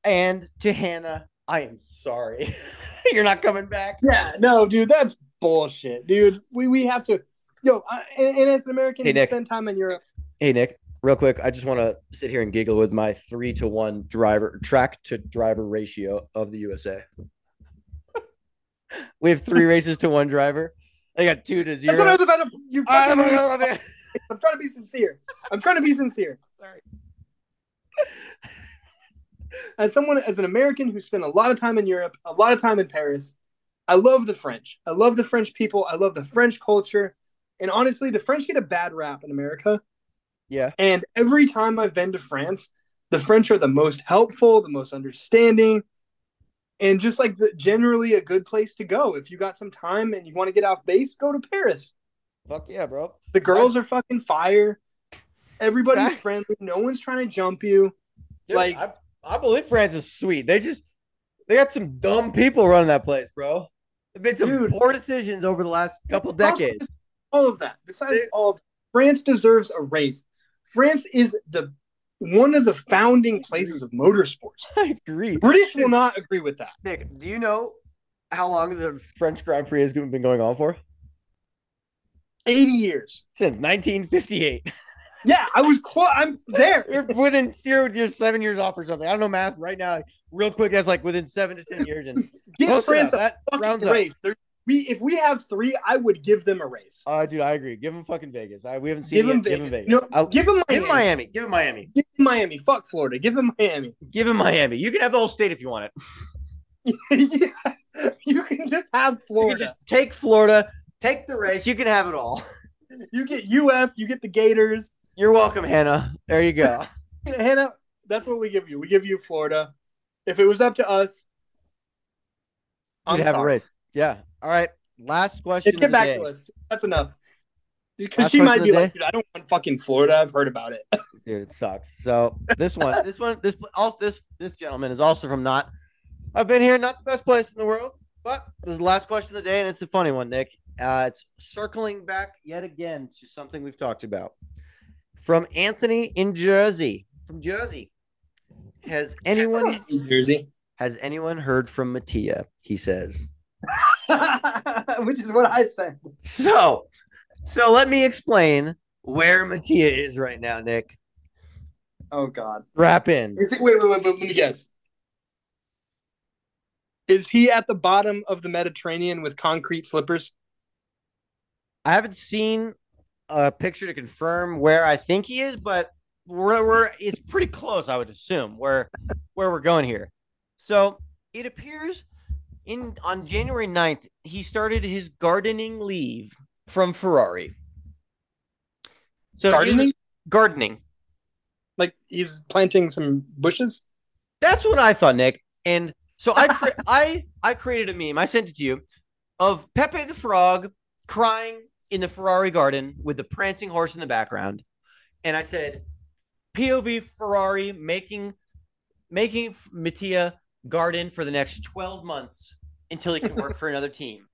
[SPEAKER 1] and to Hannah, I am sorry. You're not coming back.
[SPEAKER 2] Yeah, no, dude, that's bullshit, dude. We we have to, yo, I, and, and as an American,
[SPEAKER 1] Hey,
[SPEAKER 2] you
[SPEAKER 1] Nick.
[SPEAKER 2] spend time in Europe.
[SPEAKER 1] Hey, Nick, real quick, I just want to sit here and giggle with my three to one driver track to driver ratio of the USA. we have three races to one driver. They got two to zero.
[SPEAKER 2] That's what I was about to. You
[SPEAKER 1] I'm
[SPEAKER 2] fucking,
[SPEAKER 1] gonna
[SPEAKER 2] I'm,
[SPEAKER 1] love it.
[SPEAKER 2] trying to be sincere. I'm trying to be sincere.
[SPEAKER 1] Sorry.
[SPEAKER 2] As someone, as an American who spent a lot of time in Europe, a lot of time in Paris, I love the French. I love the French people. I love the French culture. And honestly, the French get a bad rap in America.
[SPEAKER 1] Yeah.
[SPEAKER 2] And every time I've been to France, the French are the most helpful, the most understanding, and just like the, generally a good place to go. If you got some time and you want to get off base, go to Paris.
[SPEAKER 1] Fuck yeah, bro.
[SPEAKER 2] The girls are fucking fire. Everybody's
[SPEAKER 1] Right.
[SPEAKER 2] friendly. No one's trying to jump you.
[SPEAKER 1] Dude,
[SPEAKER 2] Like-
[SPEAKER 1] I, I believe France is sweet. They just they got some dumb people running that place, bro. They made some
[SPEAKER 2] Dude.
[SPEAKER 1] poor decisions over the last couple decades.
[SPEAKER 2] All of that. Besides
[SPEAKER 1] They-
[SPEAKER 2] all, of- France deserves a race. France is the one of the founding places of motorsports.
[SPEAKER 1] I agree.
[SPEAKER 2] British will not agree with that.
[SPEAKER 1] Nick, do you know how long the French Grand Prix has been going on for?
[SPEAKER 2] Eighty years.
[SPEAKER 1] Since 1958.
[SPEAKER 2] Yeah, I was close. I'm there.
[SPEAKER 1] You're within zero years, seven years off or something. I don't know math right now. Real quick, that's like within seven to ten years. And
[SPEAKER 2] Give
[SPEAKER 1] Close
[SPEAKER 2] France
[SPEAKER 1] enough.
[SPEAKER 2] a
[SPEAKER 1] that rounds
[SPEAKER 2] fucking
[SPEAKER 1] up.
[SPEAKER 2] race. There- we, if we have three, I would give them a race.
[SPEAKER 1] Uh, dude, I agree. Give him fucking Vegas. I, we haven't seen
[SPEAKER 2] Give
[SPEAKER 1] it
[SPEAKER 2] them
[SPEAKER 1] yet. Give him
[SPEAKER 2] Vegas.
[SPEAKER 1] Vegas.
[SPEAKER 2] No,
[SPEAKER 1] I'll-
[SPEAKER 2] give them
[SPEAKER 1] give him
[SPEAKER 2] Miami.
[SPEAKER 1] Miami. Give him Miami.
[SPEAKER 2] Give them Miami. Fuck Florida. Give them Miami.
[SPEAKER 1] Give him Miami. You can have the whole state if you want it.
[SPEAKER 2] yeah, you can just have
[SPEAKER 1] You
[SPEAKER 2] Florida.
[SPEAKER 1] can just take Florida, take the race. You can have it all.
[SPEAKER 2] You get UF, you get the Gators.
[SPEAKER 1] You're welcome, Hannah. There you go.
[SPEAKER 2] Hannah, that's what we give you. We give you Florida. If it was up to us,
[SPEAKER 1] You'd
[SPEAKER 2] I'm
[SPEAKER 1] have a
[SPEAKER 2] sorry.
[SPEAKER 1] race. Yeah. All right. Last question.
[SPEAKER 2] Just
[SPEAKER 1] of
[SPEAKER 2] get
[SPEAKER 1] the
[SPEAKER 2] back
[SPEAKER 1] day.
[SPEAKER 2] to us. That's enough. Because
[SPEAKER 1] Last
[SPEAKER 2] she
[SPEAKER 1] person
[SPEAKER 2] might
[SPEAKER 1] of
[SPEAKER 2] be
[SPEAKER 1] the
[SPEAKER 2] like, dude, I don't want fucking Florida. I've heard about it.
[SPEAKER 1] dude. It sucks. So this one, this one, this also this this gentleman is also from not. I've been here, not the best place in the world, but this is the last question of the day, and it's a funny one, Nick. Uh, it's circling back yet again to something we've talked about from Anthony in Jersey. From Jersey, has anyone
[SPEAKER 2] New Jersey.
[SPEAKER 1] has anyone heard from Mattia? He says.
[SPEAKER 2] Which is what I said.
[SPEAKER 1] So, so let me explain where Mattia is right now, Nick.
[SPEAKER 2] Oh God.
[SPEAKER 1] Wrap in.
[SPEAKER 2] Is it wait, wait, wait, wait, let me guess. Is he at the bottom of the Mediterranean with concrete slippers?
[SPEAKER 1] I haven't seen a picture to confirm where I think he is, but we're, we're it's pretty close, I would assume, where where we're going here. So it appears in on January 9th, he started his gardening leave from Ferrari. So he was-
[SPEAKER 2] Gardening?
[SPEAKER 1] gardening.
[SPEAKER 2] Like he's planting some bushes?
[SPEAKER 1] That's what I thought, Nick. And so I cre- I I created a meme. I sent it to you of Pepe the Frog crying in the Ferrari garden with the prancing horse in the background. And I said POV Ferrari making making Mattia garden for the next 12 months until he can work for another team.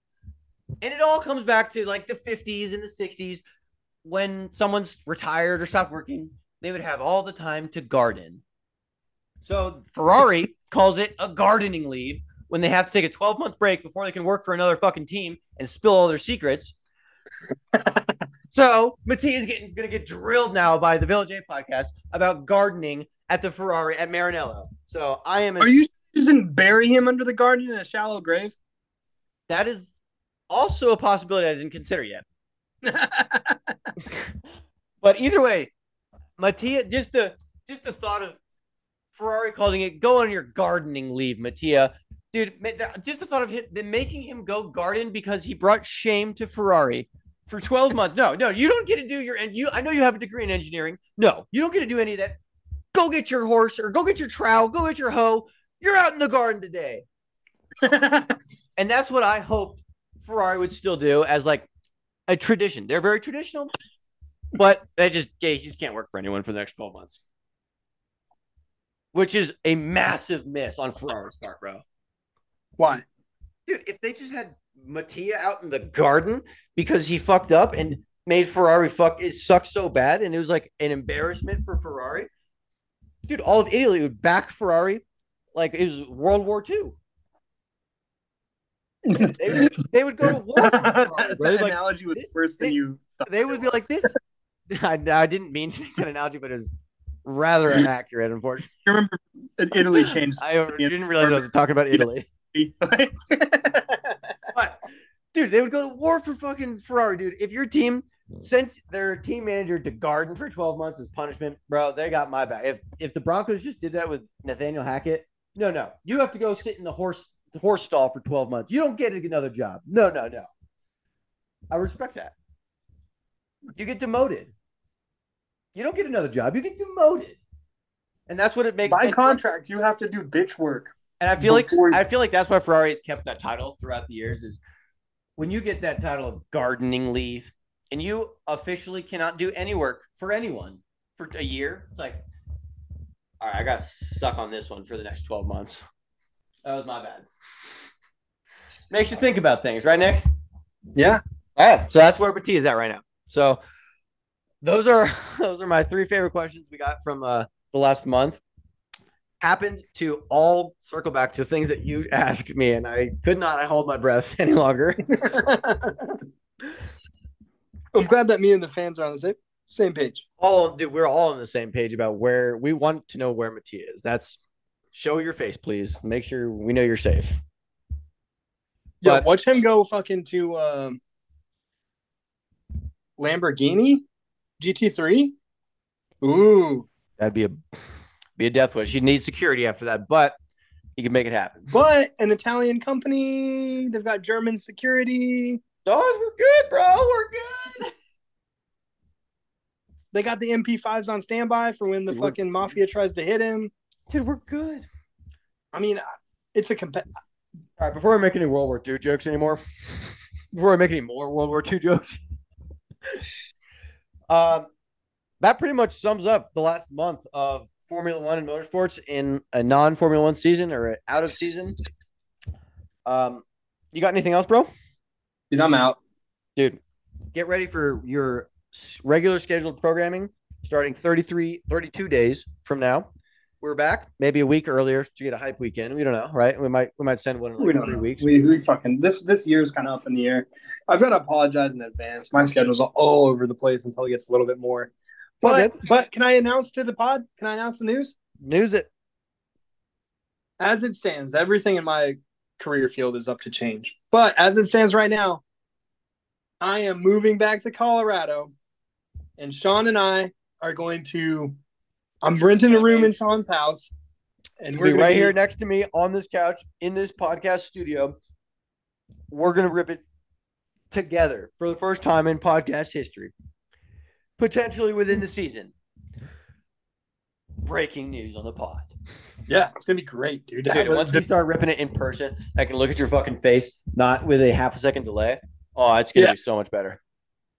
[SPEAKER 1] And it all comes back to like the 50s and the 60s when someone's retired or stopped working, they would have all the time to garden. So Ferrari calls it a gardening leave when they have to take a 12 month break before they can work for another fucking team and spill all their secrets. so Mattia's getting gonna get drilled now by the Village A podcast about gardening at the Ferrari at Maranello. So I am
[SPEAKER 2] Are you just gonna bury him under the garden in a shallow grave?
[SPEAKER 1] that is also a possibility I didn't consider yet. But either way, Mattia, just the just the thought of Ferrari calling it "Go on your gardening leave," Mattia, dude. ma- th- Just the thought of him, them making him go garden because he brought shame to Ferrari for twelve months. No, no, you don't get to do your and you. I know you have a degree in engineering. No, you don't get to do any of that. Go get your horse or go get your trowel. Go get your hoe. You're out in the garden today. And that's what I hoped Ferrari would still do as like a tradition. They're very traditional, but they just they just can't work for anyone for the next 12 months. Which is a massive miss on Ferrari's part, bro.
[SPEAKER 2] Why?
[SPEAKER 1] Dude, if they just had Mattia out in the garden because he fucked up and made Ferrari fuck it sucked so bad and it was like an embarrassment for Ferrari. dude, all of Italy would back Ferrari like it was World War II. They would, they would go to war. for Ferrari,
[SPEAKER 2] that
[SPEAKER 1] bro. Like,
[SPEAKER 2] analogy was the
[SPEAKER 1] this-
[SPEAKER 2] first thing
[SPEAKER 1] thi-
[SPEAKER 2] you. thought
[SPEAKER 1] they
[SPEAKER 2] it
[SPEAKER 1] would be like
[SPEAKER 2] was.
[SPEAKER 1] this. I, I didn't mean to make an analogy, but it's rather inaccurate, unfortunately.
[SPEAKER 2] You remember that Italy changed.
[SPEAKER 1] I didn't realize I was talking about Italy. But dude, they would go to war for fucking Ferrari, dude. If your team sent their team manager to garden for 12 months as punishment, bro, they got my back. If if the Broncos just did that with Nathaniel Hackett, no, no. You have to go sit in the horse the horse stall for 12 months. You don't get another job. No, no, no. I respect that. You get demoted. You don't get another job. You get demoted. And that's what it makes
[SPEAKER 2] By
[SPEAKER 1] and-
[SPEAKER 2] contract, you have to do bitch work.
[SPEAKER 1] and I feel like
[SPEAKER 2] before-
[SPEAKER 1] I feel like that's why Ferrari has kept that title throughout the years is when you get that title of gardening leave and you officially cannot do any work for anyone for a year, it's like, all right, I gotta suck on this one for the next 12 months. That was my bad. Makes you think about things, right, Nick?
[SPEAKER 2] Yeah.
[SPEAKER 1] All right. So that's where Petit is at right now. So those are those are my three favorite questions we got from uh the last month. Happened to all circle back to things that you asked me, and I could not hold my breath any longer.
[SPEAKER 2] I'm glad that me and the fans are on the same same page.
[SPEAKER 1] all dude, we're all on the same page about where we want to know where Mattia is. That's show your face, please. Make sure we know you're safe.
[SPEAKER 2] Yeah,
[SPEAKER 1] But-
[SPEAKER 2] watch him go fucking to um, Lamborghini GT3. Ooh,
[SPEAKER 1] That'd be a be a death wish. You need security after that, but you can make it happen.
[SPEAKER 2] but an Italian company. They've got German security.
[SPEAKER 1] Dogs, we're good, bro. We're good.
[SPEAKER 2] They got the MP5s on standby for when the
[SPEAKER 1] They would-
[SPEAKER 2] fucking mafia tries to hit him.
[SPEAKER 1] Dude, we're good.
[SPEAKER 2] I mean, uh, it's a comp-
[SPEAKER 1] All right, before I make any World War II jokes anymore, before I make any more World War II jokes, um, that pretty much sums up the last month of Formula One and motorsports in a non Formula One season or a out of season. Um, you got anything else, bro?
[SPEAKER 2] dude. I'm out.
[SPEAKER 1] Dude, get ready for your s- regular scheduled programming starting 33, 32 days from now. We're back, maybe a week earlier to get a hype weekend. We don't know, right? We might we might send one in like
[SPEAKER 2] We don't
[SPEAKER 1] three
[SPEAKER 2] know.
[SPEAKER 1] weeks.
[SPEAKER 2] We, we fucking this this year's kind of up in the air. I've got to apologize in advance. My schedule's all over the place until it gets a little bit more. But
[SPEAKER 1] Okay.
[SPEAKER 2] but can I announce to the pod? Can I announce the news?
[SPEAKER 1] News it.
[SPEAKER 2] As it stands, everything in my career field is up to change. But as it stands right now, I am moving back to Colorado, and Sean and I are going to. I'm renting a room in Sean's house, and
[SPEAKER 1] We're
[SPEAKER 2] we're
[SPEAKER 1] right
[SPEAKER 2] gonna be-
[SPEAKER 1] here next to me on this couch in this podcast studio. We're gonna rip it together for the first time in podcast history, potentially within the season. Breaking news on the pod.
[SPEAKER 2] Yeah, it's gonna be great, dude.
[SPEAKER 1] Dude, once we start ripping it in person, I can look at your fucking face, not with a half a second delay. Oh, it's gonna
[SPEAKER 2] Yeah.
[SPEAKER 1] be so much better.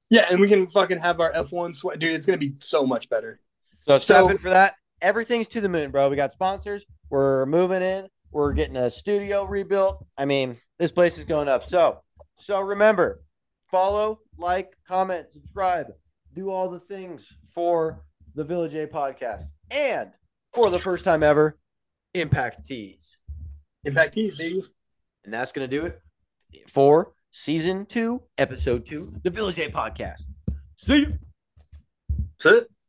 [SPEAKER 2] Yeah, and we can fucking have our F1 sweat. Dude, it's going to be so much better.
[SPEAKER 1] So stop
[SPEAKER 2] So-
[SPEAKER 1] in for that. Everything's to the moon, bro. We got sponsors. We're moving in. We're getting a studio rebuilt. I mean, this place is going up. So, so remember, follow, like, comment, subscribe, do all the things for the Village A podcast and for the first time ever, Impact Tees.
[SPEAKER 2] Impact East, baby.
[SPEAKER 1] And that's going to do it for season two, episode two, the Village A podcast. See you.
[SPEAKER 2] That's it.